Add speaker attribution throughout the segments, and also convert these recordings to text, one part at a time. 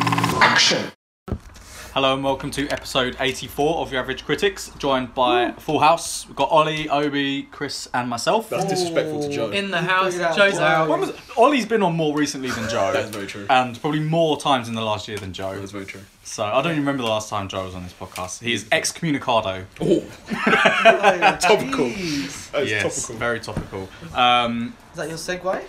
Speaker 1: action.
Speaker 2: Hello and welcome to episode 84 of Your Average Critics, joined by Full House. We've got Ollie, Obi, Chris, and myself.
Speaker 3: That's disrespectful to
Speaker 1: Oh.
Speaker 3: Joe.
Speaker 4: In the house,
Speaker 1: Figured out
Speaker 4: Joe's
Speaker 1: why.
Speaker 4: out.
Speaker 2: When was it? Ollie's been on more recently than Joe.
Speaker 3: That's very true.
Speaker 2: And probably more times in the last year than Joe.
Speaker 3: That's very true.
Speaker 2: So I don't even remember the last time Joe was on this podcast. He is excommunicado.
Speaker 3: Oh, topical.
Speaker 1: Jeez.
Speaker 3: That's
Speaker 2: yes,
Speaker 3: topical.
Speaker 2: very topical. Um,
Speaker 1: Is that your segue?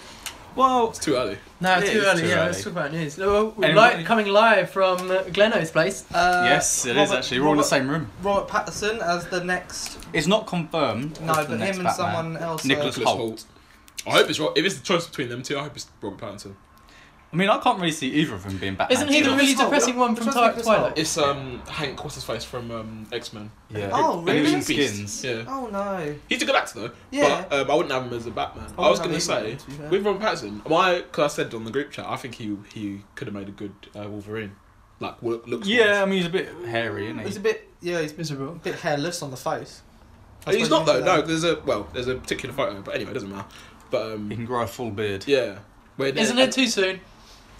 Speaker 2: well,
Speaker 3: It's too early.
Speaker 4: No,
Speaker 2: It
Speaker 4: too
Speaker 2: is
Speaker 4: early.
Speaker 2: too
Speaker 4: yeah,
Speaker 2: early.
Speaker 4: let's talk about news. No, we're
Speaker 2: Anyone-
Speaker 4: li- coming live from uh, Gleno's place.
Speaker 1: Uh,
Speaker 2: yes, it is
Speaker 1: Robert-
Speaker 2: actually. We're all in the
Speaker 1: Robert-
Speaker 2: same room.
Speaker 1: Robert Patterson as the next.
Speaker 2: It's not confirmed.
Speaker 1: No,
Speaker 2: as
Speaker 1: but
Speaker 2: the
Speaker 1: him
Speaker 2: next
Speaker 1: and
Speaker 2: Batman.
Speaker 1: someone else. uh, are-
Speaker 2: Nicholas
Speaker 3: Nicholas
Speaker 2: Holt.
Speaker 3: Holt. I hope it's Ro- if it's the choice between them two. I hope it's Robert Pattinson.
Speaker 2: I mean, I can't really see either of them being Batman.
Speaker 4: Isn't he the
Speaker 2: still.
Speaker 4: really
Speaker 1: Nicholas Holt.
Speaker 4: depressing one
Speaker 1: Which
Speaker 4: from
Speaker 1: one's
Speaker 4: Twilight?
Speaker 1: Nicholas Holt?
Speaker 3: It's um Hank, what's his face from um, X Men.
Speaker 2: Yeah.
Speaker 1: Oh,
Speaker 2: And he was in
Speaker 1: really?
Speaker 2: Skins.
Speaker 3: Yeah,
Speaker 1: Oh no.
Speaker 3: he's a good actor though.
Speaker 1: Yeah.
Speaker 3: But um, I wouldn't have him as a Batman.
Speaker 1: I
Speaker 3: I was
Speaker 1: wouldn't
Speaker 3: gonna
Speaker 1: have
Speaker 3: say
Speaker 1: either of them, to be fair.
Speaker 3: with Robert Pattinson, my because I said on the group chat, I think he he could have made a good uh, Wolverine. Like wo- looks.
Speaker 2: Yeah, I mean, he's a bit hairy, isn't he?
Speaker 1: He's a bit. Yeah, he's a
Speaker 4: Miserable.
Speaker 1: bit hairless on the face. I
Speaker 3: wise. he's
Speaker 1: suppose
Speaker 3: not
Speaker 1: you
Speaker 3: though.
Speaker 1: could,
Speaker 3: No,
Speaker 1: um,
Speaker 3: there's a well, there's a particular photo, but anyway, it doesn't matter. But
Speaker 2: He
Speaker 3: um,
Speaker 2: can grow a full beard.
Speaker 3: yeah. Wait,
Speaker 4: Isn't it too soon?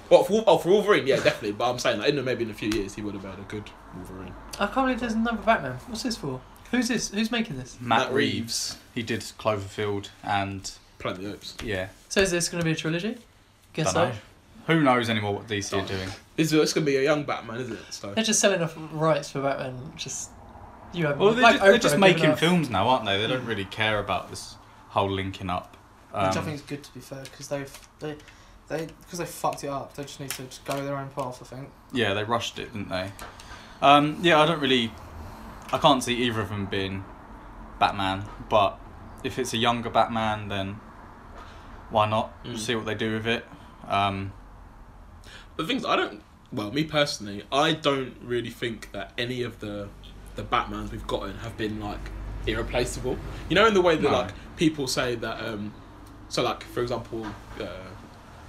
Speaker 3: Well, for, oh, for Wolverine, yeah, definitely. But I'm saying, like, in maybe in a few years, he would have had a good Wolverine.
Speaker 4: I can't believe there's another Batman. What's this for? Who's this? Who's making this?
Speaker 2: Matt, Reeves. He did Cloverfield and
Speaker 3: playing the Oaks.
Speaker 2: yeah.
Speaker 4: So is this going to be a trilogy? Guess
Speaker 2: dunno.
Speaker 4: so.
Speaker 2: Who knows anymore what DC are
Speaker 3: Don't.
Speaker 2: doing?
Speaker 3: This is going to be a young Batman, isn't it? So
Speaker 4: They're just selling off rights for Batman. Just you have.
Speaker 2: Well, they're,
Speaker 4: like
Speaker 2: just, they're
Speaker 4: Oprah
Speaker 2: just
Speaker 4: giving
Speaker 2: making
Speaker 4: out-
Speaker 2: films now, aren't they? They don't really care about this whole linking up.
Speaker 1: Which I
Speaker 2: Um,
Speaker 1: think is good to be fair because they've they they because they fucked it up. They just need to just go their own path. I think.
Speaker 2: yeah, they rushed it, didn't they? Um, yeah, I don't really. I can't see either of them being Batman, but if it's a younger Batman, then why not?
Speaker 3: Mm.
Speaker 2: See what they do with it. Um,
Speaker 3: the things I don't, well, me personally, I don't really think that any of the the Batmans we've gotten have been like irreplaceable. You know, in the way that
Speaker 2: No.
Speaker 3: like people say that. um So, like for example, uh,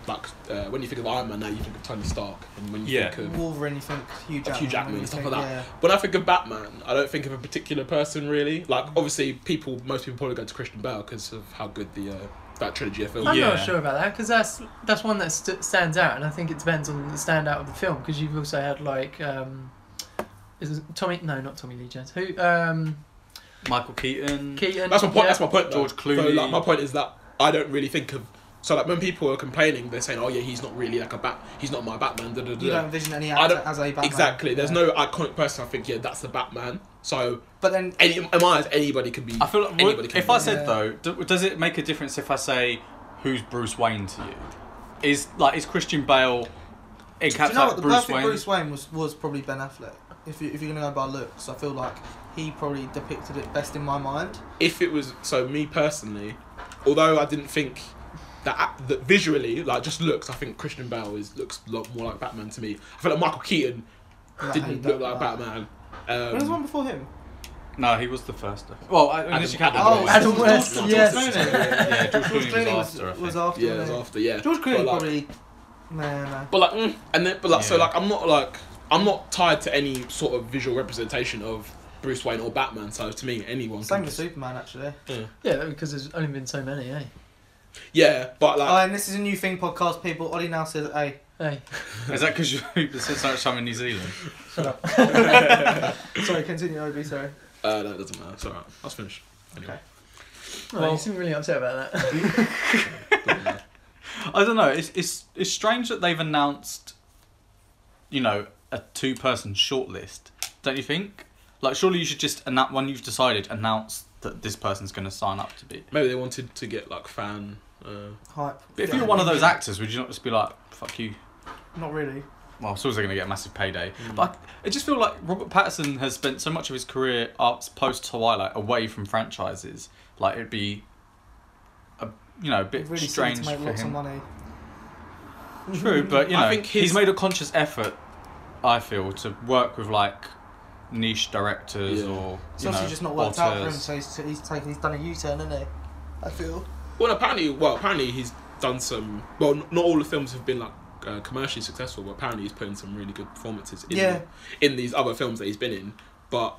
Speaker 3: like uh, when you think of Iron Man now, you think of Tony Stark, and when you
Speaker 2: Yeah.
Speaker 3: think of
Speaker 1: Wolverine, you think Hugh Jackman,
Speaker 3: like Hugh Jackman
Speaker 1: you
Speaker 3: and stuff
Speaker 1: think-
Speaker 3: like that.
Speaker 1: yeah.
Speaker 3: When I think of Batman, I don't think of a particular person really. Like obviously, people, most people probably go to Christian Bale because of how good the uh, that trilogy of films.
Speaker 4: I'm
Speaker 2: Yeah.
Speaker 4: not sure about that because that's that's one that st- stands out, and I think it depends on the standout of the film because you've also had like um, is it Tommy? No, not Tommy Lee Jones. Who? Um,
Speaker 2: Michael Keaton.
Speaker 4: Keaton.
Speaker 3: That's my point.
Speaker 4: yeah.
Speaker 3: That's my point. though.
Speaker 2: George Clooney.
Speaker 3: So, like, my point is that I don't really think of. So like when people are complaining, they're saying, "Oh yeah, he's not really like a bat. He's not my Batman." Da, da, da.
Speaker 1: You don't envision any
Speaker 3: I
Speaker 1: actor
Speaker 3: don't-
Speaker 1: as a Batman.
Speaker 3: Exactly. There's
Speaker 1: Yeah.
Speaker 3: no iconic person. I think yeah, that's the Batman. So
Speaker 1: But then
Speaker 3: any, in my eyes, anybody could be.
Speaker 2: I feel like
Speaker 3: anybody
Speaker 2: would-
Speaker 3: can
Speaker 2: if I
Speaker 3: be.
Speaker 2: said
Speaker 1: Yeah.
Speaker 2: though, d- does it make a difference if I say who's Bruce Wayne to you? Is like is Christian Bale
Speaker 1: Do you know
Speaker 2: encapsulated
Speaker 1: what? The
Speaker 2: Bruce
Speaker 1: perfect
Speaker 2: Wayne?
Speaker 1: Bruce Wayne was, was probably Ben Affleck. If, you, if you're going to go by looks, I feel like he probably depicted it best in my mind.
Speaker 3: if it was so me personally, although I didn't think that that visually, like just looks, I think Christian Bale is looks a lot more like Batman to me. I feel like Michael Keaton
Speaker 1: Like, he
Speaker 3: didn't look
Speaker 1: don't
Speaker 3: like Batman.
Speaker 1: There was one
Speaker 3: Um,
Speaker 1: before him.
Speaker 2: No, he was the first.
Speaker 1: Oh,
Speaker 2: I think. Well, I, unless you count
Speaker 3: Adam
Speaker 2: Adam
Speaker 3: West.
Speaker 2: West.
Speaker 4: Adam West,
Speaker 1: George
Speaker 4: yes.
Speaker 1: Clooney.
Speaker 2: Yeah, George
Speaker 1: George
Speaker 2: Clooney
Speaker 1: Clooney
Speaker 2: was
Speaker 1: was,
Speaker 2: after. I think.
Speaker 1: was after.
Speaker 3: yeah, it
Speaker 1: wasn't
Speaker 3: was
Speaker 1: he?
Speaker 3: after yeah.
Speaker 1: George Clooney
Speaker 3: But, like-
Speaker 1: probably. uh, Nah, nah.
Speaker 3: But like, mm, and then but like so
Speaker 2: Yeah.
Speaker 3: like I'm not like I'm not tied to any sort of visual representation of Bruce Wayne or Batman. So to me, anyone.
Speaker 1: Same
Speaker 3: can
Speaker 1: with
Speaker 3: just-
Speaker 1: Superman, actually.
Speaker 4: Yeah, because there's only been so many, eh?
Speaker 3: Yeah, but like
Speaker 1: Oh, and this is a new thing, podcast people. Ollie now says, hey,
Speaker 4: Hey,
Speaker 2: Is that because you spent so much time in New Zealand?
Speaker 4: shut up.
Speaker 1: sorry, continue, OB, sorry.
Speaker 3: uh, no, it doesn't matter. It's alright. I was finished. Anyway.
Speaker 4: Oh, you seem really upset about that.
Speaker 2: I don't know. It's it's it's strange that they've announced, you know, a two-person shortlist. Don't you think? Like, surely you should just announce when you've decided announce that this person's going to sign up to be.
Speaker 3: Maybe they wanted to get like fan. Uh,
Speaker 1: Hype.
Speaker 2: But if you're one of those actors, would you not just be like, fuck you?
Speaker 1: Not really.
Speaker 2: Well, I'm sure they're going to get a massive payday.
Speaker 1: Mm.
Speaker 2: But I, I just feel like Robert Patterson has spent so much of his career arts post Twilight away from franchises. Like, it'd be, a, you know, a bit
Speaker 1: It'd really silly
Speaker 2: strange
Speaker 1: to make
Speaker 2: for
Speaker 1: lots
Speaker 2: him.
Speaker 1: of money.
Speaker 2: True, but you know,
Speaker 3: I think his-
Speaker 2: he's made a conscious effort. I feel to work with like niche directors
Speaker 3: Yeah.
Speaker 2: or
Speaker 1: It's
Speaker 2: you know,
Speaker 1: obviously just not worked out for him,
Speaker 2: authors.
Speaker 1: so he's, he's, taken, he's done a U turn, isn't he? I feel.
Speaker 3: Well, apparently, well, apparently he's done some. Well, n- not all the films have been like uh, commercially successful, but apparently he's put in some really good performances in
Speaker 1: Yeah.
Speaker 3: in these other films that he's been in. But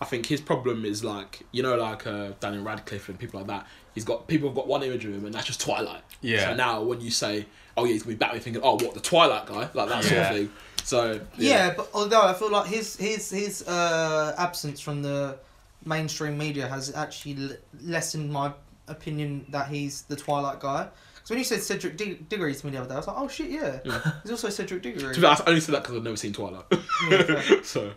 Speaker 3: I think his problem is like you know, like uh, Daniel Radcliffe and people like that. He's got people have got one image of him, and that's just Twilight.
Speaker 2: Yeah.
Speaker 3: So now when you say, "Oh yeah, he's gonna be Batman," you're thinking, "Oh, what the Twilight guy?" Like that sort
Speaker 2: Yeah.
Speaker 3: of thing. So
Speaker 1: Yeah. but although I feel like his his his uh, absence from the mainstream media has actually l- lessened my opinion that he's the Twilight guy. Because when you said Cedric Dig- Diggory to me the other day, I was like, oh shit, yeah,
Speaker 3: Yeah.
Speaker 1: he's also Cedric Diggory.
Speaker 3: To be honest, I only said that because I've never seen Twilight.
Speaker 1: Yeah, fair.
Speaker 3: so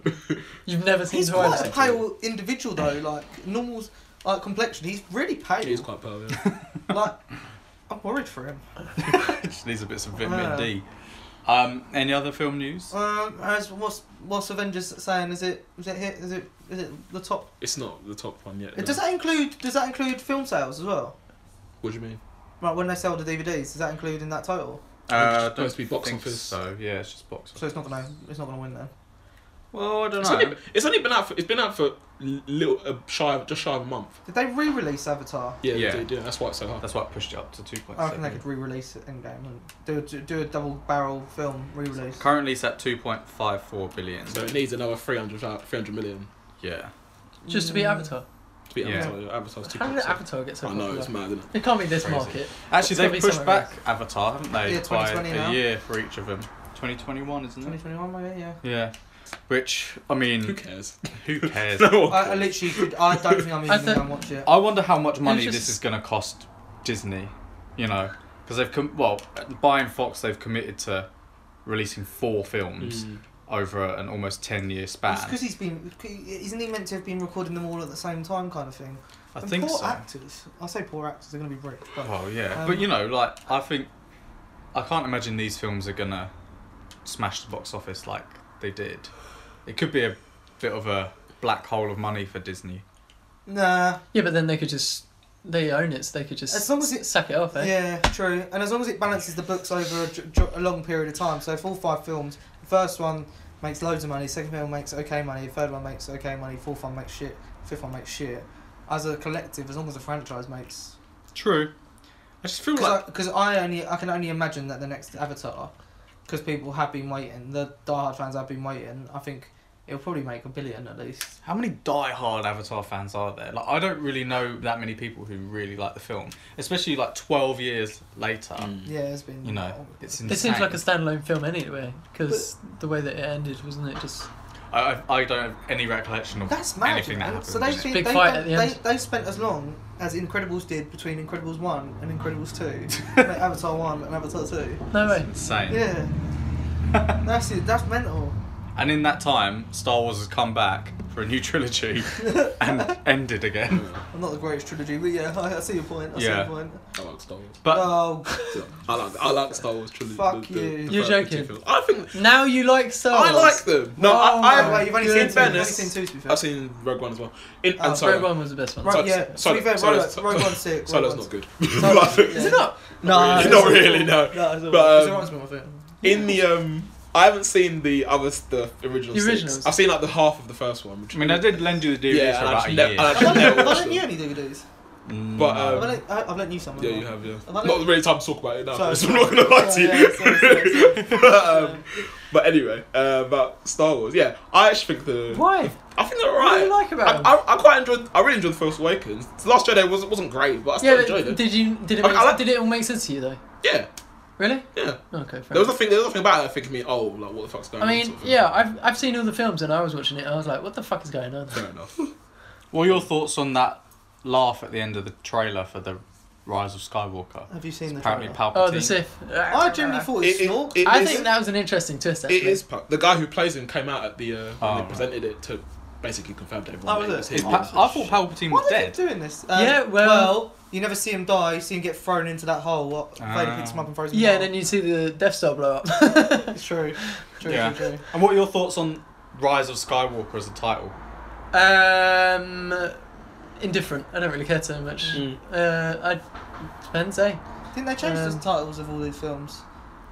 Speaker 4: You've never seen
Speaker 1: he's quite
Speaker 4: Twilight.
Speaker 1: a pale individual though, like normal like complexion. He's really pale.
Speaker 3: it is quite powerful.
Speaker 1: like I'm worried for him.
Speaker 2: Just needs a bit of vitamin
Speaker 1: Yeah.
Speaker 2: D. Um, any other film news?
Speaker 1: Um, as what's what's Avengers saying? Is it is it hit? Is it is it the top?
Speaker 3: It's not the top one yet. no.
Speaker 1: Does that include does that include film sales as well?
Speaker 3: What do you mean?
Speaker 1: Right, when they sell the DVDs, does that include in that total?
Speaker 2: Uh,
Speaker 3: supposed to be box
Speaker 2: think
Speaker 3: office.
Speaker 2: So yeah, it's just box office.
Speaker 1: So it's not gonna it's not gonna win then.
Speaker 2: Well, I don't
Speaker 3: It's
Speaker 2: know.
Speaker 3: only, it's only been out. For, it's been out for little uh, shy of, just shy of a month.
Speaker 1: Did they re-release Avatar?
Speaker 3: Yeah,
Speaker 2: Yeah.
Speaker 3: yeah. yeah that's why it's so hard.
Speaker 2: That's why it pushed it up to two point
Speaker 1: Oh, I reckon they
Speaker 2: seven.
Speaker 1: could re-release it in game and do a, do a double barrel film re-release.
Speaker 2: Currently, it's at two point five four billion.
Speaker 3: so it needs another 300, thou- 300 million
Speaker 2: yeah,
Speaker 4: Just to
Speaker 1: Mm.
Speaker 4: be Avatar.
Speaker 3: to be
Speaker 2: Yeah.
Speaker 3: advertised. uh, Advertised two
Speaker 4: How did
Speaker 3: point seven.
Speaker 4: Avatar get so
Speaker 3: I know
Speaker 4: popular?
Speaker 3: it's mad, isn't it?
Speaker 4: It can't be this
Speaker 2: Crazy.
Speaker 4: market.
Speaker 2: actually,
Speaker 4: It's gotta
Speaker 2: they've
Speaker 4: be
Speaker 2: pushed
Speaker 4: somewhere
Speaker 2: back Avatar, haven't they?
Speaker 1: Yeah,
Speaker 2: by
Speaker 1: 2020 now.
Speaker 2: a year for each of them. Twenty twenty one, isn't
Speaker 1: Twenty
Speaker 2: it?
Speaker 1: twenty one, maybe yeah.
Speaker 2: Yeah. Which I
Speaker 3: Who
Speaker 2: mean,
Speaker 3: cares?
Speaker 2: who cares?
Speaker 3: no one.
Speaker 1: I, I literally could. I don't think I'm even
Speaker 4: I
Speaker 1: gonna
Speaker 4: thought-
Speaker 1: go and watch it.
Speaker 2: I wonder how much money
Speaker 4: just-
Speaker 2: this is going to cost Disney. You know, because they've com- well, buying Fox, they've committed to releasing four films
Speaker 3: Mm.
Speaker 2: over an almost ten year span.
Speaker 1: It's because he's been. Isn't he meant to have been recording them all at the same time, kind of thing?
Speaker 2: I
Speaker 1: And
Speaker 2: think
Speaker 1: poor
Speaker 2: so. Oh.
Speaker 1: actors. I say poor actors. They're gonna be bricked. But
Speaker 2: Well, yeah,
Speaker 1: Um,
Speaker 2: but you know, like I think I can't imagine these films are gonna smash the box office like they did. It could be a bit of a black hole of money for Disney.
Speaker 1: nah.
Speaker 4: Yeah, but then they could just they own it, so they could just
Speaker 1: As long as it-
Speaker 4: sack it off. Eh?
Speaker 1: Yeah, true. And as long as it balances the books over a, j- j- a long period of time, so if all five films, the first one makes loads of money, second film makes okay money, third one makes okay money, fourth one makes shit, fifth one makes shit. As a collective, as long as the franchise makes,
Speaker 2: True. I just feel like
Speaker 1: because I, only I can only imagine that the next Avatar, because people have been waiting, the diehard fans have been waiting. I think it'll probably make a billion at least.
Speaker 2: how many die-hard Avatar fans are there? Like I don't really know that many people who really like the film, especially like twelve years later.
Speaker 3: Mm.
Speaker 1: Yeah, it's been.
Speaker 2: You know, it's insane.
Speaker 4: It seems like a standalone film anyway, because the way that it ended, wasn't it? Just
Speaker 2: I, I I don't have any recollection of
Speaker 1: That's mad.
Speaker 2: anything
Speaker 1: you
Speaker 2: that
Speaker 1: know?
Speaker 2: happened.
Speaker 1: so they,
Speaker 2: in it.
Speaker 1: spent-
Speaker 4: Big
Speaker 1: they,
Speaker 4: fight
Speaker 1: they,
Speaker 4: at the end.
Speaker 1: they- they spent as long as Incredibles did between Incredibles 1 and Incredibles 2. Like Avatar 1 and Avatar 2.
Speaker 4: no
Speaker 2: It's
Speaker 4: way.
Speaker 2: insane.
Speaker 1: Yeah. That's it. That's mental.
Speaker 2: And in that time, Star Wars has come back for a new trilogy and ended again.
Speaker 3: Yeah,
Speaker 1: Well, not the greatest trilogy, but yeah, I, I see your point.
Speaker 2: Yeah.
Speaker 1: I see your point.
Speaker 3: I like Star Wars.
Speaker 2: But
Speaker 1: oh,
Speaker 3: I like I like Star Wars trilogy.
Speaker 1: Fuck you.
Speaker 4: You're
Speaker 3: first- the two
Speaker 4: joking.
Speaker 3: films. I think
Speaker 4: Now you like Star Wars.
Speaker 3: I like them. No,
Speaker 4: Oh
Speaker 3: I, I
Speaker 4: my
Speaker 1: no, wait, you've only
Speaker 4: good
Speaker 1: seen two. You've only
Speaker 3: goodness.
Speaker 1: seen two, to be fair.
Speaker 3: I've seen Rogue One as well. In,
Speaker 1: Oh.
Speaker 3: and Solo.
Speaker 4: Rogue One was the best one.
Speaker 1: Right,
Speaker 3: Solo-
Speaker 1: yeah.
Speaker 3: Solo-
Speaker 1: to be fair,
Speaker 3: Solo-
Speaker 1: Rogue,
Speaker 3: Solo-
Speaker 1: Rogue One's sick. Rogue
Speaker 3: Solo's not
Speaker 1: One's-
Speaker 3: good. Like,
Speaker 1: Solo's- yeah.
Speaker 4: Is it not?
Speaker 1: No,
Speaker 3: really.
Speaker 1: it's
Speaker 3: Not really, no.
Speaker 1: No, it's all
Speaker 3: But,
Speaker 1: right. It's
Speaker 3: um,
Speaker 1: alright, it's been my favourite.
Speaker 3: In the um, I haven't seen the other the original.
Speaker 4: The
Speaker 3: six.
Speaker 4: originals.
Speaker 3: I've seen like the half of the first one. Which
Speaker 2: I mean, I did lend you the DVD
Speaker 3: Yeah,
Speaker 2: for
Speaker 3: and I
Speaker 2: about a
Speaker 3: just nev- and
Speaker 2: year.
Speaker 3: I
Speaker 1: Have I
Speaker 3: just
Speaker 1: lent-
Speaker 3: never
Speaker 1: have I
Speaker 3: watched
Speaker 1: lent you
Speaker 3: them.
Speaker 1: any DVDs?
Speaker 2: Mm.
Speaker 3: But,
Speaker 1: Have I
Speaker 3: Um,
Speaker 1: lent- I- I've lent you
Speaker 3: Yeah,
Speaker 1: some. haven't
Speaker 3: you
Speaker 1: I?
Speaker 3: have. Yeah,
Speaker 1: Have I lent-
Speaker 3: not really time to talk about it now.
Speaker 1: Sorry.
Speaker 3: so I'm not gonna lie to you.
Speaker 1: Yeah, yeah, sorry, sorry, sorry.
Speaker 3: but, um, but anyway, uh, about Star Wars. Yeah, I actually think the.
Speaker 4: Why?
Speaker 3: I think they're
Speaker 4: What do
Speaker 3: alright.
Speaker 4: you like
Speaker 3: I,
Speaker 4: about them?
Speaker 3: I, I quite enjoyed. I really enjoyed the First Awakens. The Last Jedi was wasn't great, but I still
Speaker 4: yeah,
Speaker 3: enjoyed it.
Speaker 4: but did you did it
Speaker 3: I-
Speaker 4: make,
Speaker 3: I like-
Speaker 4: did it all make sense to you though?
Speaker 3: Yeah,
Speaker 4: Really?
Speaker 3: yeah.
Speaker 4: Okay.
Speaker 3: There
Speaker 4: Fair
Speaker 3: was
Speaker 4: enough.
Speaker 3: nothing. There was nothing about that thinking me. Oh, like what the fuck's going
Speaker 4: I
Speaker 3: on?
Speaker 4: mean,
Speaker 3: sort of thing.
Speaker 4: yeah, I've I've seen all the films and I was watching it. and I was like, what the fuck is going on?
Speaker 3: Fair enough.
Speaker 2: what are your thoughts on that laugh at the end of the trailer for the Rise of Skywalker?
Speaker 1: Have you seen the
Speaker 2: Apparently,
Speaker 1: trailer?
Speaker 2: Palpatine.
Speaker 4: Oh, the Sith.
Speaker 1: I generally thought it,
Speaker 3: It- it-
Speaker 1: snorked.
Speaker 3: Ah, it
Speaker 4: I
Speaker 3: is-
Speaker 4: think that was an interesting twist. Actually.
Speaker 3: It is. Pal- The guy who plays him came out at the uh,
Speaker 2: Oh,
Speaker 4: Ah.
Speaker 3: when
Speaker 2: right.
Speaker 3: they presented it to basically confirm to everyone.
Speaker 1: Oh,
Speaker 3: that
Speaker 1: was it?
Speaker 2: Is
Speaker 3: him.
Speaker 2: Pa- I thought Palpatine
Speaker 1: Why
Speaker 2: was
Speaker 1: are they
Speaker 2: dead.
Speaker 1: keep doing this? Um,
Speaker 4: Yeah, well-
Speaker 1: you never see him die. You see him get thrown into that hole. What Vader
Speaker 2: Ah.
Speaker 1: picks him up and throws him.
Speaker 4: Yeah,
Speaker 1: in
Speaker 4: and
Speaker 1: the
Speaker 4: then you see the Death Star blow up.
Speaker 1: hole. it's true. True,
Speaker 2: Yeah.
Speaker 1: true, true.
Speaker 2: And what are your thoughts on Rise of Skywalker as a title?
Speaker 4: um, indifferent. I don't really care too much.
Speaker 3: Mm.
Speaker 4: Uh, I depends, eh?
Speaker 1: Didn't they change the
Speaker 4: Um,
Speaker 1: titles of all these films?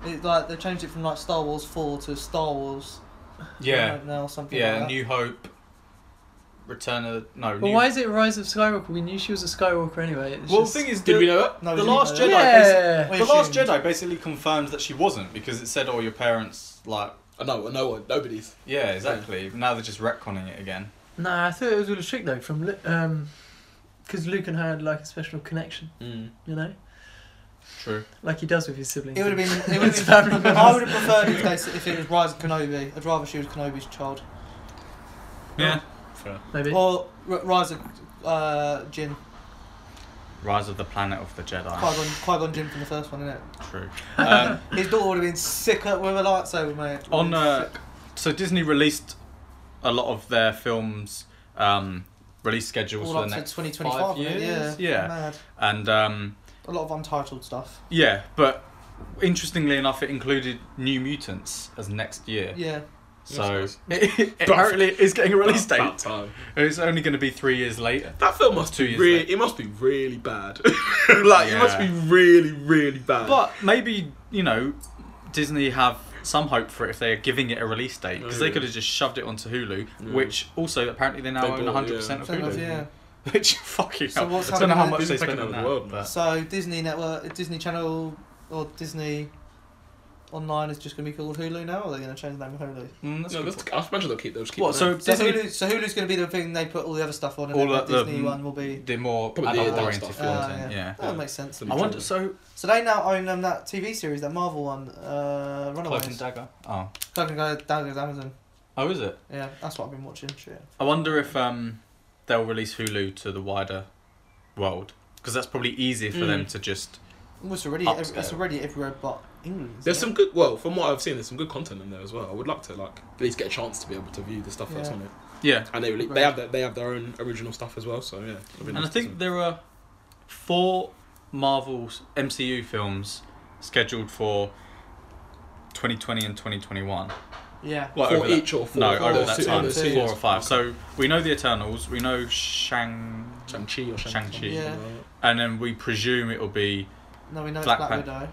Speaker 1: It, like they changed it from like Star Wars Four to Star Wars.
Speaker 2: Yeah,
Speaker 1: now something.
Speaker 2: yeah.
Speaker 1: like
Speaker 2: New Hope, Return of no.
Speaker 4: But
Speaker 2: New...
Speaker 4: why is it Rise of Skywalker? We knew she was a Skywalker anyway. It's
Speaker 2: Well, the
Speaker 4: just...
Speaker 2: thing is,
Speaker 3: Did
Speaker 2: the,
Speaker 3: we know that?
Speaker 1: No, we
Speaker 2: the
Speaker 1: didn't
Speaker 2: Last
Speaker 1: know
Speaker 2: Jedi.
Speaker 1: that.
Speaker 2: Basically,
Speaker 4: yeah.
Speaker 1: We
Speaker 2: the Last
Speaker 1: assumed.
Speaker 2: Jedi basically confirmed that she wasn't because it said all your parents like.
Speaker 3: Uh, No, no one, nobody's.
Speaker 2: Yeah, exactly. Now they're just retconning it again.
Speaker 4: Nah, I thought it was all a trick though, from Lu- um, because Luke and her had like a special connection,
Speaker 3: Mm.
Speaker 4: you know.
Speaker 2: True.
Speaker 4: like he does with his siblings.
Speaker 1: It would have been. It would
Speaker 4: It's
Speaker 1: have
Speaker 4: family
Speaker 1: been I
Speaker 4: members.
Speaker 1: would have preferred if, they, s- if it was Rise of Kenobi. I'd rather she was Kenobi's child.
Speaker 2: Yeah.
Speaker 4: Maybe.
Speaker 1: Or R- Rise of uh, Jin.
Speaker 2: Rise of the Planet of the Jedi.
Speaker 1: Qui Gon Qui Gon Jin from the first one, innit?
Speaker 2: True. Um,
Speaker 1: His daughter would have been sick up with a lightsaber, mate.
Speaker 2: on uh, so Disney released a lot of their films um, release schedules
Speaker 1: all
Speaker 2: for
Speaker 1: up
Speaker 2: the
Speaker 1: to
Speaker 2: next
Speaker 1: 2025.
Speaker 2: five
Speaker 1: mate,
Speaker 2: years?
Speaker 1: Yeah.
Speaker 2: Yeah.
Speaker 1: Mad.
Speaker 2: and um,
Speaker 1: A lot of untitled stuff.
Speaker 2: yeah, but interestingly enough, it included New Mutants as next year.
Speaker 1: Yeah.
Speaker 2: So
Speaker 3: That's
Speaker 2: it apparently is getting a release
Speaker 3: About- about
Speaker 2: date.
Speaker 3: time.
Speaker 2: It's only going to be three years later.
Speaker 3: That film must
Speaker 2: Two
Speaker 3: be
Speaker 2: years
Speaker 3: really.
Speaker 2: later.
Speaker 3: It must be really bad. like it must
Speaker 2: Yeah.
Speaker 3: be really, really bad.
Speaker 2: But maybe you know Disney have some hope for it if they're giving it a release date because they
Speaker 3: Yeah.
Speaker 2: could have just shoved it onto Hulu,
Speaker 3: Yeah.
Speaker 2: which also apparently they now
Speaker 3: They
Speaker 2: own
Speaker 3: bought,
Speaker 2: 100 percent
Speaker 3: yeah.
Speaker 2: of
Speaker 1: So,
Speaker 2: Hulu.
Speaker 1: yeah.
Speaker 2: Which fucking
Speaker 1: So
Speaker 2: hell.
Speaker 1: what's
Speaker 2: I don't know how much
Speaker 1: happening with-
Speaker 2: they
Speaker 3: Disney's
Speaker 2: spend
Speaker 3: taking
Speaker 2: on
Speaker 3: over
Speaker 2: that.
Speaker 3: the world, man.
Speaker 2: but-
Speaker 1: So Disney Network, Disney Channel, or Disney Online is just going to be called Hulu now, or are they going to change the name of Hulu?
Speaker 2: Mm, that's a
Speaker 3: no,
Speaker 2: good
Speaker 3: that's,
Speaker 2: point.
Speaker 3: I imagine they'll keep those. Keep
Speaker 2: What,
Speaker 3: the
Speaker 2: so
Speaker 3: name.
Speaker 1: So,
Speaker 2: Disney-
Speaker 1: Hulu, so Hulu's going to be the thing they put all the other stuff on, and
Speaker 2: All
Speaker 1: then
Speaker 2: that-
Speaker 1: the
Speaker 2: the-
Speaker 1: Disney one will be.
Speaker 2: the more
Speaker 3: Probably the
Speaker 2: adult
Speaker 3: adult
Speaker 2: oriented
Speaker 3: stuff.
Speaker 1: Uh,
Speaker 2: content, yeah.
Speaker 1: yeah. That makes sense.
Speaker 3: The
Speaker 2: I wonder,
Speaker 3: majority.
Speaker 2: so.
Speaker 1: So they now own um, that TV series, that Marvel one, uh,
Speaker 2: Cloak
Speaker 1: Runaways.
Speaker 2: and Dagger. Oh.
Speaker 1: Cloak and Dagger, Dagger's Amazon.
Speaker 2: Oh, is it?
Speaker 1: Yeah, that's what I've been watching. Shit.
Speaker 2: I wonder if um, they'll release Hulu to the wider world. Because that's probably easier for them
Speaker 3: Mm.
Speaker 2: to just.
Speaker 1: Well, It's already,
Speaker 2: Upscale.
Speaker 1: it's already everywhere but England. isn't
Speaker 3: There's
Speaker 1: it?
Speaker 3: some good. Well, from what I've seen, there's some good content in there as well. I would like to like at least get a chance to be able to view the stuff that's
Speaker 1: Yeah.
Speaker 3: on it.
Speaker 2: Yeah.
Speaker 3: And they really, they have their, they have their own original stuff as well. So yeah. it'll be
Speaker 2: And I
Speaker 3: nice to
Speaker 2: think there are four Marvel MCU films scheduled for 2020 and 2021.
Speaker 1: Yeah.
Speaker 2: What,
Speaker 3: see.
Speaker 2: over
Speaker 3: for
Speaker 2: that-
Speaker 3: each or four.
Speaker 2: no,
Speaker 1: four
Speaker 2: over
Speaker 1: or
Speaker 2: that
Speaker 1: two-
Speaker 2: time.
Speaker 1: over
Speaker 2: It's
Speaker 1: two
Speaker 2: four or five. So we know the Eternals, we know Shang.
Speaker 3: Shang Chi or Shang
Speaker 2: Shang-Chi.
Speaker 1: Yeah.
Speaker 2: And then we presume it'll be.
Speaker 1: No, we know
Speaker 2: Black
Speaker 1: it's Black
Speaker 2: Pan-
Speaker 1: Widow,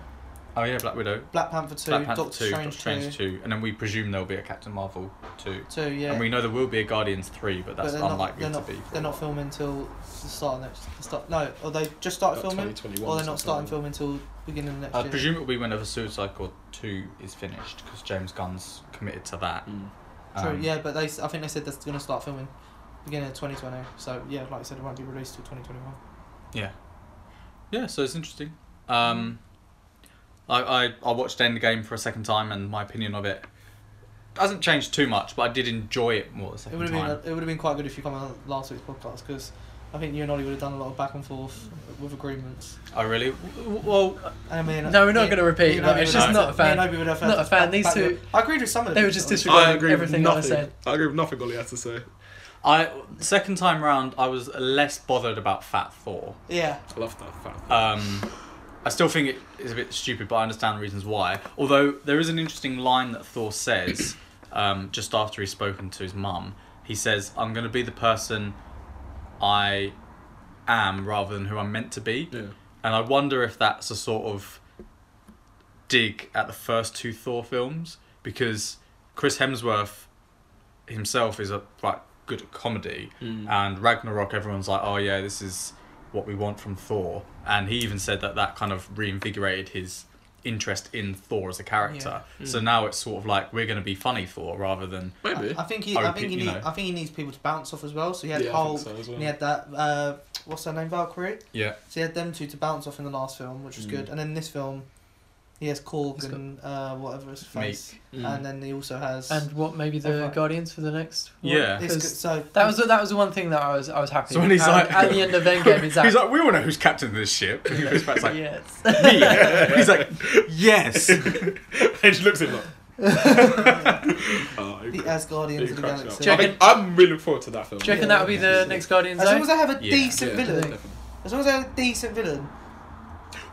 Speaker 2: Oh, yeah, Black Widow.
Speaker 1: Black Panther two,
Speaker 2: Black Panther
Speaker 1: Doctor
Speaker 2: 2,
Speaker 1: Strange,
Speaker 2: Doctor Strange
Speaker 1: 2.
Speaker 2: 2, and then we presume there'll be a Captain Marvel 2.
Speaker 1: two. Yeah.
Speaker 2: And we know there will be a Guardians 3, but that's
Speaker 1: they're
Speaker 2: unlikely
Speaker 1: not,
Speaker 2: to
Speaker 1: they're
Speaker 2: be.
Speaker 1: Not, they're not filming until the start of next. The start, no, or they just started filming, or they're not starting filming until beginning of next
Speaker 2: I
Speaker 1: year.
Speaker 2: presume it'll be whenever Suicide Squad 2 is finished, because James Gunn's committed to that.
Speaker 3: Mm.
Speaker 1: True.
Speaker 2: Um,
Speaker 1: yeah, but they, s- I think they said they're going to start filming beginning of 2020. So yeah, like I said, it won't be released till 2021.
Speaker 2: Yeah. Yeah, so it's interesting. Um, I, I, I watched Endgame for a second time, and my opinion of it hasn't changed too much, but I did enjoy it more the
Speaker 1: It
Speaker 2: second
Speaker 1: would have
Speaker 2: time.
Speaker 1: been, it would have been quite good if you come on last week's podcast because I think you and Ollie would have done a lot of back and forth with agreements.
Speaker 2: oh, really? W- w- Well,
Speaker 1: And I mean,
Speaker 4: No, we're not
Speaker 1: me-
Speaker 4: gonna repeat,
Speaker 1: me and
Speaker 4: like,
Speaker 1: Obi
Speaker 4: it's
Speaker 1: would
Speaker 2: just
Speaker 1: have-
Speaker 4: not a
Speaker 1: me
Speaker 4: fan.
Speaker 1: and Obi would have had
Speaker 4: Not a
Speaker 1: to
Speaker 4: fan,
Speaker 1: back-
Speaker 4: these
Speaker 1: back-
Speaker 4: two-
Speaker 1: I agreed with some of them.
Speaker 4: they were just
Speaker 1: but-
Speaker 4: disregarding
Speaker 3: I agree
Speaker 4: everything
Speaker 3: with
Speaker 4: I
Speaker 3: nothing.
Speaker 4: said.
Speaker 3: I agree with nothing Ollie had to say.
Speaker 2: I second time round, I was less bothered about Fat Thor.
Speaker 1: Yeah.
Speaker 3: I love that fact.
Speaker 2: Um, I still think it is a bit stupid, but I understand the reasons why. Although there is an interesting line that Thor says um, just after he's spoken to his mum. He says, "I'm going to be the person I am rather than who I'm meant to be,"
Speaker 3: yeah.
Speaker 2: and I wonder if that's a sort of dig at the first two Thor films because Chris Hemsworth himself is a like good at comedy
Speaker 4: Hmm. Mm.
Speaker 1: Ah.
Speaker 2: and Ragnarok, everyone's like, oh yeah, this is what we want from Thor. And he even said that that kind of reinvigorated his interest in Thor as a character.
Speaker 4: Mm.
Speaker 2: So now it's sort of like we're going to be funny Thor rather than
Speaker 3: Maybe.
Speaker 1: I, I think he, I
Speaker 2: Obi,
Speaker 1: think he,
Speaker 2: you
Speaker 1: need,
Speaker 2: know.
Speaker 1: I think he needs people to bounce off as well. So he had
Speaker 3: Yeah, I
Speaker 1: Hulk,
Speaker 3: think so as well.
Speaker 1: and he had that. Uh, what's her name, Valkyrie?
Speaker 2: yeah.
Speaker 1: So he had them two to bounce off in the last film, which was
Speaker 3: Mm.
Speaker 1: good. And then this film, he has Korg
Speaker 4: He's got-
Speaker 1: and uh, whatever his face,
Speaker 4: Hmm.
Speaker 3: Mm.
Speaker 1: and uh, then he also has.
Speaker 4: And what maybe the
Speaker 1: Everyone.
Speaker 4: Guardians for the next? one?
Speaker 2: Yeah.
Speaker 1: it's good,
Speaker 4: 'Cause
Speaker 1: so
Speaker 4: That was that was the one thing that I was I was happy.
Speaker 2: So when he's
Speaker 4: at,
Speaker 2: like-
Speaker 4: at the end of Endgame, he's like,
Speaker 2: He's like, we all know who's captain of this ship. And Chris Pratt's like,
Speaker 4: yes.
Speaker 2: me. He's like, yes.
Speaker 3: and she looks at him like. oh,
Speaker 1: the
Speaker 3: it-
Speaker 1: Asgardians
Speaker 3: it
Speaker 1: of the
Speaker 3: cracks me up.
Speaker 4: Do
Speaker 1: Galaxy.
Speaker 4: you
Speaker 3: I
Speaker 4: reckon-
Speaker 3: think I'm really looking forward to that film.
Speaker 4: Do you reckon
Speaker 1: Yeah.
Speaker 4: that'll be the next Guardians?
Speaker 1: As long
Speaker 4: though?
Speaker 1: as they have a
Speaker 2: Yeah.
Speaker 1: decent
Speaker 3: Yeah,
Speaker 1: villain,
Speaker 3: definitely.
Speaker 1: as long as they have a decent villain,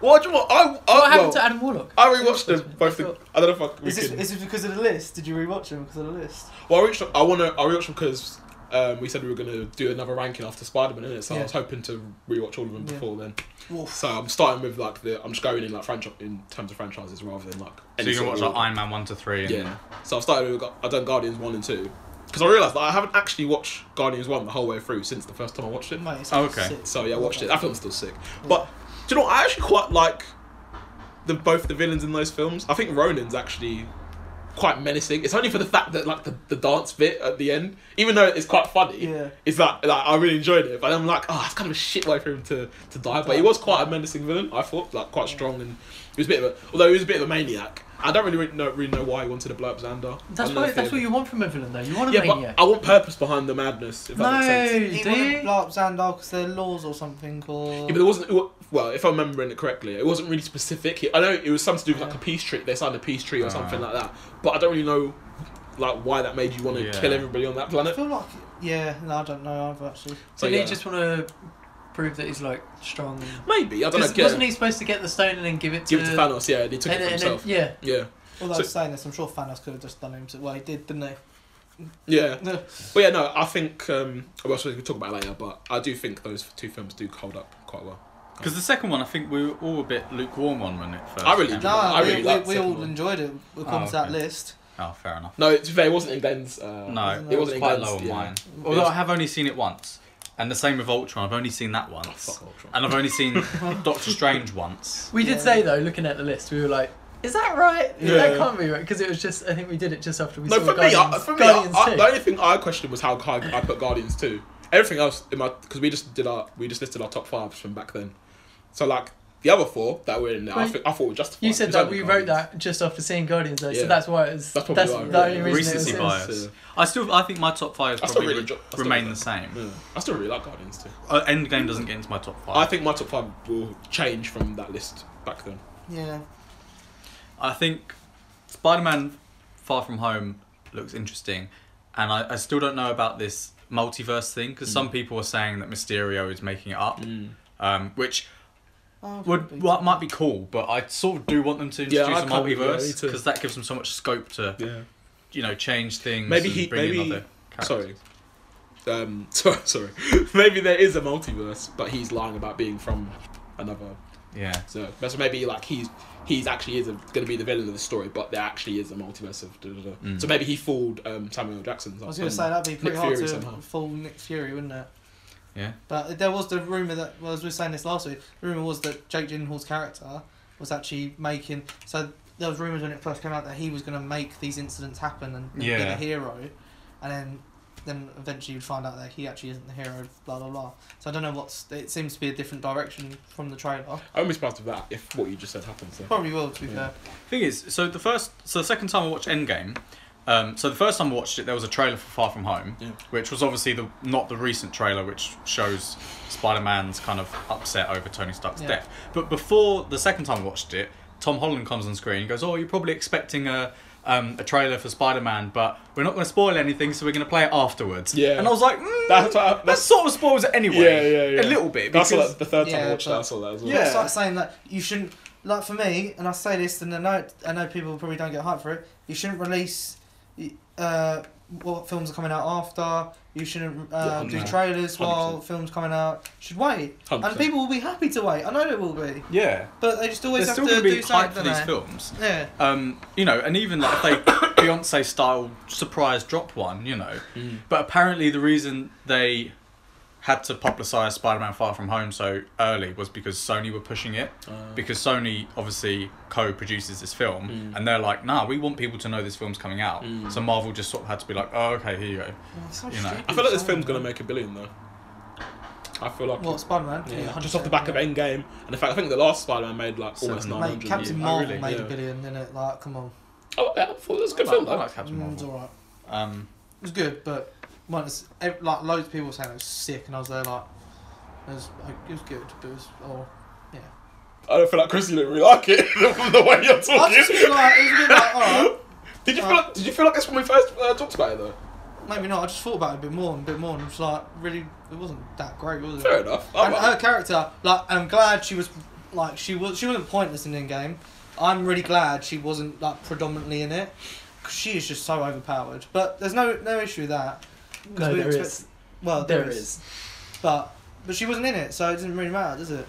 Speaker 3: Well, do you know what? I, I,
Speaker 4: What happened
Speaker 3: well,
Speaker 4: to Adam Warlock?
Speaker 3: I rewatched them both.
Speaker 4: I
Speaker 3: The,
Speaker 4: thought-
Speaker 3: I don't know if I, we
Speaker 1: is this,
Speaker 3: can.
Speaker 1: is this because of the list? Did you rewatch him because of the list?
Speaker 3: Well, I watched. I want to. I rewatched them because um, we said we were going to do another ranking after Spider Man, innit? So I
Speaker 1: Yeah.
Speaker 3: was hoping to rewatch all of them
Speaker 1: Yeah.
Speaker 3: before then.
Speaker 1: Wolf.
Speaker 3: So I'm starting with like the. I'm just going in like franchise in terms of franchises rather than like.
Speaker 2: so
Speaker 3: any
Speaker 2: you can
Speaker 3: sort
Speaker 2: watch
Speaker 3: of
Speaker 2: like
Speaker 3: order.
Speaker 2: Iron Man 1 to 3. And,
Speaker 3: Yeah. So I've started with. I've done Guardians one and two because I realised that I haven't actually watched Guardians one the whole way through since the first time I watched it.
Speaker 1: Mate, it's
Speaker 2: Oh, okay.
Speaker 1: sick.
Speaker 3: So yeah, I watched it. That film's still sick. But do you know what? I actually quite like the both the villains in those films. I think Ronan's actually quite menacing. It's only for the fact that like the, the dance bit at the end, even though it's quite funny,
Speaker 1: Yeah.
Speaker 3: is that like I really enjoyed it. But I'm like, oh, it's kind of a shit way for him to, to die. But he was quite a menacing villain, I thought, like quite strong and he was a bit of a although he was a bit of a maniac. I don't really know, really know why he wanted to blow up Xander.
Speaker 4: That's
Speaker 3: I don't know
Speaker 4: what
Speaker 3: if he-
Speaker 4: that's what you want from a villain though. You want a
Speaker 3: Yeah,
Speaker 4: maniac.
Speaker 3: but I want purpose behind the madness. If that makes sense.
Speaker 4: no,
Speaker 1: He
Speaker 4: do
Speaker 1: wouldn't
Speaker 4: you?
Speaker 1: blow up Xandar because they're laws or something, or
Speaker 3: Yeah, but it wasn't. it wa- Well, if I'm remembering it correctly, it wasn't really specific. I know it was something to do with like a peace treaty. They signed a peace treaty or
Speaker 2: Ah.
Speaker 3: something like that. But I don't really know, like, why that made you want to
Speaker 2: Yeah.
Speaker 3: kill everybody on that
Speaker 1: I
Speaker 3: planet.
Speaker 1: feel like yeah. No, I don't know. I've actually.
Speaker 4: So
Speaker 3: But
Speaker 4: he
Speaker 3: yeah.
Speaker 4: just want to prove that he's like strong. and-
Speaker 3: Maybe I don't know.
Speaker 4: 'Cause
Speaker 3: Get,
Speaker 4: Wasn't he supposed to get the stone and then give it to?
Speaker 3: give it to Thanos. Yeah, and he took
Speaker 4: and
Speaker 3: it for
Speaker 4: then- and then-
Speaker 3: himself.
Speaker 4: yeah,
Speaker 3: yeah,
Speaker 1: Although
Speaker 3: So-
Speaker 1: saying this, I'm sure Thanos could have just done it himself. Well, he did, didn't
Speaker 3: yeah.
Speaker 1: he?
Speaker 3: But yeah, no, I think. Um, well, I suppose we can talk about it later. But I do think those two films do hold up quite well.
Speaker 2: Because the second one, I think we were all a bit lukewarm on when it first.
Speaker 3: I really
Speaker 2: came
Speaker 1: No,
Speaker 3: did.
Speaker 2: out.
Speaker 3: I
Speaker 1: we,
Speaker 3: really
Speaker 1: we,
Speaker 3: liked
Speaker 1: we
Speaker 3: the second
Speaker 1: all
Speaker 3: one.
Speaker 1: enjoyed it. It comes
Speaker 2: okay.
Speaker 1: that list.
Speaker 2: Oh, fair enough.
Speaker 3: No, to be fair, it wasn't in Glenn's. Uh,
Speaker 2: No, it
Speaker 1: wasn't it
Speaker 2: was
Speaker 3: wasn't
Speaker 2: quite
Speaker 3: England's-
Speaker 2: low on
Speaker 3: yeah.
Speaker 2: mine.
Speaker 3: It
Speaker 2: Although
Speaker 3: was-
Speaker 2: I have only seen it once, and the same with Ultron. I've only seen that
Speaker 3: Oh,
Speaker 2: once,
Speaker 3: fuck Ultron.
Speaker 2: and I've only seen Doctor Strange once.
Speaker 4: we did
Speaker 1: Yeah.
Speaker 4: say though, looking at the list, we were like, "Is that right?
Speaker 3: Yeah.
Speaker 4: That can't be right." Because it was just, I think we did it just after we
Speaker 3: No,
Speaker 4: saw
Speaker 3: for me,
Speaker 4: Guardians,
Speaker 3: I, for me, I,
Speaker 4: Guardians
Speaker 3: I,
Speaker 4: 2.
Speaker 3: the only thing I questioned was how high I put Guardians two. Everything else in my because we just did our we just listed our top fives from back then. So like the other four that were in there, I,
Speaker 4: Well,
Speaker 3: thi- I thought were justified.
Speaker 4: You
Speaker 3: It
Speaker 4: said
Speaker 3: was
Speaker 4: that
Speaker 3: only
Speaker 4: we wrote
Speaker 3: Guardians.
Speaker 4: that just after seeing Guardians, though,
Speaker 3: Yeah.
Speaker 4: so that's why it was.
Speaker 3: That's
Speaker 4: That's,
Speaker 3: probably why,
Speaker 4: the
Speaker 3: yeah.
Speaker 4: only reason
Speaker 2: Recency
Speaker 4: it was
Speaker 2: bias.
Speaker 3: Yeah.
Speaker 2: I still, I think my top five
Speaker 3: I still
Speaker 2: probably
Speaker 3: really
Speaker 2: would
Speaker 3: enjoy- I still
Speaker 2: remain
Speaker 3: really
Speaker 2: the same.
Speaker 3: Yeah. I still really like Guardians too.
Speaker 2: Uh, Endgame doesn't get into my top five.
Speaker 3: I think my top five will change from that list back then.
Speaker 1: Yeah.
Speaker 2: I think Spider-Man: Far From Home looks interesting, and I, I still don't know about this multiverse thing because
Speaker 3: Mm.
Speaker 2: some people are saying that Mysterio is making it up, um, which
Speaker 1: Oh,
Speaker 2: would well, it might be cool, but I sort of do want them to
Speaker 3: Yeah,
Speaker 2: introduce
Speaker 3: I
Speaker 2: a
Speaker 3: can't be- yeah, me
Speaker 2: multiverse
Speaker 3: too.
Speaker 2: because that gives them so much scope to
Speaker 3: Yeah.
Speaker 2: you know change things.
Speaker 3: Maybe
Speaker 2: and
Speaker 3: he-
Speaker 2: bring
Speaker 3: maybe-
Speaker 2: in other characters.
Speaker 3: Sorry. Um. Sorry. Sorry. maybe there is a multiverse, but he's lying about being from another
Speaker 2: Yeah,
Speaker 3: So, so maybe like he's he's actually is going to be the villain of the story, but there actually is a multiverse of. Da, da, da.
Speaker 2: Mm.
Speaker 3: So maybe he fooled um, Samuel Jackson.
Speaker 1: I was going to say that'd be pretty
Speaker 3: Nick
Speaker 1: hard
Speaker 3: Fury
Speaker 1: to
Speaker 3: somehow.
Speaker 1: fool Nick Fury, wouldn't it?
Speaker 2: yeah.
Speaker 1: But there was the rumor that, well, as we were saying this last week, the rumor was that Jake Gyllenhaal's character was actually making. So there was rumors when it first came out that he was going to make these incidents happen and and being
Speaker 2: Yeah.
Speaker 1: a hero, and then then eventually you'd find out that he actually isn't the hero. Blah blah blah. So I don't know what's. It seems to be a different direction from the trailer.
Speaker 3: I wouldn't be surprised if that if what you just said happens. So.
Speaker 1: Probably will to be
Speaker 3: Yeah.
Speaker 1: fair.
Speaker 2: Thing is, so the first, so the second time I watched Endgame, um, so the first time I watched it, there was a trailer for Far From Home,
Speaker 3: Yeah.
Speaker 2: which was obviously the not the recent trailer, which shows Spider-Man's kind of upset over Tony Stark's
Speaker 1: Yeah.
Speaker 2: death. But before the second time I watched it, Tom Holland comes on screen and goes, "Oh, you're probably expecting a." Um, a trailer for Spider-Man, but we're not going to spoil anything, so we're going to play it afterwards.
Speaker 3: Yeah.
Speaker 2: and I was like, mm,
Speaker 3: That's what I-
Speaker 2: that
Speaker 3: that's-
Speaker 2: sort of spoils it anyway,
Speaker 3: Yeah, yeah, yeah.
Speaker 2: a little bit.
Speaker 3: That's
Speaker 2: Because,
Speaker 3: what, the third time I
Speaker 1: Yeah,
Speaker 3: watched that. I
Speaker 1: but-
Speaker 3: saw that as well.
Speaker 1: Yeah.
Speaker 2: Yeah.
Speaker 1: It's like saying that you shouldn't like for me, and I say this, and I know I know people probably don't get hyped for it. You shouldn't release uh, what films are coming out after. You shouldn't uh,
Speaker 3: Yeah,
Speaker 1: do
Speaker 3: no.
Speaker 1: trailers while
Speaker 3: 100%.
Speaker 1: films coming out. You should wait,
Speaker 3: 100%.
Speaker 1: and people will be happy to wait. I know they will be,
Speaker 2: yeah,
Speaker 1: but they just always
Speaker 2: there's still going
Speaker 1: have to
Speaker 2: to be
Speaker 1: do
Speaker 2: hype for
Speaker 1: something.
Speaker 2: these
Speaker 1: don't
Speaker 2: films.
Speaker 1: they? Yeah,
Speaker 2: um, you know, and even like if they Beyonce style surprise drop one, you know.
Speaker 3: Mm.
Speaker 2: But apparently, the reason they had to publicize Spider Man Far From Home so early was because Sony were pushing it.
Speaker 3: Uh,
Speaker 2: Because Sony obviously co produces this film,
Speaker 3: Mm.
Speaker 2: and they're like, nah, we want people to know this film's coming out.
Speaker 3: Mm.
Speaker 2: So Marvel just sort of had to be like, oh, okay, here you go.
Speaker 1: Oh, it's so
Speaker 2: You know.
Speaker 1: stupid,
Speaker 3: I feel like this
Speaker 1: so
Speaker 3: film's going to
Speaker 1: annoying.
Speaker 3: make a billion though. I feel like.
Speaker 1: Well, Spider Man.
Speaker 3: yeah, just off the back of Endgame, and in fact, I think the last Spider-Man made like
Speaker 2: Seven.
Speaker 3: almost
Speaker 2: Mate,
Speaker 3: nine
Speaker 1: Mate,
Speaker 3: hundred.
Speaker 1: Captain
Speaker 2: yeah.
Speaker 1: Marvel
Speaker 2: Oh, really?
Speaker 1: made
Speaker 3: Yeah.
Speaker 1: a billion, didn't it? Like, come on,
Speaker 3: Oh, yeah, I thought it was a good
Speaker 2: I
Speaker 3: film
Speaker 2: like- I
Speaker 3: though.
Speaker 2: like Captain
Speaker 1: Mm, it's
Speaker 2: Marvel.
Speaker 1: alright.
Speaker 2: Um,
Speaker 1: It was good, but once ev- like loads of people were saying it was sick, and I was there like, it was, like, it was good, but it was oh yeah.
Speaker 3: I don't feel like Chris, you don't really like it from the way you're
Speaker 1: I
Speaker 3: talking.
Speaker 1: just was like, it was a bit like, alright,
Speaker 3: Did you
Speaker 1: Uh,
Speaker 3: feel like, did you feel like this when we first uh, talked about it though?
Speaker 1: maybe not. I just thought about it a bit more and a bit more, and it was like, really, it wasn't that great, was it?
Speaker 3: Fair enough.
Speaker 1: And her character, like, I'm glad she was, like, she was, she wasn't pointless in the game. I'm really glad she wasn't like predominantly in it, 'cause she is just so overpowered. But there's no no issue with that. 'cause
Speaker 4: No,
Speaker 1: we
Speaker 4: there
Speaker 1: expect-
Speaker 4: is.
Speaker 1: Well,
Speaker 4: There is.
Speaker 1: But but she wasn't in it, so it doesn't really matter, does it?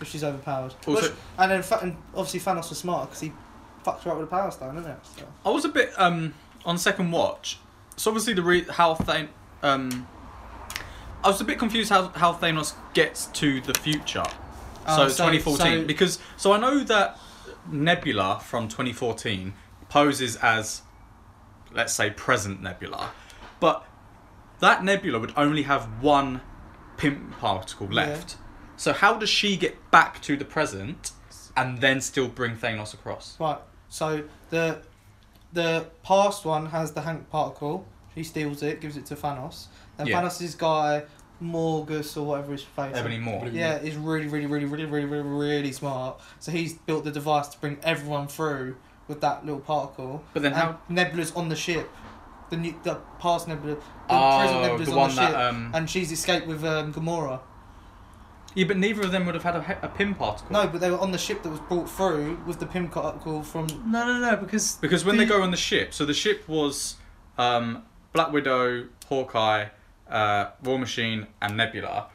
Speaker 1: If she's overpowered.
Speaker 2: Also-
Speaker 1: Which- and then fa- and obviously Thanos was smart because he fucked her up with a power stone, didn't it? So.
Speaker 2: I was a bit um on second watch. So obviously the re- how Than- um I was a bit confused how how Thanos gets to the future. So,
Speaker 1: Uh, so-
Speaker 2: 2014
Speaker 1: so-
Speaker 2: because so I know that Nebula from 2014 poses as let's say, present Nebula. But that Nebula would only have one pimp particle
Speaker 1: Yeah.
Speaker 2: left. So how does she get back to the present and then still bring Thanos across?
Speaker 1: Right. So the the past one has the Hank particle. He steals it, gives it to Thanos. Then
Speaker 2: Yeah.
Speaker 1: Thanos' guy, Morgus or whatever his face.
Speaker 2: Ebony Moore.
Speaker 3: Ebony
Speaker 1: Yeah, is really, really, really, really, really, really, really smart. So he's built the device to bring everyone through with that little particle.
Speaker 2: But then
Speaker 1: And
Speaker 2: how?
Speaker 1: Nebula's on the ship. The new, the past Nebula, the present
Speaker 2: Oh,
Speaker 1: Nebula's
Speaker 2: the
Speaker 1: on
Speaker 2: one
Speaker 1: the ship,
Speaker 2: that. Um,
Speaker 1: and she's escaped with um, Gamora.
Speaker 2: yeah, but neither of them would have had a, he- a pin particle.
Speaker 1: No, but they were on the ship that was brought through with the pimp particle from
Speaker 4: No, no, no, because
Speaker 2: Because when they
Speaker 4: The-
Speaker 2: go on the ship, so the ship was um, Black Widow, Hawkeye, uh, War Machine, and Nebula.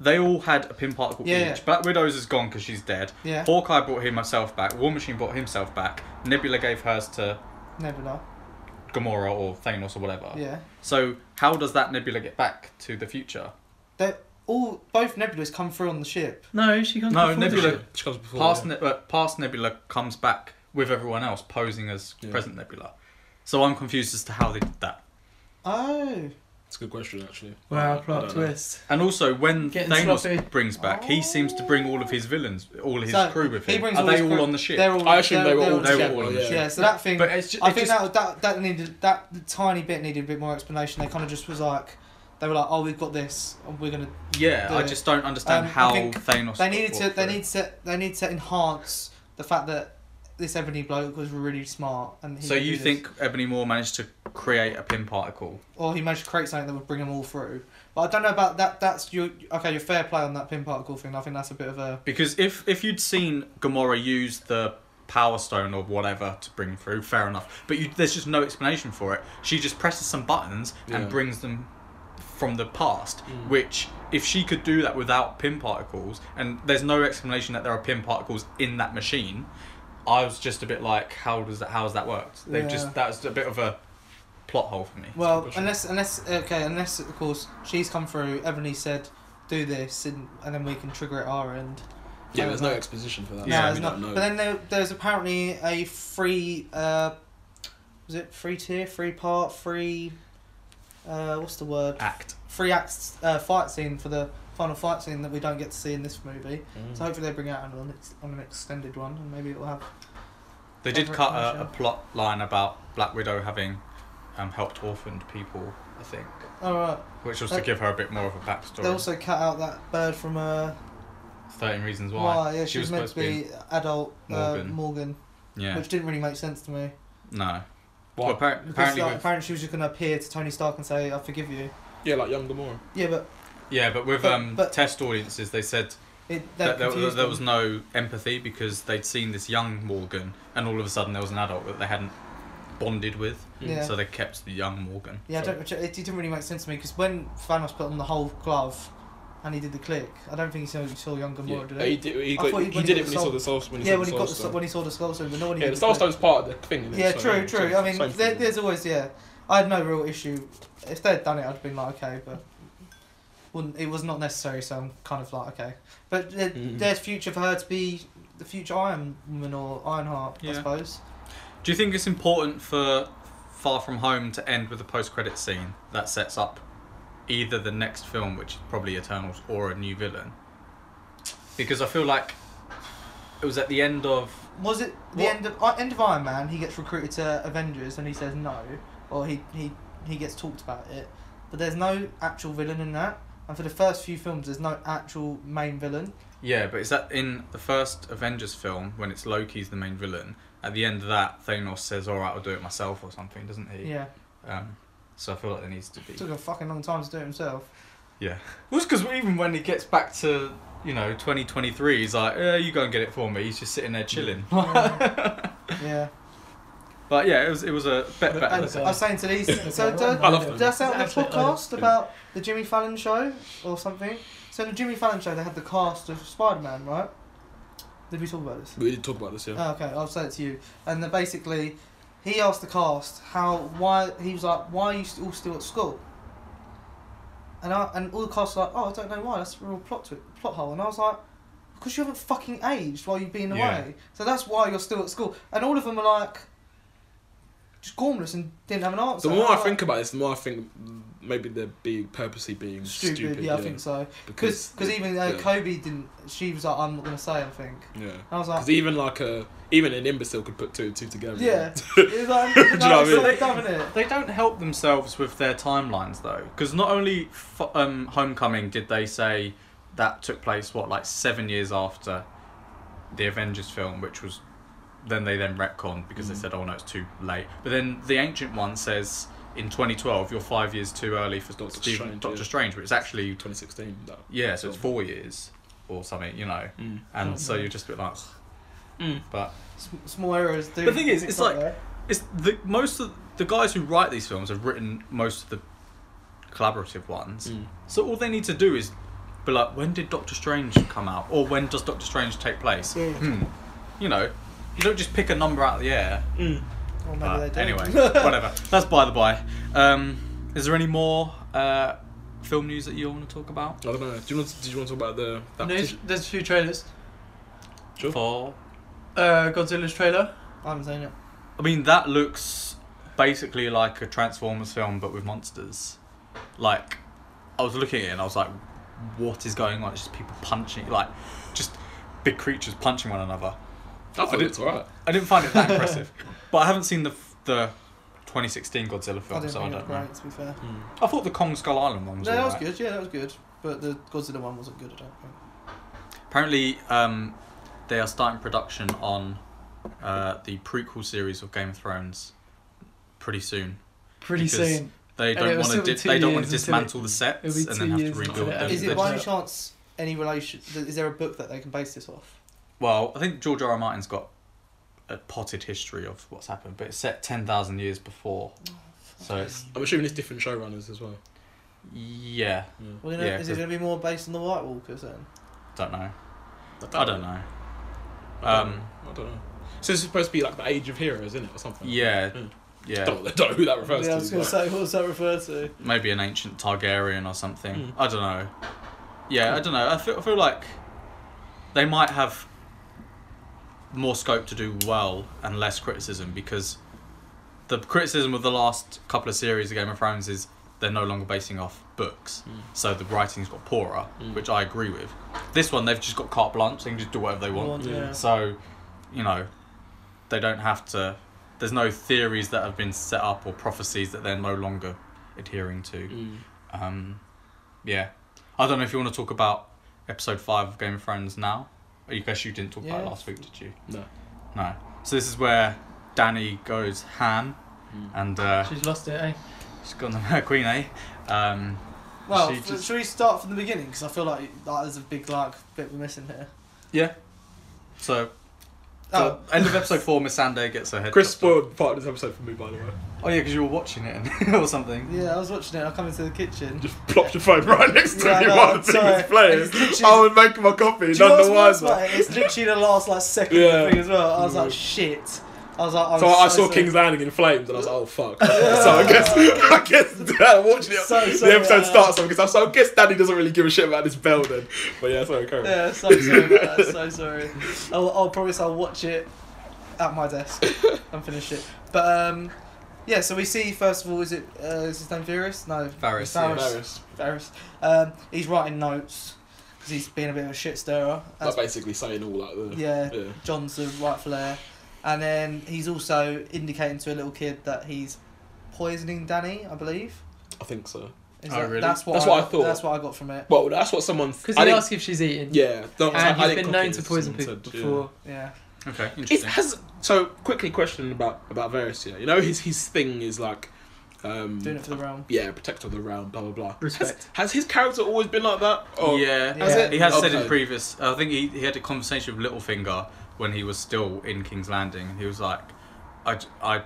Speaker 2: They all had a pin particle
Speaker 1: Yeah.
Speaker 2: each. Black Widow's is gone because she's dead.
Speaker 1: yeah
Speaker 2: Hawkeye brought him herself back. War Machine brought himself back. Nebula gave hers to
Speaker 1: Nebula.
Speaker 2: Gamora or Thanos or whatever.
Speaker 1: Yeah,
Speaker 2: So how does that Nebula get back to the future?
Speaker 1: they all both Nebulas come through on the ship.
Speaker 4: no, she can't.
Speaker 2: No,
Speaker 4: afford it.
Speaker 2: Nebula-
Speaker 3: She comes before.
Speaker 2: Past,
Speaker 3: yeah.
Speaker 2: ne- uh, past Nebula comes back with everyone else posing as
Speaker 3: Yeah.
Speaker 2: present Nebula. So I'm confused as to how they did that.
Speaker 1: Oh,
Speaker 3: It's a good question actually.
Speaker 4: Wow,
Speaker 3: I
Speaker 4: plot
Speaker 3: don't know.
Speaker 4: twist.
Speaker 2: And also, when
Speaker 4: Getting
Speaker 2: Thanos
Speaker 4: sloppy.
Speaker 2: brings back, he seems to bring all of his villains, all his
Speaker 1: So,
Speaker 2: crew with
Speaker 1: he
Speaker 2: him.
Speaker 1: brings
Speaker 2: Are
Speaker 1: all
Speaker 2: they
Speaker 1: his
Speaker 2: all
Speaker 1: crew-
Speaker 2: on the ship?
Speaker 1: they're all.
Speaker 3: I assume
Speaker 1: they're,
Speaker 3: they were
Speaker 1: they're
Speaker 3: all
Speaker 2: They were
Speaker 3: together.
Speaker 2: all on the
Speaker 1: Yeah.
Speaker 3: yeah.
Speaker 1: so that thing.
Speaker 2: But it's just,
Speaker 1: I
Speaker 2: it
Speaker 1: think
Speaker 2: just-
Speaker 1: that that that needed that tiny bit needed a bit more explanation. They kind of just was like, they were like, oh, we've got this, and we're gonna.
Speaker 2: yeah, I
Speaker 1: the-
Speaker 2: just don't understand
Speaker 1: um, I
Speaker 2: how
Speaker 1: think
Speaker 2: Thanos.
Speaker 1: They needed
Speaker 2: got
Speaker 1: to. They
Speaker 2: through.
Speaker 1: need to. They need to enhance the fact that this Ebony bloke was really smart and. He
Speaker 2: So
Speaker 1: could
Speaker 2: you
Speaker 1: do this.
Speaker 2: think Ebony Moore managed to create a pin particle?
Speaker 1: or he managed to create something that would bring them all through? But I don't know about that. That's your okay. Your fair play on that pin particle thing. I think that's a bit of a.
Speaker 2: Because if if you'd seen Gamora use the Power Stone or whatever to bring through, fair enough. But you, there's just no explanation for it. She just presses some buttons
Speaker 3: Yeah.
Speaker 2: and brings them from the past.
Speaker 3: Mm.
Speaker 2: Which, if she could do that without pin particles, and there's no explanation that there are pin particles in that machine, I was just a bit like, how does that? How has that worked? They've
Speaker 1: Yeah.
Speaker 2: just that was a bit of a plot hole for me.
Speaker 1: Well,
Speaker 3: Bullshit.
Speaker 1: unless unless okay, unless of course she's come through. Ebony said, "Do this," and, and then we can trigger it our end.
Speaker 3: Yeah, there's no exposition for that.
Speaker 1: Yeah,
Speaker 2: Yeah,
Speaker 3: so
Speaker 1: there's
Speaker 3: we
Speaker 1: not.
Speaker 3: don't
Speaker 1: But
Speaker 3: know.
Speaker 1: then there, there's apparently a free. Uh, was it free tier, free part, free? Uh, what's the word?
Speaker 2: Act.
Speaker 1: Free act uh, fight scene for the final fight scene that we don't get to see in this movie. So hopefully they bring out on an, ex- on an extended one, and maybe it will have.
Speaker 2: They did
Speaker 1: Favorite
Speaker 2: cut a, a
Speaker 1: measure?
Speaker 2: plot line about Black Widow having um, helped orphaned people. I think.
Speaker 1: All right.
Speaker 2: Which was
Speaker 1: Uh,
Speaker 2: to give her a bit more of a backstory.
Speaker 1: They also cut out that bird from uh,
Speaker 2: 13 Reasons Why.
Speaker 1: why? Yeah, she, was meant to be adult
Speaker 2: Morgan.
Speaker 1: Morgan, uh, Morgan
Speaker 2: Yeah.
Speaker 1: which didn't really make sense to me.
Speaker 2: no.
Speaker 3: Why?
Speaker 2: Well, appar-
Speaker 1: Because uh,
Speaker 2: apparently.
Speaker 1: like,
Speaker 2: with-
Speaker 1: apparently she was just gonna appear to Tony Stark and say, "I forgive you."
Speaker 3: Yeah, like young Gamora.
Speaker 1: Yeah, but
Speaker 2: yeah, but with
Speaker 1: but-
Speaker 2: um,
Speaker 1: but-
Speaker 2: test audiences, they said
Speaker 1: it that
Speaker 2: that there,
Speaker 1: confused
Speaker 2: there was
Speaker 1: them.
Speaker 2: no empathy because they'd seen this young Morgan, and all of a sudden there was an adult that they hadn't bonded with,
Speaker 1: Yeah.
Speaker 2: so they kept the young Morgan.
Speaker 1: Yeah, I don't, which- it didn't really make sense to me because when Thanos put on the whole glove and he did the click, I don't think he saw, he saw young Gamora,
Speaker 3: Yeah. Oh,
Speaker 1: did
Speaker 3: He
Speaker 1: he?
Speaker 3: did, he
Speaker 1: I
Speaker 3: got-
Speaker 1: thought he-
Speaker 3: he did
Speaker 1: when he got
Speaker 3: it when
Speaker 1: the
Speaker 3: he saw
Speaker 1: soul-
Speaker 3: the soul. When he
Speaker 1: yeah,
Speaker 3: saw
Speaker 1: when he
Speaker 3: the
Speaker 1: got
Speaker 3: soul
Speaker 1: the,
Speaker 3: stone.
Speaker 1: when he saw the skull stone, but not when he
Speaker 3: Yeah,
Speaker 1: did
Speaker 3: the soul
Speaker 1: click.
Speaker 3: stone's part of the thing. Isn't it?
Speaker 1: Yeah,
Speaker 3: So,
Speaker 1: true, true.
Speaker 3: same-
Speaker 1: I mean,
Speaker 3: same
Speaker 1: there,
Speaker 3: thing.
Speaker 1: there's always yeah. I had no real issue. If they'd done it, I'd been like okay, but wouldn't, it was not necessary. So I'm kind of like okay, but there,
Speaker 3: Mm.
Speaker 1: there's future for her to be the future Iron Woman or Ironheart, I
Speaker 2: Yeah.
Speaker 1: suppose.
Speaker 2: Do you think it's important for Far From Home to end with a post credit scene that sets up either the next film, which is probably Eternals, or a new villain? Because I feel like it was at the end of
Speaker 1: Was it the
Speaker 2: What-
Speaker 1: end of uh, end of Iron Man? He gets recruited to Avengers and he says no, or he he he gets talked about it. But there's no actual villain in that. And for the first few films, there's no actual main villain.
Speaker 2: Yeah, but is that in the first Avengers film when it's Loki's the main villain? At the end of that, Thanos says, "All right, I'll do it myself" or something, doesn't he?
Speaker 1: Yeah,
Speaker 2: Um, so I feel like there needs to be.
Speaker 1: took a fucking long time to do it himself.
Speaker 2: Yeah. Well, it's because even when he gets back to you know 2023, he's like, eh, "You go and get it for me." He's just sitting there chilling.
Speaker 1: Yeah.
Speaker 2: But yeah, it was it was a bet.
Speaker 4: But-
Speaker 1: And
Speaker 2: bet
Speaker 4: Okay.
Speaker 1: I was saying to these, so
Speaker 4: Okay,
Speaker 1: did,
Speaker 4: right.
Speaker 1: did
Speaker 3: I love them.
Speaker 1: I say on the
Speaker 4: Actually, I-
Speaker 1: podcast about the Jimmy Fallon show or something? So the Jimmy Fallon show, they had the cast of Spider Man, right? Did we talk about this?
Speaker 3: We did talk about this, yeah.
Speaker 1: Oh, okay, I'll say it to you. And then basically, he asked the cast how why he was like, why are you all still at school? And I, and all the cast were like, oh, I don't know why. That's a real plot to plot hole. And I was like, because you haven't fucking aged while you've been away,
Speaker 2: Yeah.
Speaker 1: so that's why you're still at school. And all of them are like, just gormless and didn't have an answer.
Speaker 3: The more I
Speaker 1: Like,
Speaker 3: think about this, the more I think maybe they're being purposely being
Speaker 1: stupid,
Speaker 3: stupid.
Speaker 1: yeah, I think so. Because
Speaker 3: Because
Speaker 1: even uh,
Speaker 3: yeah.
Speaker 1: Kobe didn't, she was like, I'm not gonna say anything.
Speaker 3: yeah,
Speaker 1: And I was like,
Speaker 3: because even like a even an imbecile could put two and two together.
Speaker 1: yeah, it was like, no,
Speaker 3: you know what I
Speaker 1: it's
Speaker 3: mean?
Speaker 1: so dumb, innit?
Speaker 2: They don't help themselves with their timelines though, because not only f- um, Homecoming did they say that took place what like seven years after the Avengers film, which was then they then retconned because they
Speaker 3: Mm.
Speaker 2: said oh no it's too late. But then the ancient one says in 2012 you're five years too early for
Speaker 3: Doctor
Speaker 2: Stephen-
Speaker 3: Strange,
Speaker 2: Doctor
Speaker 3: yeah.
Speaker 2: Strange, but it's actually
Speaker 3: 2016. That.
Speaker 2: yeah, so it's four years or something, you know.
Speaker 3: Oh,
Speaker 2: And so you're just a bit like,
Speaker 3: Mm.
Speaker 2: but
Speaker 1: Sm- Small errors. Do
Speaker 2: The thing is, it's like-
Speaker 1: there.
Speaker 2: It's the most of the guys who write these films have written most of the collaborative ones.
Speaker 1: Mm.
Speaker 2: So all they need to do is be like, when did Doctor Strange come out, or when does Doctor Strange take place?
Speaker 1: Yeah.
Speaker 2: Hmm. You know, you don't just pick a number out of the air.
Speaker 1: Or maybe they
Speaker 2: But Ah,
Speaker 1: don't.
Speaker 2: anyway, whatever. That's by the by. Um, is there any more uh, film news that you want to talk about?
Speaker 3: I don't know. Do you want? To, did you want to talk about the? That
Speaker 4: News,
Speaker 3: petition?
Speaker 4: there's a few trailers.
Speaker 3: Sure.
Speaker 2: For
Speaker 4: Uh, Godzilla's trailer.
Speaker 1: I haven't seen it.
Speaker 2: I mean, that looks basically like a Transformers film, but with monsters. Like, I was looking at it and I was like, what is going on? It's just people punching, like, just big creatures punching one another.
Speaker 3: I thought
Speaker 2: did-
Speaker 3: it's alright.
Speaker 2: I didn't find it that impressive. But I haven't seen the the 2016 Godzilla film,
Speaker 1: I
Speaker 2: so
Speaker 1: didn't
Speaker 2: I
Speaker 1: think it was
Speaker 2: don't know.
Speaker 1: great. To be fair.
Speaker 3: Hmm.
Speaker 2: I thought the Kong Skull Island one
Speaker 1: No,
Speaker 2: was
Speaker 1: that was
Speaker 2: alright.
Speaker 1: good. Yeah, that was good. But the Godzilla one wasn't good. I don't think.
Speaker 2: Apparently, um, they are starting production on uh, the prequel series of Game of Thrones pretty soon.
Speaker 4: Pretty
Speaker 2: Because
Speaker 4: soon.
Speaker 2: They
Speaker 4: And
Speaker 2: don't
Speaker 4: it'll
Speaker 2: want to.
Speaker 4: still be
Speaker 2: Di-
Speaker 4: two
Speaker 2: they don't want to
Speaker 4: years until
Speaker 2: dismantle
Speaker 3: it-
Speaker 2: the sets
Speaker 4: it'll be
Speaker 2: and then
Speaker 4: two
Speaker 2: have to
Speaker 4: years until
Speaker 2: rebuild
Speaker 4: it
Speaker 2: them.
Speaker 4: actually
Speaker 1: Is
Speaker 2: They
Speaker 1: it by any
Speaker 2: just-
Speaker 1: chance any relation? th- Is there a book that they can base this off?
Speaker 2: well, I think George R. R. Martin's got a potted history of what's happened, but it's set ten thousand years before.
Speaker 1: Oh,
Speaker 2: So it's
Speaker 3: I'm assuming it's different showrunners as well.
Speaker 2: yeah,
Speaker 3: Yeah.
Speaker 1: We're gonna,
Speaker 2: Yeah,
Speaker 1: is it
Speaker 2: 'cause-
Speaker 1: going to be more based on the White Walkers then?
Speaker 2: don't know.
Speaker 3: Like
Speaker 2: I
Speaker 3: that.
Speaker 2: don't know.
Speaker 3: I don't
Speaker 2: Um,
Speaker 3: know. I don't know. So it's supposed to be like the Age of Heroes, isn't it, or something?
Speaker 2: Yeah,
Speaker 4: Hmm.
Speaker 3: Mm. I
Speaker 2: yeah.
Speaker 3: don't, I don't know who that refers
Speaker 1: yeah,
Speaker 3: to.
Speaker 1: I was going
Speaker 3: but-
Speaker 1: to say, what does that refer to?
Speaker 2: Maybe an ancient Targaryen or something.
Speaker 3: Mm.
Speaker 2: I don't know. Yeah, I don't know. I feel, I feel like they might have more scope to do well and less criticism because the criticism of the last couple of series of Game of Thrones is they're no longer basing off books.
Speaker 3: Mm.
Speaker 2: So the writing's got poorer,
Speaker 3: Mm.
Speaker 2: which I agree with. This one, they've just got carte blanche. They can just do whatever they want.
Speaker 1: Or-
Speaker 3: yeah.
Speaker 2: So, you know, they don't have to. There's no theories that have been set up or prophecies that they're no longer adhering to.
Speaker 3: Mm.
Speaker 2: Um, yeah, I don't know if you want to talk about episode five of Game of Thrones now. I guess you didn't talk about it
Speaker 1: Yeah.
Speaker 2: last week, did you?
Speaker 3: No.
Speaker 2: No. So this is where Danny goes ham
Speaker 3: Mm.
Speaker 2: and uh,
Speaker 4: She's lost it, eh?
Speaker 2: she's gone the Queen, eh? Um,
Speaker 1: Well,
Speaker 2: She
Speaker 1: f-
Speaker 2: just-
Speaker 1: should we start from the beginning? Because I feel like that is a big like bit we're missing here.
Speaker 2: yeah. So,
Speaker 1: Oh,
Speaker 2: so end of episode four, Miss Sande gets her head.
Speaker 3: Chris
Speaker 2: chopped off.
Speaker 3: spoiled part of this episode for me, by the way.
Speaker 2: Oh yeah, because you were watching it or something.
Speaker 1: yeah, I was watching it. I come into the kitchen.
Speaker 3: Just plopped your phone right next to
Speaker 1: Yeah,
Speaker 3: me
Speaker 1: I know,
Speaker 3: while
Speaker 1: I'm
Speaker 3: the thing was
Speaker 1: sorry.
Speaker 3: playing.
Speaker 1: It's literally-
Speaker 3: I was making my coffee,
Speaker 1: Do you know
Speaker 3: none
Speaker 1: what's
Speaker 3: the
Speaker 1: worse
Speaker 3: wiser.
Speaker 1: about it? It's literally the last like second of
Speaker 3: Yeah.
Speaker 1: the thing as well. I was
Speaker 3: Mm.
Speaker 1: like, shit. I was like, I
Speaker 3: So
Speaker 1: was
Speaker 3: I
Speaker 1: so
Speaker 3: saw
Speaker 1: sorry.
Speaker 3: King's Landing in flames and I was like, oh fuck. so I guess, I guess, I'm watching it.
Speaker 1: So
Speaker 3: the
Speaker 1: sorry,
Speaker 3: episode
Speaker 1: uh,
Speaker 3: starts on because I, so I guess Daddy doesn't really give a shit about this bell then. But yeah, sorry, carry on.
Speaker 1: Yeah, so sorry about that. So sorry. I'll, I'll promise I'll watch it at my desk and finish it. But um, yeah, so we see first of all, is it uh, is his name Varys? No,
Speaker 2: Varys, yeah.
Speaker 1: Varys.
Speaker 3: Embarrassed.
Speaker 1: Varys. Um, he's writing notes because he's been a bit of a shit stirrer.
Speaker 3: That's
Speaker 1: That's-
Speaker 3: basically saying all like the.
Speaker 1: yeah,
Speaker 3: yeah.
Speaker 1: John's the rightful heir, and then he's also indicating to a little kid that he's poisoning Danny, I believe.
Speaker 3: I think so.
Speaker 1: Is
Speaker 2: Oh,
Speaker 1: that-
Speaker 2: really?
Speaker 1: That's what,
Speaker 3: That's
Speaker 1: I,
Speaker 3: what I thought.
Speaker 1: That's what I got from it.
Speaker 3: Well, that's what someone.
Speaker 4: Because
Speaker 3: I
Speaker 4: he
Speaker 3: didn't-
Speaker 4: asks if she's eating.
Speaker 3: Yeah, don't, I-
Speaker 4: And
Speaker 3: I
Speaker 4: he's
Speaker 3: didn't
Speaker 4: been
Speaker 3: copy
Speaker 4: known
Speaker 3: it,
Speaker 4: to
Speaker 3: it's
Speaker 4: poison
Speaker 3: someone
Speaker 4: people
Speaker 3: said, yeah.
Speaker 4: before.
Speaker 1: Yeah.
Speaker 2: Okay,
Speaker 3: It
Speaker 2: interesting.
Speaker 3: has so quickly question about about Varys here. You know his his thing is like, um,
Speaker 1: Doing it for the realm.
Speaker 3: yeah, protector of the realm, blah blah blah.
Speaker 4: Respect.
Speaker 3: Has, has his character always been like that?
Speaker 1: oh.
Speaker 3: Or
Speaker 2: yeah,
Speaker 1: Has it?
Speaker 2: he has said
Speaker 3: Okay.
Speaker 2: in previous. I think he, he had a conversation with Littlefinger when he was still in King's Landing. and He was like, I, I,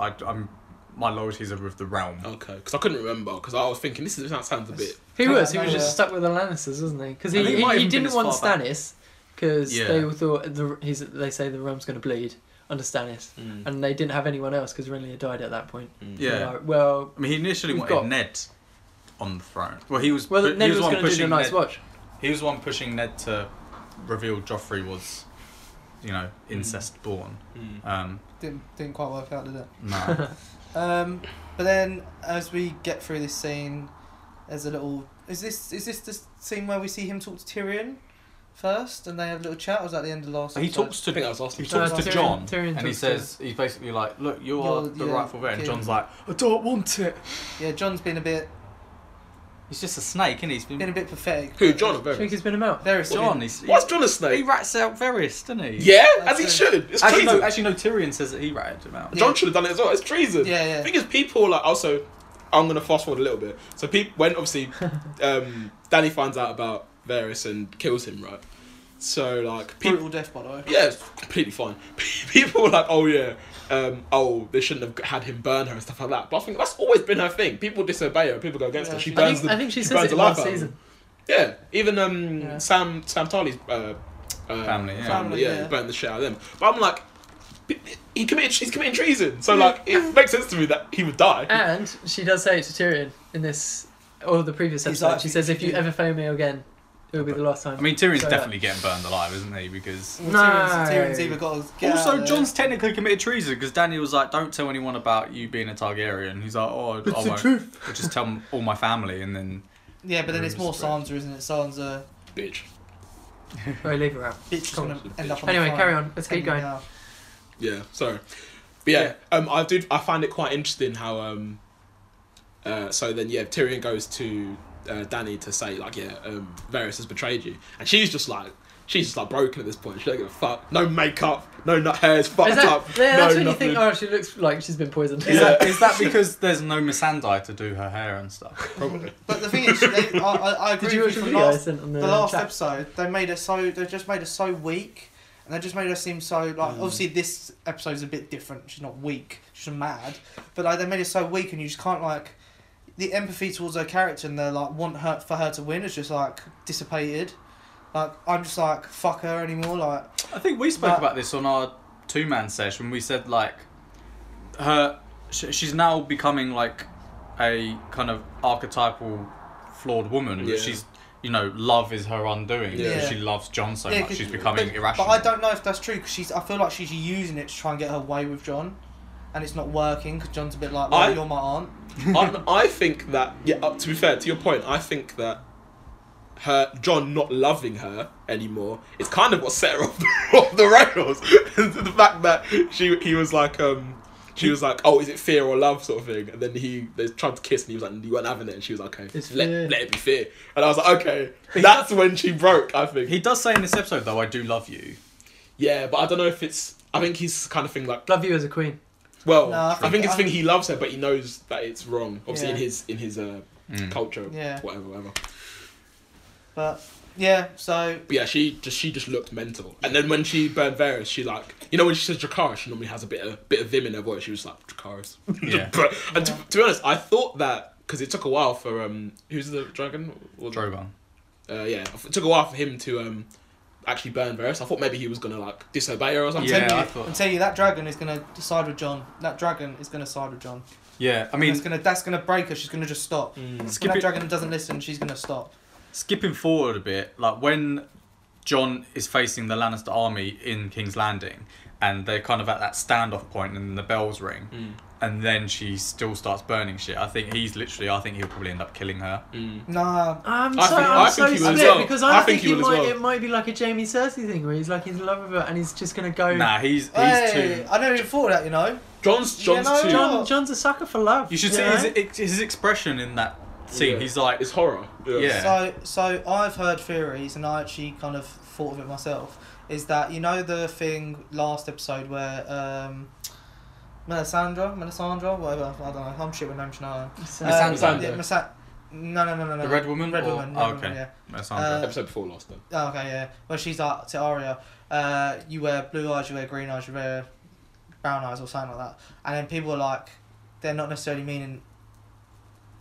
Speaker 2: I, am my loyalties are with the realm.
Speaker 3: Okay, because I couldn't remember because I was thinking this is that sounds a bit.
Speaker 4: He
Speaker 1: Come
Speaker 4: was.
Speaker 1: out
Speaker 4: He was just
Speaker 1: nowhere.
Speaker 4: stuck with the Lannisters, wasn't he? Because
Speaker 2: I
Speaker 4: he,
Speaker 2: think it
Speaker 4: he,
Speaker 2: might
Speaker 4: he
Speaker 2: even been
Speaker 4: didn't
Speaker 2: as
Speaker 4: want
Speaker 2: far back.
Speaker 4: Stannis because
Speaker 2: Yeah.
Speaker 4: they all thought the he's they say the realm's going to bleed under Stannis, and they didn't have anyone else because Renly had died at that point.
Speaker 3: Mm.
Speaker 2: Yeah.
Speaker 4: They're like, well,
Speaker 2: I mean, he initially
Speaker 4: We've
Speaker 2: wanted
Speaker 4: got-
Speaker 2: Ned on the throne. Well, he was.
Speaker 4: well,
Speaker 2: he
Speaker 4: Ned was,
Speaker 2: one
Speaker 4: going to do the
Speaker 2: pushing
Speaker 4: Night's
Speaker 2: Ned-
Speaker 4: Watch.
Speaker 2: He was the one pushing Ned to reveal Joffrey was, you know incest born.
Speaker 3: Mm.
Speaker 2: Um,
Speaker 1: Didn't didn't quite work out, did it?
Speaker 2: no.
Speaker 1: Um, but then as we get through this scene, there's a little. Is this is this the scene where we see him talk to Tyrion first, and they have a little chat? Or was that the end of last?
Speaker 2: So he
Speaker 1: episode?
Speaker 2: talks
Speaker 3: I think that
Speaker 2: to
Speaker 3: was last
Speaker 2: he
Speaker 3: week.
Speaker 2: talks
Speaker 4: Uh,
Speaker 2: to
Speaker 4: Tyrion-
Speaker 2: John
Speaker 4: Tyrion
Speaker 2: and he
Speaker 4: talks to-
Speaker 2: says he's basically like, look, you are
Speaker 1: You're-
Speaker 2: the
Speaker 1: yeah,
Speaker 2: rightful heir, and
Speaker 1: king.
Speaker 2: John's like, I don't want it.
Speaker 1: Yeah, John's been a bit
Speaker 2: He's just a snake, isn't he? He's been,
Speaker 1: been a bit pathetic.
Speaker 3: Who, John?
Speaker 4: Do you think
Speaker 3: Very.
Speaker 4: he's been him out?
Speaker 1: Varys
Speaker 2: John. He's,
Speaker 3: What's John a
Speaker 2: he, he
Speaker 3: snake?
Speaker 2: rats out Varys, doesn't he?
Speaker 3: Yeah,
Speaker 1: That's
Speaker 3: as he
Speaker 1: it.
Speaker 3: should. It's
Speaker 2: Actually no,
Speaker 3: treason.
Speaker 2: actually, no. Tyrion says that he ratted him out.
Speaker 1: Yeah.
Speaker 3: John should have done it as well. It's treason.
Speaker 1: Yeah, yeah.
Speaker 3: The thing is, people like also. I'm gonna fast forward a little bit. So, people when obviously um, Danny finds out about Varys and kills him, right? So like people,
Speaker 1: brutal death by the way.
Speaker 3: yeah, it's completely fine. People were like, oh yeah, um, oh they shouldn't have had him burn her and stuff like that. But I think that's always been her thing. People disobey her. People go against
Speaker 1: Yeah,
Speaker 3: her. She
Speaker 1: she-
Speaker 4: I
Speaker 3: burns
Speaker 4: think,
Speaker 3: the.
Speaker 4: I think she,
Speaker 3: she
Speaker 4: says
Speaker 3: burns
Speaker 4: it
Speaker 3: the life
Speaker 4: last
Speaker 3: out of
Speaker 4: season.
Speaker 3: Yeah, even um
Speaker 1: Yeah.
Speaker 3: Sam Sam Tarly's uh, uh,
Speaker 2: Family, yeah.
Speaker 1: Family,
Speaker 3: yeah,
Speaker 1: yeah.
Speaker 3: burnt the shit out of them. But I'm like, he committed, he's committing treason. So
Speaker 1: Yeah.
Speaker 3: like, it makes sense to me that he would die.
Speaker 4: And she does say it to Tyrion in this or the previous
Speaker 1: He's
Speaker 4: episode.
Speaker 1: like-
Speaker 4: she says, "If you ever phone me again, it will be the last time."
Speaker 2: I mean, Tyrion's
Speaker 4: So, uh,
Speaker 2: definitely getting burned alive, isn't he? Because
Speaker 1: Well,
Speaker 4: No.
Speaker 1: Tyrion's, Tyrion's either got to get out
Speaker 2: also,
Speaker 1: of
Speaker 2: John's technically committed treason because Daniel was like, "Don't tell anyone about you being a Targaryen." He's like, "Oh, I, I won't.
Speaker 4: truth.
Speaker 2: I'll just tell all my family." And then
Speaker 1: there. Yeah, but then it's more
Speaker 2: Respect.
Speaker 1: Sansa, isn't it? Sansa
Speaker 3: Bitch.
Speaker 4: Right, leave her out.
Speaker 1: bitch is
Speaker 4: Cool.
Speaker 1: gonna end up on
Speaker 4: Anyway,
Speaker 1: the throne.
Speaker 4: carry on. Let's keep going.
Speaker 1: Yeah.
Speaker 3: Yeah. Sorry. But yeah,
Speaker 4: Yeah.
Speaker 3: um, I do. I find it quite interesting how um, uh, so then yeah, Tyrion goes to uh, Danny to say like yeah, um, Varys has betrayed you, and she's just like. She's just like broken at this point. She don't give a fuck. No makeup, no nut hair's fucked
Speaker 4: Is that-
Speaker 3: up.
Speaker 4: yeah,
Speaker 3: no
Speaker 4: that's when you
Speaker 3: nothing.
Speaker 4: think, oh, she looks like she's been poisoned.
Speaker 2: is, that, is that because there's no Missandei to do her hair and stuff?
Speaker 3: Probably.
Speaker 1: But the thing is, they, I, I, I agree
Speaker 4: Did you watch
Speaker 1: with
Speaker 4: the
Speaker 1: you from
Speaker 4: video I
Speaker 1: last,
Speaker 4: sent on
Speaker 1: the
Speaker 4: the,
Speaker 1: last
Speaker 4: chat?
Speaker 1: episode. They made her so they just made her so weak, and they just made her seem so like.
Speaker 4: Mm.
Speaker 1: Obviously, this episode's a bit different. She's not weak. She's mad, but like they made her so weak, and you just can't like. The empathy towards her character and the like want her for her to win is just like dissipated. Like I'm just like fuck her anymore. Like
Speaker 2: I think we spoke
Speaker 1: But-
Speaker 2: about this on our two-man session. We said like, her, sh- she's now becoming like a kind of archetypal flawed woman.
Speaker 3: Yeah.
Speaker 2: She's you know, love is her undoing.
Speaker 3: Yeah.
Speaker 2: because She loves John so
Speaker 1: Yeah,
Speaker 2: much.
Speaker 1: 'cause-
Speaker 2: She's becoming
Speaker 1: but,
Speaker 2: irrational.
Speaker 1: But I don't know if that's true because she's. I feel like she's using it to try and get her way with John, and it's not working because John's a bit like, well,
Speaker 3: I-
Speaker 1: you're my aunt.
Speaker 3: I, I think that yeah. uh, To be fair, to your point, I think that her John not loving her anymore is kind of what set her off the, off the rails. the fact that she he was like um she was like oh is it fear or love sort of thing, and then he they tried to kiss and he was like you weren't having it, and she was like okay
Speaker 4: It's
Speaker 3: let,
Speaker 4: fear.
Speaker 3: let it be fear, and I was like okay that's when she broke. I think
Speaker 2: He does say in this episode though, "I do love you."
Speaker 3: yeah, but I don't know if it's. I think he's the kind of thing like
Speaker 4: Love you as a queen.
Speaker 3: well,
Speaker 1: No, I
Speaker 3: I
Speaker 1: think-
Speaker 3: think, it's
Speaker 1: I-
Speaker 3: the thing he loves her, but he knows that it's wrong. Obviously, in
Speaker 1: Yeah.
Speaker 3: his in his uh,
Speaker 2: Mm.
Speaker 3: culture,
Speaker 1: Yeah.
Speaker 3: whatever, whatever.
Speaker 1: But yeah, so
Speaker 3: But yeah, she just she just looked mental. And then when she burned Varys, she like you know when she says Dracarys, she normally has a bit of bit of vim in her voice. She was like Dracarys.
Speaker 2: Yeah.
Speaker 3: But- and
Speaker 1: Yeah.
Speaker 3: to, to be honest, I thought that because it took a while for um who's the dragon? Or,
Speaker 2: Drogon.
Speaker 3: Uh, yeah, it took a while for him to um actually burn Varys. I thought maybe he was gonna like disobey her or something.
Speaker 2: Yeah,
Speaker 1: telling
Speaker 2: I
Speaker 1: you,
Speaker 2: thought-
Speaker 1: am telling you that dragon is gonna side with John. That dragon is gonna side with John.
Speaker 2: Yeah, I
Speaker 1: I mean, it's
Speaker 2: mean, Hmm.
Speaker 1: gonna that's gonna break her. She's gonna just stop.
Speaker 2: Skip
Speaker 1: Skip that
Speaker 2: it.
Speaker 1: dragon doesn't listen. She's gonna stop.
Speaker 2: skipping forward a bit, like when John is facing the Lannister army in King's Landing, and they're kind of at that standoff point, and the bells ring,
Speaker 3: Mm.
Speaker 2: and then she still starts burning shit. I think he's literally, I think he'll probably end up killing her.
Speaker 3: Mm.
Speaker 1: Nah,
Speaker 4: I'm so,
Speaker 3: I think-
Speaker 4: I'm
Speaker 3: I
Speaker 4: so
Speaker 3: think he will
Speaker 4: split
Speaker 3: as well.
Speaker 4: because
Speaker 3: I
Speaker 4: I,
Speaker 3: think
Speaker 4: think,
Speaker 3: he
Speaker 4: it
Speaker 3: will as
Speaker 4: might
Speaker 3: well.
Speaker 4: it might be like a Jamie Cersei thing where he's like he's in love with her and he's just gonna go.
Speaker 2: Nah, he's he's
Speaker 1: Oh. hey,
Speaker 2: too.
Speaker 1: I never even thought of that. You know,
Speaker 3: John's
Speaker 1: You
Speaker 3: John's
Speaker 1: know-
Speaker 3: too.
Speaker 4: John John's a sucker for love.
Speaker 2: You should see
Speaker 4: know?
Speaker 2: his ex- his expression in that scene.
Speaker 3: Yeah.
Speaker 2: He's like,
Speaker 3: It's horror.
Speaker 2: Yeah.
Speaker 1: So, so I've heard theories, and I actually kind of thought of it myself. Is that you know the thing last episode where um, Melisandre, Melisandre, whatever I don't know. I'm shit with names now.
Speaker 4: It's,
Speaker 1: Uh,
Speaker 4: uh,
Speaker 2: Melisandre.
Speaker 1: Misa- yeah, Misa- no, no, no, no, no.
Speaker 2: The Red Woman
Speaker 1: Red
Speaker 2: or-
Speaker 1: woman.
Speaker 2: oh,
Speaker 1: Red Woman,
Speaker 2: okay.
Speaker 1: yeah.
Speaker 2: Melisandre.
Speaker 1: Uh,
Speaker 3: Episode before last though.
Speaker 1: Oh, okay, yeah. Well, she's like to Arya. Uh, you wear blue eyes, you wear green eyes, you wear brown eyes, or something like that. And then people are like, they're not necessarily meaning.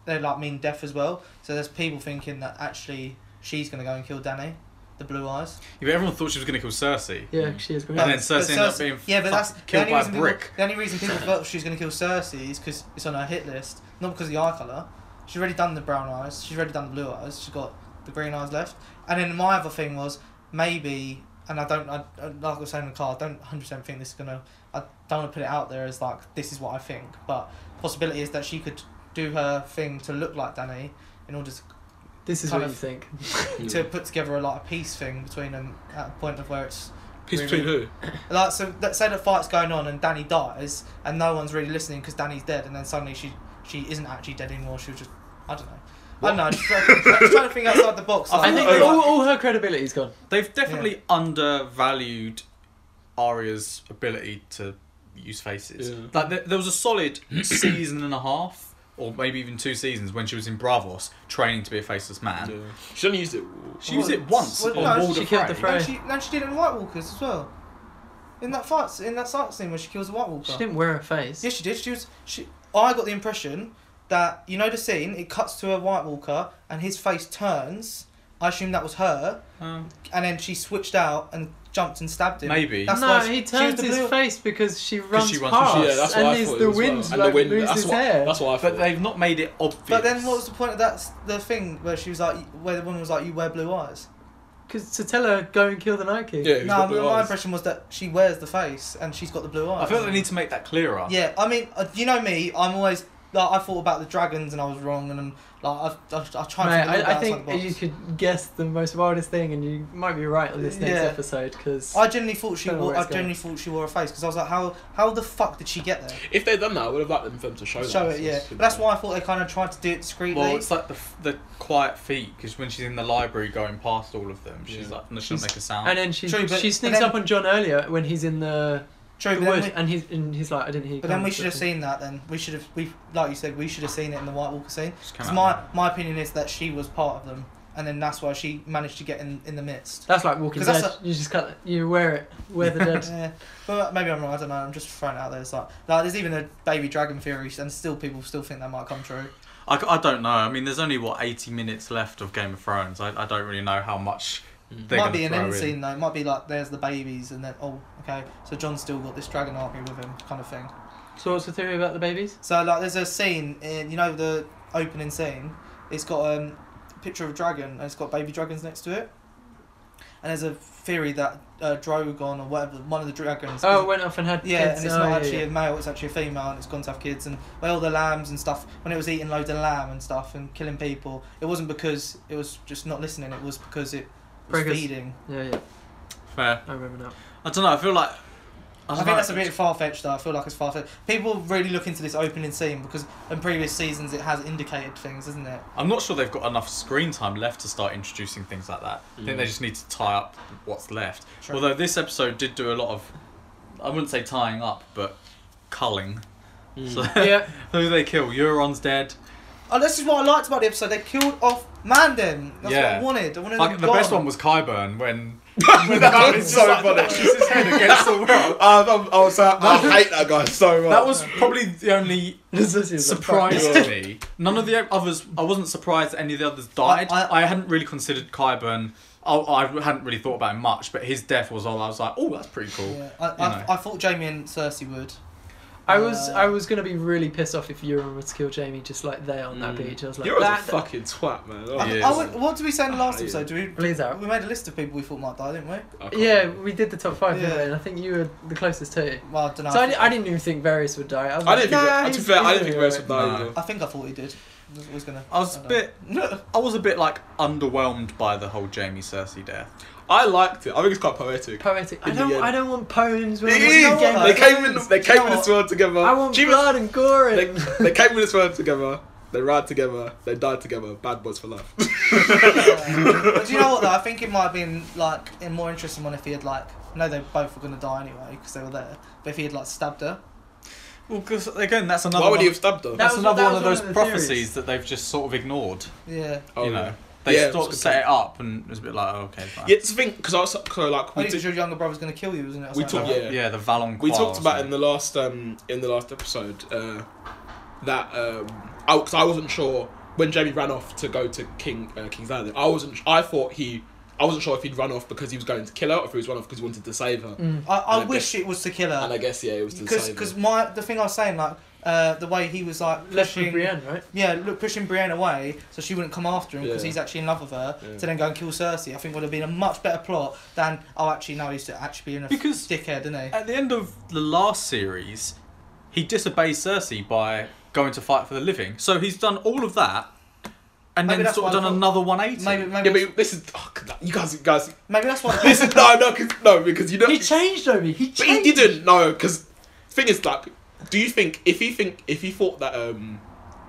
Speaker 1: They like mean death as well. So there's people thinking that actually she's gonna go and kill Danny, the blue eyes.
Speaker 2: Yeah, but everyone thought she was going to kill Cersei.
Speaker 4: yeah, she is great.
Speaker 2: And then Cersei
Speaker 1: But
Speaker 2: ended up being
Speaker 1: yeah, but that's
Speaker 2: fucking
Speaker 1: the
Speaker 2: killed
Speaker 1: only
Speaker 2: by a
Speaker 1: reason people-
Speaker 2: brick.
Speaker 1: the only reason people thought she was gonna kill Cersei is because it's on her hit list, not because of the eye color. She's already done the brown eyes. She's already done the blue eyes. She's got the green eyes left. And then my other thing was maybe and I don't, I, I- like I was saying in the car, I don't 100% think this is going to, I don't want to put it out there as like, this is what I think, but possibility is that she could do her thing to look like Danny in order to,
Speaker 4: This is
Speaker 1: Kind
Speaker 4: what
Speaker 1: of-
Speaker 4: you think.
Speaker 3: Mm.
Speaker 1: to
Speaker 2: Hmm.
Speaker 1: put together a like a peace thing between them at a point of where it's
Speaker 3: Peace
Speaker 1: Really?
Speaker 3: between who?
Speaker 1: like so let's say the fight's going on and Danny dies and no one's really listening because Danny's dead and then suddenly she she isn't actually dead anymore she was just I don't know I don't know just trying, just trying to think outside the box
Speaker 2: I
Speaker 1: like,
Speaker 4: I think
Speaker 2: think-
Speaker 4: all, all her credibility's gone.
Speaker 2: They've definitely undervalued Arya's ability to use faces.
Speaker 3: Yeah.
Speaker 2: Like there, there was a solid season and a half, or maybe even two seasons, when she was in Bravos training to be a faceless man.
Speaker 3: Yeah. She only used it.
Speaker 2: She used it once
Speaker 1: Well,
Speaker 2: on
Speaker 1: no,
Speaker 2: Walder
Speaker 4: she killed the
Speaker 2: Frey.
Speaker 4: Frey.
Speaker 1: and she, and she did it in White Walkers as well in that fight in that fight scene where she kills the White Walker
Speaker 4: She didn't wear her face.
Speaker 1: yes she did she was she I got the impression that you know the scene it cuts to a White Walker and his face turns I assume that was her
Speaker 2: Oh.
Speaker 1: and then she switched out and jumped and stabbed him
Speaker 2: Maybe.
Speaker 1: That's
Speaker 4: no,
Speaker 1: why
Speaker 4: he
Speaker 1: she- she was
Speaker 4: turns
Speaker 1: the
Speaker 4: his
Speaker 1: blue-
Speaker 4: face because she runs
Speaker 2: she runs-
Speaker 4: past,
Speaker 2: she-
Speaker 3: Yeah, that's what
Speaker 4: and
Speaker 3: I
Speaker 4: it's
Speaker 3: thought
Speaker 4: the
Speaker 3: as well.
Speaker 4: wind
Speaker 3: And
Speaker 4: like
Speaker 3: the wind.
Speaker 4: moves
Speaker 3: That's
Speaker 4: his
Speaker 3: what,
Speaker 4: hair.
Speaker 3: That's what I thought.
Speaker 2: But they've not made it obvious.
Speaker 1: But then what was the point of that? The thing where she was like, where the woman was like, "You wear blue eyes."
Speaker 4: Because to tell her go and kill the Night King.
Speaker 3: Yeah, who's
Speaker 1: No,
Speaker 3: got
Speaker 1: I
Speaker 3: blue
Speaker 1: mean, my
Speaker 3: eyes?
Speaker 1: impression was that she wears the face and she's got the blue eyes.
Speaker 2: I feel they need to make that clearer.
Speaker 1: Yeah, I mean, uh, you know me. I'm always like, I thought about the dragons and I was wrong, and I'm, like I, I, I try
Speaker 4: Mate,
Speaker 1: and think
Speaker 4: I, I
Speaker 1: about outside
Speaker 4: think
Speaker 1: the box.
Speaker 4: you could guess the most wildest thing, and you might be right on this next
Speaker 1: Yeah.
Speaker 4: episode 'cause episode
Speaker 1: I genuinely thought she
Speaker 4: Don't know
Speaker 1: wore.
Speaker 4: where
Speaker 1: I
Speaker 4: it's
Speaker 1: genuinely thought she wore a face because I was like, how how the fuck did she get there?
Speaker 3: If they'd done that, I would have liked them for them to show,
Speaker 1: Show
Speaker 3: that.
Speaker 1: it, yeah. But that's why I thought they kind of tried to do it discreetly.
Speaker 2: Well, it's like the f- the quiet feet because when she's in the library going past all of them, she's
Speaker 3: Yeah.
Speaker 2: like, no, she doesn't make a
Speaker 4: because.
Speaker 2: sound.
Speaker 4: And then she
Speaker 1: True, but-
Speaker 4: she
Speaker 1: but
Speaker 4: sneaks
Speaker 1: then-
Speaker 4: up on John earlier when he's in the,
Speaker 1: True,
Speaker 4: the
Speaker 1: but then
Speaker 4: wood,
Speaker 1: we-
Speaker 4: and he's and he's like, I didn't hear. you
Speaker 1: But then
Speaker 4: come,"
Speaker 1: we
Speaker 4: sort
Speaker 1: should
Speaker 4: of
Speaker 1: have
Speaker 4: thing.
Speaker 1: seen that. Then we should have we like you said we should have seen it in the White Walker scene.
Speaker 2: Just come
Speaker 1: 'Cause
Speaker 2: out.
Speaker 1: my my opinion is that she was part of them, and then that's why she managed to get in in the midst.
Speaker 4: That's like Walking
Speaker 1: 'Cause that's
Speaker 4: Dead. You just cut. You wear it. Wear the dead.
Speaker 1: Yeah, but maybe I'm wrong. I don't know. I'm just throwing it out there. It's like, like there's even a baby dragon theory, and still people still think that might come true.
Speaker 2: I, c- I don't know. I mean, there's only what 80 minutes left of Game of Thrones. I, I don't really know how much
Speaker 3: Mm.
Speaker 2: they're
Speaker 1: might
Speaker 2: going
Speaker 1: be
Speaker 2: to
Speaker 1: an
Speaker 2: throw in.
Speaker 1: end scene though. Might be like there's the babies, and then oh okay, so John's still got this dragon army with him, kind of thing.
Speaker 4: So what's the theory about the babies?
Speaker 1: So like there's a scene in you know the opening scene. It's got um, a picture of a dragon and it's got baby dragons next to it. And there's a theory that uh, Drogon or whatever one of the dragons.
Speaker 4: Oh, it went off and had
Speaker 1: yeah,
Speaker 4: kids.
Speaker 1: and it's
Speaker 4: oh,
Speaker 1: not
Speaker 4: yeah,
Speaker 1: actually
Speaker 4: yeah.
Speaker 1: a male; it's actually a female, and it's gone to have kids. And well, all the lambs and stuff. When it was eating loads of lamb and stuff and killing people, it wasn't because it was just not listening. It was because it was
Speaker 4: Preggers.
Speaker 1: feeding.
Speaker 4: yeah, yeah.
Speaker 2: Fair.
Speaker 4: I remember now.
Speaker 2: I don't know. I feel like.
Speaker 1: I,
Speaker 2: don't
Speaker 1: think
Speaker 2: know.
Speaker 1: that's a bit far fetched though. I feel like it's far fetched. People really look into this opening scene because in previous seasons it has indicated things, isn't it?
Speaker 2: I'm not sure they've got enough screen time left to start introducing things like that. I
Speaker 3: Mm.
Speaker 2: think they just need to tie up what's left.
Speaker 1: Sure.
Speaker 2: Although this episode did do a lot of, I wouldn't say tying up, but culling.
Speaker 3: Mm.
Speaker 2: So
Speaker 4: Yeah.
Speaker 2: who do they kill? Euron's dead.
Speaker 1: Oh, this is what I liked about the episode. They killed off Mandem. That's
Speaker 2: Yeah.
Speaker 1: what I wanted. I wanted
Speaker 2: Like,
Speaker 1: them
Speaker 2: the
Speaker 1: gone.
Speaker 2: best one was Kyburn when. when
Speaker 3: That
Speaker 2: Kyburn
Speaker 3: was
Speaker 2: just,
Speaker 3: so
Speaker 2: like,
Speaker 3: funny.
Speaker 2: bashes his head against the wall.
Speaker 3: I, I, was, I, I hate that guy so much.
Speaker 2: That was probably the only
Speaker 4: This is a
Speaker 2: surprise
Speaker 4: fucking-
Speaker 2: to me. None of the others, I wasn't surprised that any of the others died. I,
Speaker 1: I-
Speaker 2: hadn't really considered Kyburn. I, I hadn't really thought about him much, but his death was all I was like, oh, that's pretty cool.
Speaker 1: Yeah. I,
Speaker 2: You
Speaker 1: I,
Speaker 2: know.
Speaker 1: I thought Jamie and Cersei would.
Speaker 4: I was
Speaker 1: Uh,
Speaker 4: I was gonna be really pissed off if Euron were to kill Jamie just like there on that
Speaker 3: Mm.
Speaker 4: beach. I was like,
Speaker 3: You're a
Speaker 4: that,
Speaker 3: fucking twat, man. Oh,
Speaker 1: I,
Speaker 2: Yes.
Speaker 1: I would what did we say in the
Speaker 3: Ah,
Speaker 1: last
Speaker 3: yeah.
Speaker 1: episode? Do we,
Speaker 4: Please out.
Speaker 1: we made a list of people we thought might die, didn't we?
Speaker 3: I can't
Speaker 4: Yeah,
Speaker 3: remember.
Speaker 4: we did the top five, didn't
Speaker 1: Yeah.
Speaker 4: we? And I think you were the closest to.
Speaker 1: Well, I don't know.
Speaker 4: So I, di- I didn't even think Varys would die. I, was
Speaker 3: I
Speaker 4: like,
Speaker 3: didn't
Speaker 4: nah,
Speaker 3: think. That, to be
Speaker 4: he's-
Speaker 3: fair,
Speaker 4: he's
Speaker 3: I didn't think
Speaker 4: gonna
Speaker 3: Rose would
Speaker 4: be
Speaker 3: die
Speaker 2: No.
Speaker 3: either.
Speaker 1: I think I thought he did. Was, was gonna.
Speaker 2: I was a
Speaker 1: don't know.
Speaker 2: bit. I was a bit like underwhelmed by the whole Jamie Cersei death.
Speaker 3: I liked it. I think it's quite poetic.
Speaker 4: Poetic. I
Speaker 3: In the
Speaker 4: don't.
Speaker 3: end.
Speaker 4: I don't want poems. When
Speaker 3: It
Speaker 4: I'm
Speaker 3: is.
Speaker 4: watching Game
Speaker 1: no,
Speaker 3: They
Speaker 4: of
Speaker 3: came in.
Speaker 4: Thrones.
Speaker 3: They came
Speaker 1: No.
Speaker 3: in this world together.
Speaker 4: I want
Speaker 3: She was-
Speaker 4: blood and gore.
Speaker 3: They,
Speaker 4: And
Speaker 3: they came in this world together. They ride together. They died together. Bad boys for life.
Speaker 1: Yeah. but do you know what though? I think it might have been like a more interesting one if he had like. I know they both were gonna die anyway because they were there. But if he had like stabbed her,
Speaker 2: Well, because again, that's another.
Speaker 3: Why would
Speaker 2: one,
Speaker 3: he have stabbed her?
Speaker 4: That
Speaker 2: That's
Speaker 4: was-
Speaker 2: another
Speaker 4: that
Speaker 2: one of
Speaker 4: was
Speaker 2: those
Speaker 4: one of the
Speaker 2: prophecies
Speaker 4: theories.
Speaker 2: that they've just sort of ignored.
Speaker 1: yeah.
Speaker 2: you know,
Speaker 3: Oh, yeah.
Speaker 2: they
Speaker 3: Yeah,
Speaker 2: sort of
Speaker 3: that's a good
Speaker 2: set
Speaker 3: point.
Speaker 2: it up and it was a bit like, oh, okay. Fine.
Speaker 3: Yeah, it's the thing because I was so, like
Speaker 1: I
Speaker 3: we
Speaker 1: think
Speaker 3: did,
Speaker 1: your younger brother's gonna kill you, isn't it? or
Speaker 3: We
Speaker 1: something
Speaker 3: talked-
Speaker 1: like that?
Speaker 3: yeah.
Speaker 2: Yeah, the Valon.
Speaker 3: we talked about in the last um in the last episode uh, that um I, cause I wasn't sure when Jamie ran off to go to King uh, King's Landing. I wasn't. I thought he I wasn't sure if he'd run off because he was going to kill her or if he was run off because he wanted to save her.
Speaker 4: Mm.
Speaker 1: I, I
Speaker 3: And I
Speaker 1: wish
Speaker 3: guess-
Speaker 1: it was to kill her.
Speaker 3: And I guess yeah, it was to
Speaker 1: because
Speaker 3: save her.
Speaker 1: because my the thing I was saying like uh, the way he was like
Speaker 4: Left with
Speaker 1: pushing-
Speaker 4: Brienne, right?
Speaker 1: Yeah, look, pushing Brienne away so she wouldn't come after him because
Speaker 3: Yeah.
Speaker 1: he's actually in love with her.
Speaker 3: Yeah.
Speaker 1: To then go and kill Cersei, I think would have been a much better plot than oh, actually no, he's actually being a
Speaker 2: Because-
Speaker 1: dickhead, isn't he?
Speaker 2: At the end of the last series, he disobeys Cersei by going to fight for the living. So he's done all of that, and
Speaker 1: Maybe
Speaker 2: then
Speaker 1: that's
Speaker 2: sort of
Speaker 1: what I
Speaker 2: done
Speaker 1: thought.
Speaker 2: another 180.
Speaker 1: Maybe maybe
Speaker 3: yeah, but this is oh, God, you guys, you guys.
Speaker 1: maybe that's why.
Speaker 3: This is no, no, 'cause- no, because you know.
Speaker 4: He changed, Obi. He changed.
Speaker 3: But he didn't. No, because thing is, like, do you think if he think if he thought that um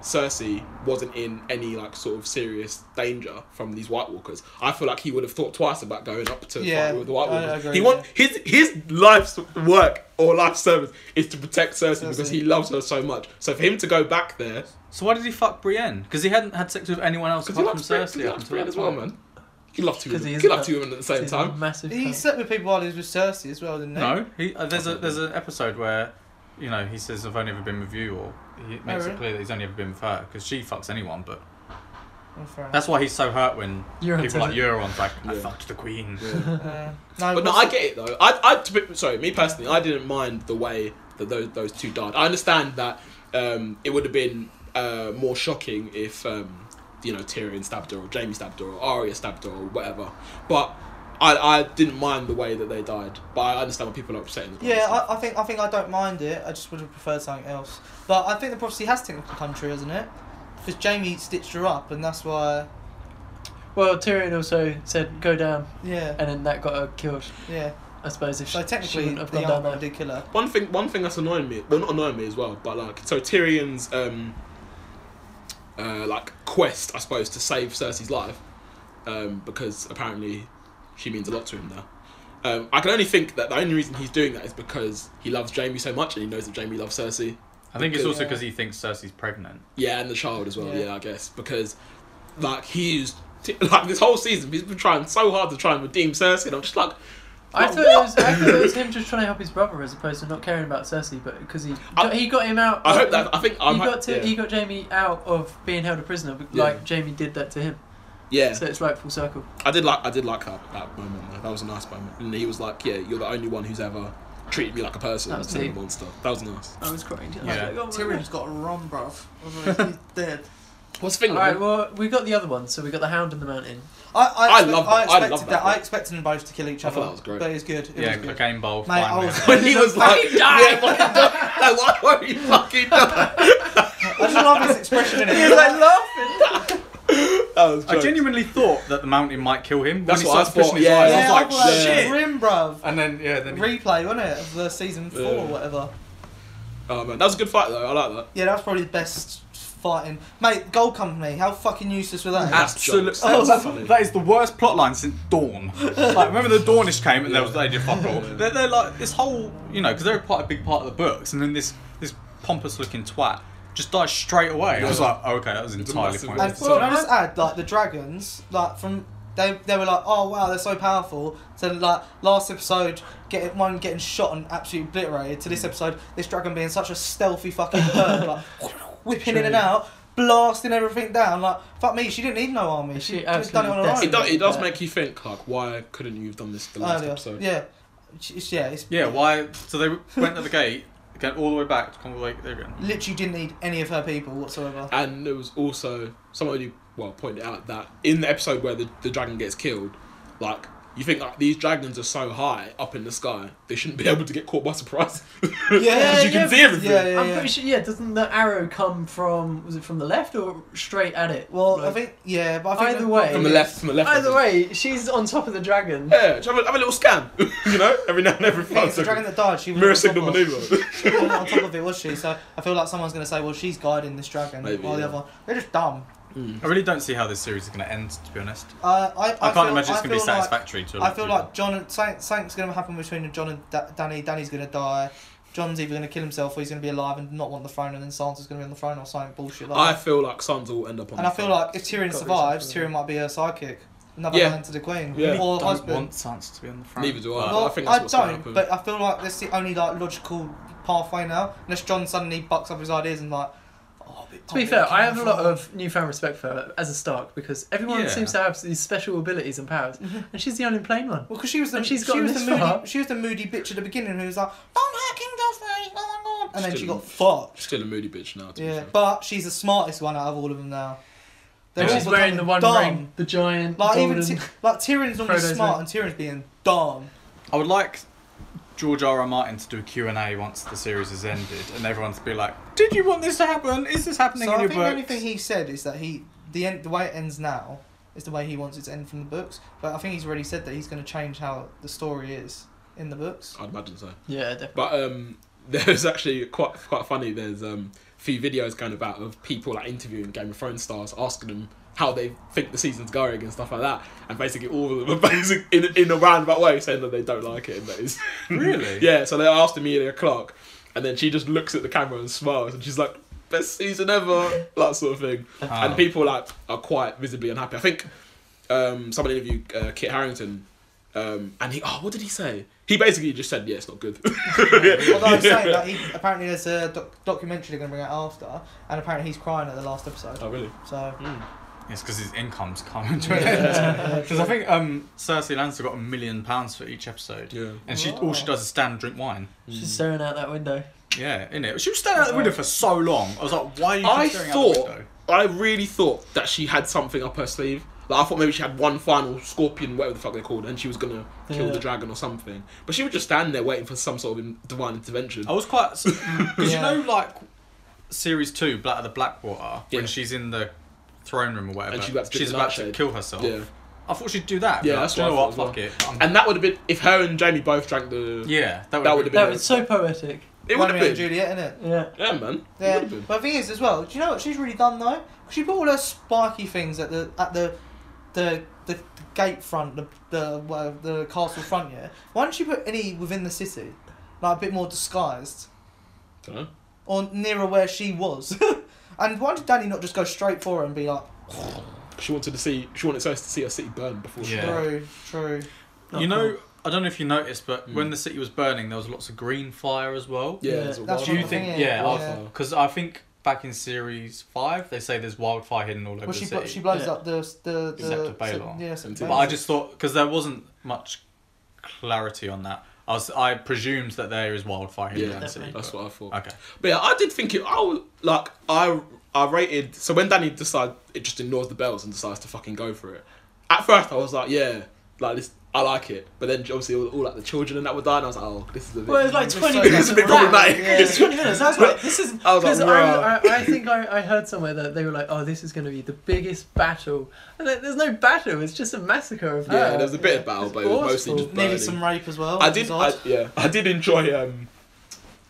Speaker 3: Cersei wasn't in any like sort of serious danger from these White Walkers, I feel like he would have thought twice about going up to
Speaker 1: Yeah,
Speaker 3: fight with the White
Speaker 1: I- I
Speaker 3: Walkers.
Speaker 1: agree,
Speaker 3: he want his his life's work or life service is to protect Cersei, because
Speaker 1: Cersei.
Speaker 3: he loves her so much. So for him to go back there,
Speaker 2: So why did he fuck Brienne? Because he hadn't had sex with anyone else
Speaker 3: because he
Speaker 2: apart from
Speaker 3: loves Cersei, he
Speaker 2: Cersei up
Speaker 3: loves
Speaker 2: until
Speaker 3: Brienne
Speaker 2: that
Speaker 3: as well,
Speaker 2: point.
Speaker 3: man. He loved two.
Speaker 4: 'Cause he
Speaker 3: Women.
Speaker 4: is
Speaker 3: He
Speaker 4: a-
Speaker 3: loved two women at the same
Speaker 4: He's a
Speaker 3: time.
Speaker 4: Massive.
Speaker 1: he
Speaker 4: cunt.
Speaker 1: slept with people while he was with Cersei as well, didn't he?
Speaker 2: No, he, uh, there's a there's an episode where, you know, he says I've only ever been with you, or
Speaker 3: Oh,
Speaker 2: he makes
Speaker 1: really?
Speaker 2: it clear that he's only ever been with her because she fucks anyone. But
Speaker 1: Oh, fair enough.
Speaker 2: that's why he's so hurt when
Speaker 4: Euron
Speaker 2: people
Speaker 4: says
Speaker 2: like
Speaker 4: it.
Speaker 2: Euron's like I
Speaker 3: Yeah.
Speaker 2: fucked the queen.
Speaker 1: Uh, no,
Speaker 3: But no,
Speaker 1: what's-
Speaker 3: I get it though. I, I, to be- sorry, me personally, I didn't mind the way that those those two died. I understand that um, it would have been uh, more shocking if um, you know Tyrion stabbed her or Jamie stabbed her or Arya stabbed her or whatever. But I, I didn't mind the way that they died. But I understand why people are upset. and
Speaker 1: Yeah, I, I think I think I don't mind it. I just would have preferred something else. But I think the prophecy has taken the country, hasn't it? Because Jamie stitched her up, and that's why.
Speaker 4: Well, Tyrion also said go down,
Speaker 1: Yeah,
Speaker 4: and then that got her killed.
Speaker 1: yeah.
Speaker 4: I suppose if
Speaker 1: So
Speaker 4: she, she
Speaker 1: technically,
Speaker 4: wouldn't have
Speaker 1: the
Speaker 4: gone
Speaker 1: young
Speaker 4: down
Speaker 1: brother
Speaker 4: there.
Speaker 1: did kill her.
Speaker 3: One thing, one thing that's annoying me, well, not annoying me as well, but like, so Tyrion's um, uh, like quest, I suppose, to save Cersei's life, um, because apparently she means a lot to him now. Um, I can only think that the only reason he's doing that is because he loves Jamie so much and he knows that Jamie loves Cersei.
Speaker 2: I think it's also
Speaker 1: Yeah.
Speaker 2: because he thinks Cersei's pregnant.
Speaker 3: Yeah, and the child as well.
Speaker 1: Yeah.
Speaker 3: Yeah, I guess because like he's like this whole season he's been trying so hard to try and redeem Cersei, and I'm just like,
Speaker 4: I
Speaker 3: like,
Speaker 4: thought, it
Speaker 3: what?
Speaker 4: was, I thought it was him just trying to help his brother as opposed to not caring about Cersei, but because he
Speaker 3: I-
Speaker 4: he got him out.
Speaker 3: I hope that I think I'm
Speaker 4: he got to,
Speaker 3: yeah.
Speaker 4: he got Jamie out of being held a prisoner, but
Speaker 3: Yeah.
Speaker 4: like Jamie did that to him.
Speaker 3: yeah.
Speaker 4: So it's like full circle.
Speaker 3: I did like I did like that, that moment though. That was a nice moment. And he was like, Yeah, you're the only one who's ever treated me like a person
Speaker 4: That was
Speaker 3: instead of a
Speaker 4: deep.
Speaker 3: monster. That was nice.
Speaker 4: I was crying. I was
Speaker 2: Yeah.
Speaker 4: like, "Oh my
Speaker 1: Tyrion's
Speaker 4: God."
Speaker 1: got a run, bruv. Otherwise he's dead.
Speaker 3: What's the thing?
Speaker 4: All right, well we got the other one, so we got the Hound and the Mountain.
Speaker 1: I, I,
Speaker 3: I
Speaker 1: expect-
Speaker 3: love that-
Speaker 1: I
Speaker 3: I
Speaker 1: expected
Speaker 3: love that
Speaker 1: that. I
Speaker 3: bit.
Speaker 1: expected them both to kill each
Speaker 3: I
Speaker 1: other.
Speaker 3: thought that was great.
Speaker 1: But it was good. It
Speaker 2: yeah,
Speaker 1: was
Speaker 2: the
Speaker 1: good.
Speaker 2: game bowl.
Speaker 1: Mate, I
Speaker 2: finally.
Speaker 1: was-
Speaker 3: when he was like,
Speaker 4: Fucking die!
Speaker 3: Yeah, fucking die! Like, why won't you fucking die?
Speaker 1: I just love his expression in it. He's like,
Speaker 3: That was
Speaker 2: I
Speaker 3: jokes.
Speaker 2: genuinely thought that the mountain might kill him.
Speaker 3: That's
Speaker 2: when he
Speaker 3: what I
Speaker 2: starts pushing
Speaker 3: thought,
Speaker 2: his
Speaker 3: yeah.
Speaker 2: eyes.
Speaker 1: yeah,
Speaker 2: I was like,
Speaker 1: that was
Speaker 2: shit.
Speaker 1: grim, bruv.
Speaker 2: And then yeah, then he,
Speaker 1: Replay, wasn't it, of the season four or
Speaker 3: Yeah.
Speaker 1: whatever?
Speaker 3: Oh man, that was a good fight though, I like that.
Speaker 1: Yeah, that was probably the best fighting. Mate, Gold Company, how fucking useless were they?
Speaker 3: That's
Speaker 2: absolute.
Speaker 3: jokes.
Speaker 2: Oh,
Speaker 3: That's
Speaker 2: that's,
Speaker 3: funny.
Speaker 2: that is the worst plotline since Dawn. like remember the Dawnish came and there was they did fuck all.
Speaker 3: Yeah.
Speaker 2: They're, they're like this whole you know because they're quite a big part of the books and then this this pompous looking twat just dies straight away. I was
Speaker 3: Yeah.
Speaker 2: like oh, okay that was entirely
Speaker 3: massive-
Speaker 1: And
Speaker 2: pointless.
Speaker 1: well, can I just add, like the dragons, like from they, they were like, oh wow, they're so powerful. So like last episode, getting one getting shot and absolutely obliterated. To this
Speaker 2: Mm.
Speaker 1: episode, this dragon being such a stealthy fucking bird, like whipping in and
Speaker 4: True.
Speaker 1: out, blasting everything down. Like fuck me, she didn't need no army.
Speaker 4: She
Speaker 1: She, just done it on her own.
Speaker 4: absolutely
Speaker 3: It, do, it does
Speaker 4: Yeah.
Speaker 3: make you think, like, why couldn't you have done this the last
Speaker 1: Earlier.
Speaker 3: episode?
Speaker 1: Yeah, it's, yeah, it's
Speaker 2: Yeah, why? So they went to the gate, again all the way back to come all the way there again.
Speaker 1: literally didn't need any of her people whatsoever.
Speaker 3: And there was also somebody well pointed out that in the episode where the, the dragon gets killed, like you think like these dragons are so high up in the sky, they shouldn't be able to get caught by surprise.
Speaker 1: Yeah,
Speaker 3: because you
Speaker 4: yeah,
Speaker 3: can see everything.
Speaker 1: Yeah, yeah,
Speaker 4: I'm
Speaker 1: yeah.
Speaker 4: pretty sure. Yeah, doesn't the arrow come from? Was it from the left or straight at it?
Speaker 1: Well, I
Speaker 4: Like,
Speaker 1: think yeah, but I think
Speaker 4: Either
Speaker 1: that-
Speaker 4: way-
Speaker 3: From the left, from the left. I
Speaker 4: Either
Speaker 3: think.
Speaker 4: way, she's on top of the dragon.
Speaker 3: Yeah, just have a, have a little scan, you know, every now and every
Speaker 1: I think
Speaker 3: five
Speaker 1: it's the dragon
Speaker 3: seconds.
Speaker 1: that died. She was
Speaker 3: Mirror
Speaker 1: on top
Speaker 3: signal
Speaker 1: of-
Speaker 3: maneuver.
Speaker 1: She wasn't on top of it, was she? So I feel like someone's going to say, well, she's guiding this dragon
Speaker 3: Maybe,
Speaker 1: while the
Speaker 3: yeah.
Speaker 1: other one. They're just dumb.
Speaker 2: I really don't see how this series is going to end. To be honest,
Speaker 1: Uh, I, I,
Speaker 2: I,
Speaker 1: feel,
Speaker 2: can't imagine
Speaker 1: I
Speaker 2: it's going to be
Speaker 1: feel like-
Speaker 2: satisfactory to. a lot
Speaker 1: I
Speaker 2: of
Speaker 1: feel
Speaker 2: people.
Speaker 1: like John and something- something's going to happen between John and da- Danny. Danny's going to die. John's either going to kill himself or he's going to be alive and not want the throne, and then Sansa's going to be on the throne or something bullshit like
Speaker 3: I
Speaker 1: that.
Speaker 3: feel like Sansa will end up on.
Speaker 1: And
Speaker 3: the
Speaker 1: I feel
Speaker 3: phone.
Speaker 1: like if Tyrion
Speaker 4: Got
Speaker 1: survives,
Speaker 4: reason for
Speaker 1: Tyrion might be a sidekick, another
Speaker 3: Yeah.
Speaker 1: hand to the queen,
Speaker 3: Yeah.
Speaker 1: or
Speaker 2: don't
Speaker 1: husband.
Speaker 2: want Sansa to be on the front.
Speaker 3: Neither do I.
Speaker 2: But-
Speaker 1: Well,
Speaker 3: I think
Speaker 1: I
Speaker 3: that's what's gonna
Speaker 1: don't,
Speaker 3: happen.
Speaker 1: but I feel like that's the only like logical pathway now. Unless John suddenly bucks up his ideas and like,
Speaker 4: To be fair, I have a lot of newfound respect for her as a Stark because everyone
Speaker 2: Yeah.
Speaker 4: seems to have these special abilities and powers, and she's the only plain one.
Speaker 1: Well, because she was the
Speaker 4: And she's
Speaker 1: she
Speaker 4: gotten
Speaker 1: was
Speaker 4: this
Speaker 1: the moody
Speaker 4: far.
Speaker 1: she was the moody bitch at the beginning who was like, "Don't hurt King's Free, oh my god," and then she
Speaker 3: Still-
Speaker 1: got fucked.
Speaker 3: Still a moody bitch now. To
Speaker 1: Yeah,
Speaker 3: be fair.
Speaker 1: but she's the smartest one out of all of them now.
Speaker 2: Yeah.
Speaker 1: all
Speaker 4: She's wearing
Speaker 1: becoming
Speaker 4: the one
Speaker 1: dumb.
Speaker 4: ring, the giant,
Speaker 1: Like
Speaker 4: golden.
Speaker 1: even Ty- like Tyrion's normally
Speaker 4: Frodo's
Speaker 1: smart
Speaker 4: ring.
Speaker 1: and Tyrion's being dumb.
Speaker 2: I would like George R. R. Martin to do a Q&A once the series has ended and everyone to be like, did you want this to happen? Is this happening
Speaker 1: So I
Speaker 2: in your
Speaker 1: think the only
Speaker 2: books?
Speaker 1: thing he said is that he the end the way it ends now is the way he wants it to end from the books. But I think he's already said that he's going to change how the story is in the books.
Speaker 3: I'd imagine so.
Speaker 4: yeah, definitely.
Speaker 3: But um, there's actually quite quite funny. There's um, a few videos going about of people like interviewing Game of Thrones stars, asking them how they think the season's going and stuff like that. And basically, all of them are basically in, in a roundabout way saying that they don't like it. And that is
Speaker 2: Really?
Speaker 3: yeah. So they asked Amelia Clark, and then she just looks at the camera and smiles, and she's like. Best season ever, that sort of thing,
Speaker 2: Ah.
Speaker 3: and people like are quite visibly unhappy. I think um, someone interviewed uh, Kit Harrington, um, and he oh, what did he say? He basically just said, "Yeah, it's not good."
Speaker 1: Although I'm saying that he, apparently there's a doc- documentary they're going to bring out after, and apparently he's crying at the last episode.
Speaker 3: Oh really?
Speaker 1: So
Speaker 2: It's because his income's coming to an Because I think um, Cersei Lannister got a million pounds for each episode.
Speaker 3: Yeah.
Speaker 2: And she all she
Speaker 1: Wow.
Speaker 2: does is stand and drink wine.
Speaker 1: Mm.
Speaker 4: she's staring out that window.
Speaker 2: Yeah, in it. She was staring out the window for so long. I was like, why are you keep
Speaker 3: I
Speaker 2: staring out the
Speaker 3: thought,
Speaker 2: window?
Speaker 3: I really thought that she had something up her sleeve. Like I thought maybe she had one final scorpion, whatever the fuck they're called, and she was gonna kill
Speaker 4: Yeah.
Speaker 3: the dragon or something. But she would just stand there waiting for some sort of in- divine intervention.
Speaker 2: I was quite because
Speaker 1: Yeah.
Speaker 2: you know like series two, Black of the Blackwater,
Speaker 3: Yeah.
Speaker 2: when she's in the throne room or whatever,
Speaker 3: And she's about to get
Speaker 2: she's
Speaker 3: the
Speaker 2: about to
Speaker 3: nightshade.
Speaker 2: kill herself.
Speaker 3: Yeah.
Speaker 2: I thought she'd do that.
Speaker 3: Yeah,
Speaker 2: but
Speaker 3: that's
Speaker 2: do
Speaker 3: what
Speaker 2: you
Speaker 3: I
Speaker 2: know what?
Speaker 3: thought
Speaker 2: Fuck
Speaker 3: as
Speaker 2: it. I'm-
Speaker 3: And that would have been if her and Jamie both drank the.
Speaker 2: yeah, that
Speaker 3: that
Speaker 2: would
Speaker 3: would've been-
Speaker 2: have been.
Speaker 4: No, it's so poetic.
Speaker 3: It would have
Speaker 1: Romeo and
Speaker 3: been.
Speaker 1: Juliet, innit?
Speaker 4: Yeah.
Speaker 3: Yeah, man. It
Speaker 1: Yeah,
Speaker 3: would have been.
Speaker 1: but the thing is as well. Do you know what she's really done though? 'Cause She put all her spiky things at the at the the the, the gate front, the the well, the castle front. Yeah. Why don't she put any within the city, like a bit more disguised
Speaker 3: Dunno.
Speaker 1: or nearer where she was? and why did Danny not just go straight for her and be like,
Speaker 3: She wanted to see. She wanted us to see her city burn before. she
Speaker 2: Yeah.
Speaker 3: died.
Speaker 1: true, true.
Speaker 4: Not
Speaker 2: you know,
Speaker 4: cool.
Speaker 2: I don't know if you noticed, but
Speaker 3: Mm.
Speaker 2: when the city was burning, there was lots of green fire as well.
Speaker 3: Yeah.
Speaker 4: Yeah,
Speaker 3: it's a
Speaker 1: that's
Speaker 3: wild-
Speaker 2: Do you
Speaker 1: Wildfire.
Speaker 2: think?
Speaker 1: Yeah,
Speaker 2: Yeah,
Speaker 3: wildfire.
Speaker 2: because I think back in series five, they say there's wildfire hidden all over
Speaker 1: Well,
Speaker 2: the
Speaker 1: she
Speaker 2: city.
Speaker 1: blo- she blows
Speaker 4: Yeah.
Speaker 1: up the the the.
Speaker 2: Except for Baelor.
Speaker 1: yeah, except for
Speaker 2: But I
Speaker 1: Baelor.
Speaker 2: just thought because there wasn't much clarity on that. I was I presumed that there is wildfire in
Speaker 3: Yeah,
Speaker 2: the city.
Speaker 3: that's what I thought.
Speaker 2: Okay.
Speaker 3: But yeah, I did think it. I was- like I I rated so when Danny decides it just ignores the bells and decides to fucking go for it. At first, I was like, yeah, like this, I like it. But then obviously all, all like the children and that were dying. I was like, oh, this is a bit.
Speaker 4: Well, it's like
Speaker 1: It's
Speaker 4: twenty
Speaker 1: so-
Speaker 4: minutes.
Speaker 3: it's a bit
Speaker 4: of that.
Speaker 3: problematic.
Speaker 1: Yeah.
Speaker 4: It's twenty minutes. I was like, this is.
Speaker 3: I was like,
Speaker 4: Because I,
Speaker 3: "Bruh."
Speaker 4: I, I think I, I heard somewhere that they were like, oh, this is going to be the biggest battle. And there- there's no battle, it's just a massacre of her.
Speaker 3: yeah, there was a bit of battle,
Speaker 4: It's
Speaker 3: but it was mostly
Speaker 4: awful.
Speaker 3: just burning.
Speaker 1: nearly some rape as well.
Speaker 3: I
Speaker 1: which
Speaker 3: did,
Speaker 1: is odd.
Speaker 3: I, yeah, I did enjoy um,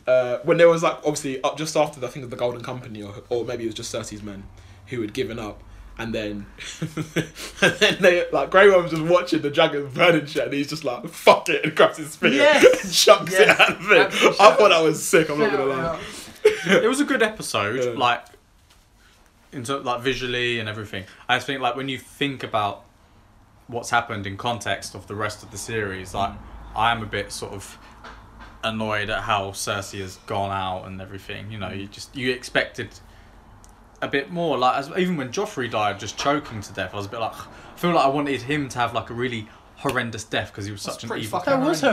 Speaker 3: uh, when there was like obviously up just after the, I think the Golden Company or or maybe it was just Cersei's men who had given up, and then and then they like Grey Worm's just watching the dragon burn and shit, and he's just like fuck it and grabs his spear
Speaker 4: Yes.
Speaker 3: and chucks
Speaker 4: Yes.
Speaker 3: it at the thing.
Speaker 4: Absolute
Speaker 3: I
Speaker 4: shout
Speaker 3: thought that was sick. I'm not gonna
Speaker 4: Shout
Speaker 3: lie.
Speaker 4: out.
Speaker 2: it was a good episode,
Speaker 3: Yeah.
Speaker 2: like in terms like visually and everything. I just think like when you think about what's happened in context of the rest of the series, like I am a bit sort of annoyed at how Cersei has gone out and everything. You know, you just you expected a bit more. Like as, even when Joffrey died, just choking to death, I was a bit like, I feel like I wanted him to have like a really horrendous death because he was
Speaker 1: That's
Speaker 2: such an
Speaker 1: pretty
Speaker 2: evil.
Speaker 1: fucking
Speaker 4: That was her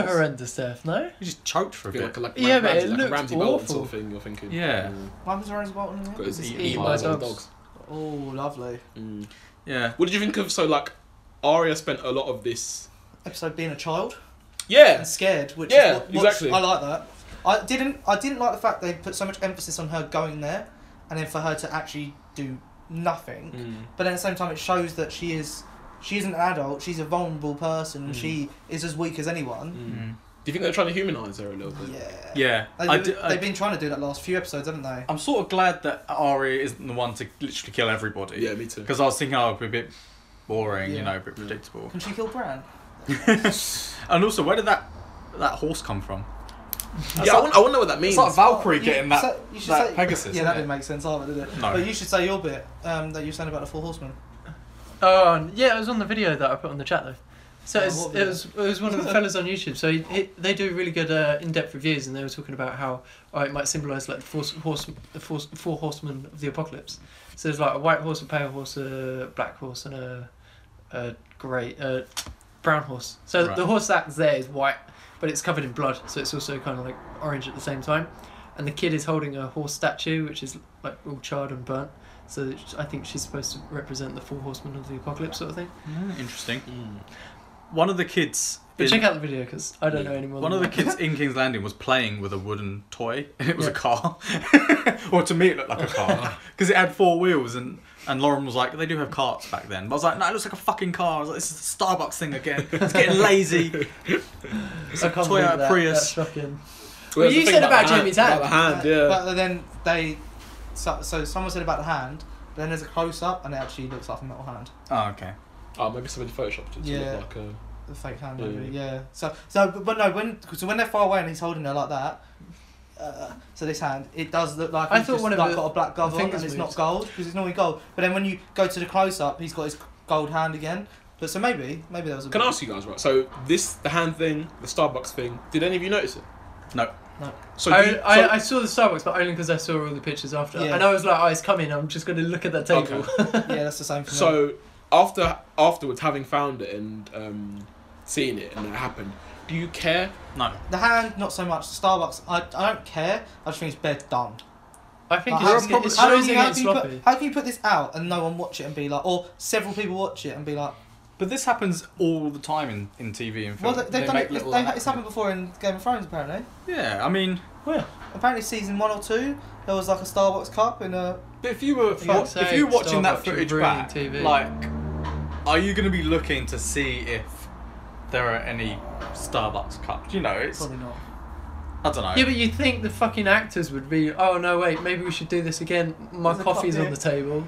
Speaker 4: horrendous
Speaker 1: horrendous.
Speaker 4: death, no?
Speaker 2: He just choked for a
Speaker 3: I feel
Speaker 2: bit.
Speaker 3: like, like,
Speaker 4: Yeah, but
Speaker 3: Ramsay,
Speaker 4: it
Speaker 3: like a
Speaker 4: looked
Speaker 3: Ramsay Bolton
Speaker 4: awful. Mm.
Speaker 3: sort of thing. You're thinking,
Speaker 2: Yeah.
Speaker 1: What happens to Ramsay Bolton in it?
Speaker 3: Got his
Speaker 1: Is it
Speaker 3: eaten
Speaker 4: eaten
Speaker 3: by
Speaker 4: by
Speaker 3: his own
Speaker 4: dogs.
Speaker 1: Oh, lovely.
Speaker 3: Mm.
Speaker 2: yeah.
Speaker 3: What did you think of so like Arya spent a lot of this?
Speaker 1: Episode being a child.
Speaker 3: Yeah,
Speaker 1: and scared, which
Speaker 3: Yeah,
Speaker 1: is what, what's-
Speaker 3: exactly.
Speaker 1: I like that. I didn't I didn't like the fact they put so much emphasis on her going there and then for her to actually do nothing.
Speaker 3: Mm.
Speaker 1: But at the same time it shows that she is she isn't an adult, she's a vulnerable person, and
Speaker 3: Mm.
Speaker 1: she is as weak as anyone.
Speaker 3: Mm.
Speaker 2: Mm.
Speaker 3: Do you think they're trying to humanize her a little bit?
Speaker 1: Yeah.
Speaker 2: Yeah.
Speaker 1: They,
Speaker 2: I
Speaker 1: have
Speaker 2: d- I-
Speaker 1: been trying to do that last few episodes, haven't they?
Speaker 2: I'm sort of glad that Arya isn't the one to literally kill everybody.
Speaker 3: Yeah, me too.
Speaker 2: Because I was thinking, oh, it'd be a bit boring,
Speaker 1: Yeah.
Speaker 2: you know, a bit
Speaker 3: Yeah.
Speaker 2: predictable.
Speaker 1: Can she kill Bran?
Speaker 2: and also, where did that that horse come from? That's
Speaker 3: yeah, I
Speaker 2: like-
Speaker 3: wonder, I wonder what that means.
Speaker 2: It's like Valkyrie
Speaker 1: Oh, You-
Speaker 2: getting that,
Speaker 1: so- you should
Speaker 2: that
Speaker 1: say-
Speaker 2: Pegasus.
Speaker 1: yeah,
Speaker 2: isn't
Speaker 1: that
Speaker 2: it?
Speaker 1: didn't make sense either, did it?
Speaker 2: No.
Speaker 1: But you should say your bit um, that you were saying about the Four Horsemen.
Speaker 4: Oh, yeah, it was on the video that I put on the chat, though. So
Speaker 1: Yeah,
Speaker 4: it's,
Speaker 1: what
Speaker 4: it was it was one of the fellas on YouTube. So he, he, they do really good uh, in depth reviews, and they were talking about how oh, it might symbolise like the four horse, the four, four horsemen of the apocalypse. So there's like a white horse, a pale horse, a black horse, and a, a grey, a brown horse. So
Speaker 2: Right.
Speaker 4: the horse that's there is white, but it's covered in blood, so it's also kind of like orange at the same time. And the kid is holding a horse statue, which is like all charred and burnt. So it's- I think she's supposed to represent the four horsemen of the apocalypse, sort of thing.
Speaker 2: Hmm, Interesting.
Speaker 3: Mm.
Speaker 2: One of the kids.
Speaker 4: But
Speaker 2: in-
Speaker 4: check out the video because I don't know anymore.
Speaker 2: One of the kids in King's Landing was playing with a wooden toy, and it was a
Speaker 4: Yeah.
Speaker 2: car. well, to me, it looked like a car because it had four wheels. And and Lauren was like, "They do have carts back then." But I was like, "No, it looks like a fucking car." I was like, "This is the Starbucks thing again. It's getting lazy."
Speaker 4: It's a
Speaker 2: Toyota Prius.
Speaker 4: That's shocking.
Speaker 3: Well,
Speaker 4: you said about Jamie's hand.
Speaker 3: About the
Speaker 2: Ah,
Speaker 3: hand, yeah.
Speaker 1: But then they, so, so someone said about the hand. but Then there's a close up, and it actually looks like a metal hand,
Speaker 2: Oh, okay.
Speaker 3: oh, maybe somebody photoshopped it to
Speaker 1: Yeah.
Speaker 3: look like uh, a.
Speaker 1: a fake hand.
Speaker 3: Yeah.
Speaker 1: Maybe. Yeah. So so but- but no when so when they're far away and he's holding her like that. Uh, so this hand, it does look like
Speaker 4: I
Speaker 1: he's
Speaker 4: thought
Speaker 1: just
Speaker 4: one of
Speaker 1: like
Speaker 4: the-
Speaker 1: got a black glove
Speaker 4: the
Speaker 1: on, and
Speaker 4: fingers
Speaker 1: it's not
Speaker 4: moved.
Speaker 1: gold because it's normally gold. But then when you go to the close up, he's got his gold hand again. But so maybe maybe there was a.
Speaker 3: Can I ask you guys, right? So this, the hand thing, the Starbucks thing. Did any of you notice it?
Speaker 2: No.
Speaker 1: No.
Speaker 3: So,
Speaker 4: I,
Speaker 3: do you, so-
Speaker 4: I, I saw the Starbucks, but only because I saw all the pictures after.
Speaker 1: Yeah.
Speaker 4: And I was like, oh, it's coming. I'm just going to look at that table.
Speaker 1: Yeah, that's the same for me.
Speaker 3: So after afterwards, having found it and um, seeing it and it happened, do you care?
Speaker 2: No.
Speaker 1: The hand, not so much. The Starbucks, I, I don't care. I just think it's bed dumb.
Speaker 4: I think
Speaker 1: Like,
Speaker 4: it's,
Speaker 1: how
Speaker 4: just
Speaker 1: can-
Speaker 4: it's
Speaker 1: how
Speaker 4: shows
Speaker 1: can you- how
Speaker 4: it's
Speaker 1: can you
Speaker 4: sloppy.
Speaker 1: put- How can you put this out and no one watch it and be like, or several people watch it and be like,
Speaker 2: But this happens all the time in, in TV and
Speaker 1: well,
Speaker 2: film.
Speaker 1: they, they've
Speaker 2: They
Speaker 1: done
Speaker 2: make
Speaker 1: it.
Speaker 2: little
Speaker 1: They,
Speaker 2: announcements.
Speaker 1: it's happened before in Game of Thrones, apparently.
Speaker 2: Yeah, I mean,
Speaker 3: Oh,
Speaker 1: Apparently, season one or two, there was like a Starbucks cup uh, in a.
Speaker 2: if you were
Speaker 4: For
Speaker 2: wa-
Speaker 4: fuck's
Speaker 2: if you were
Speaker 4: sake,
Speaker 2: watching that
Speaker 4: Starbucks are
Speaker 2: footage
Speaker 4: ruining
Speaker 2: back,
Speaker 4: TV.
Speaker 2: like, are you going to be looking to see if there are any Starbucks cups? You know, it's
Speaker 1: Probably not.
Speaker 2: I don't know.
Speaker 4: Yeah, but you'd think the fucking actors would be, oh, no, wait, maybe we should do this again. My
Speaker 1: There's a cup
Speaker 4: coffee's
Speaker 1: here.
Speaker 4: on the table.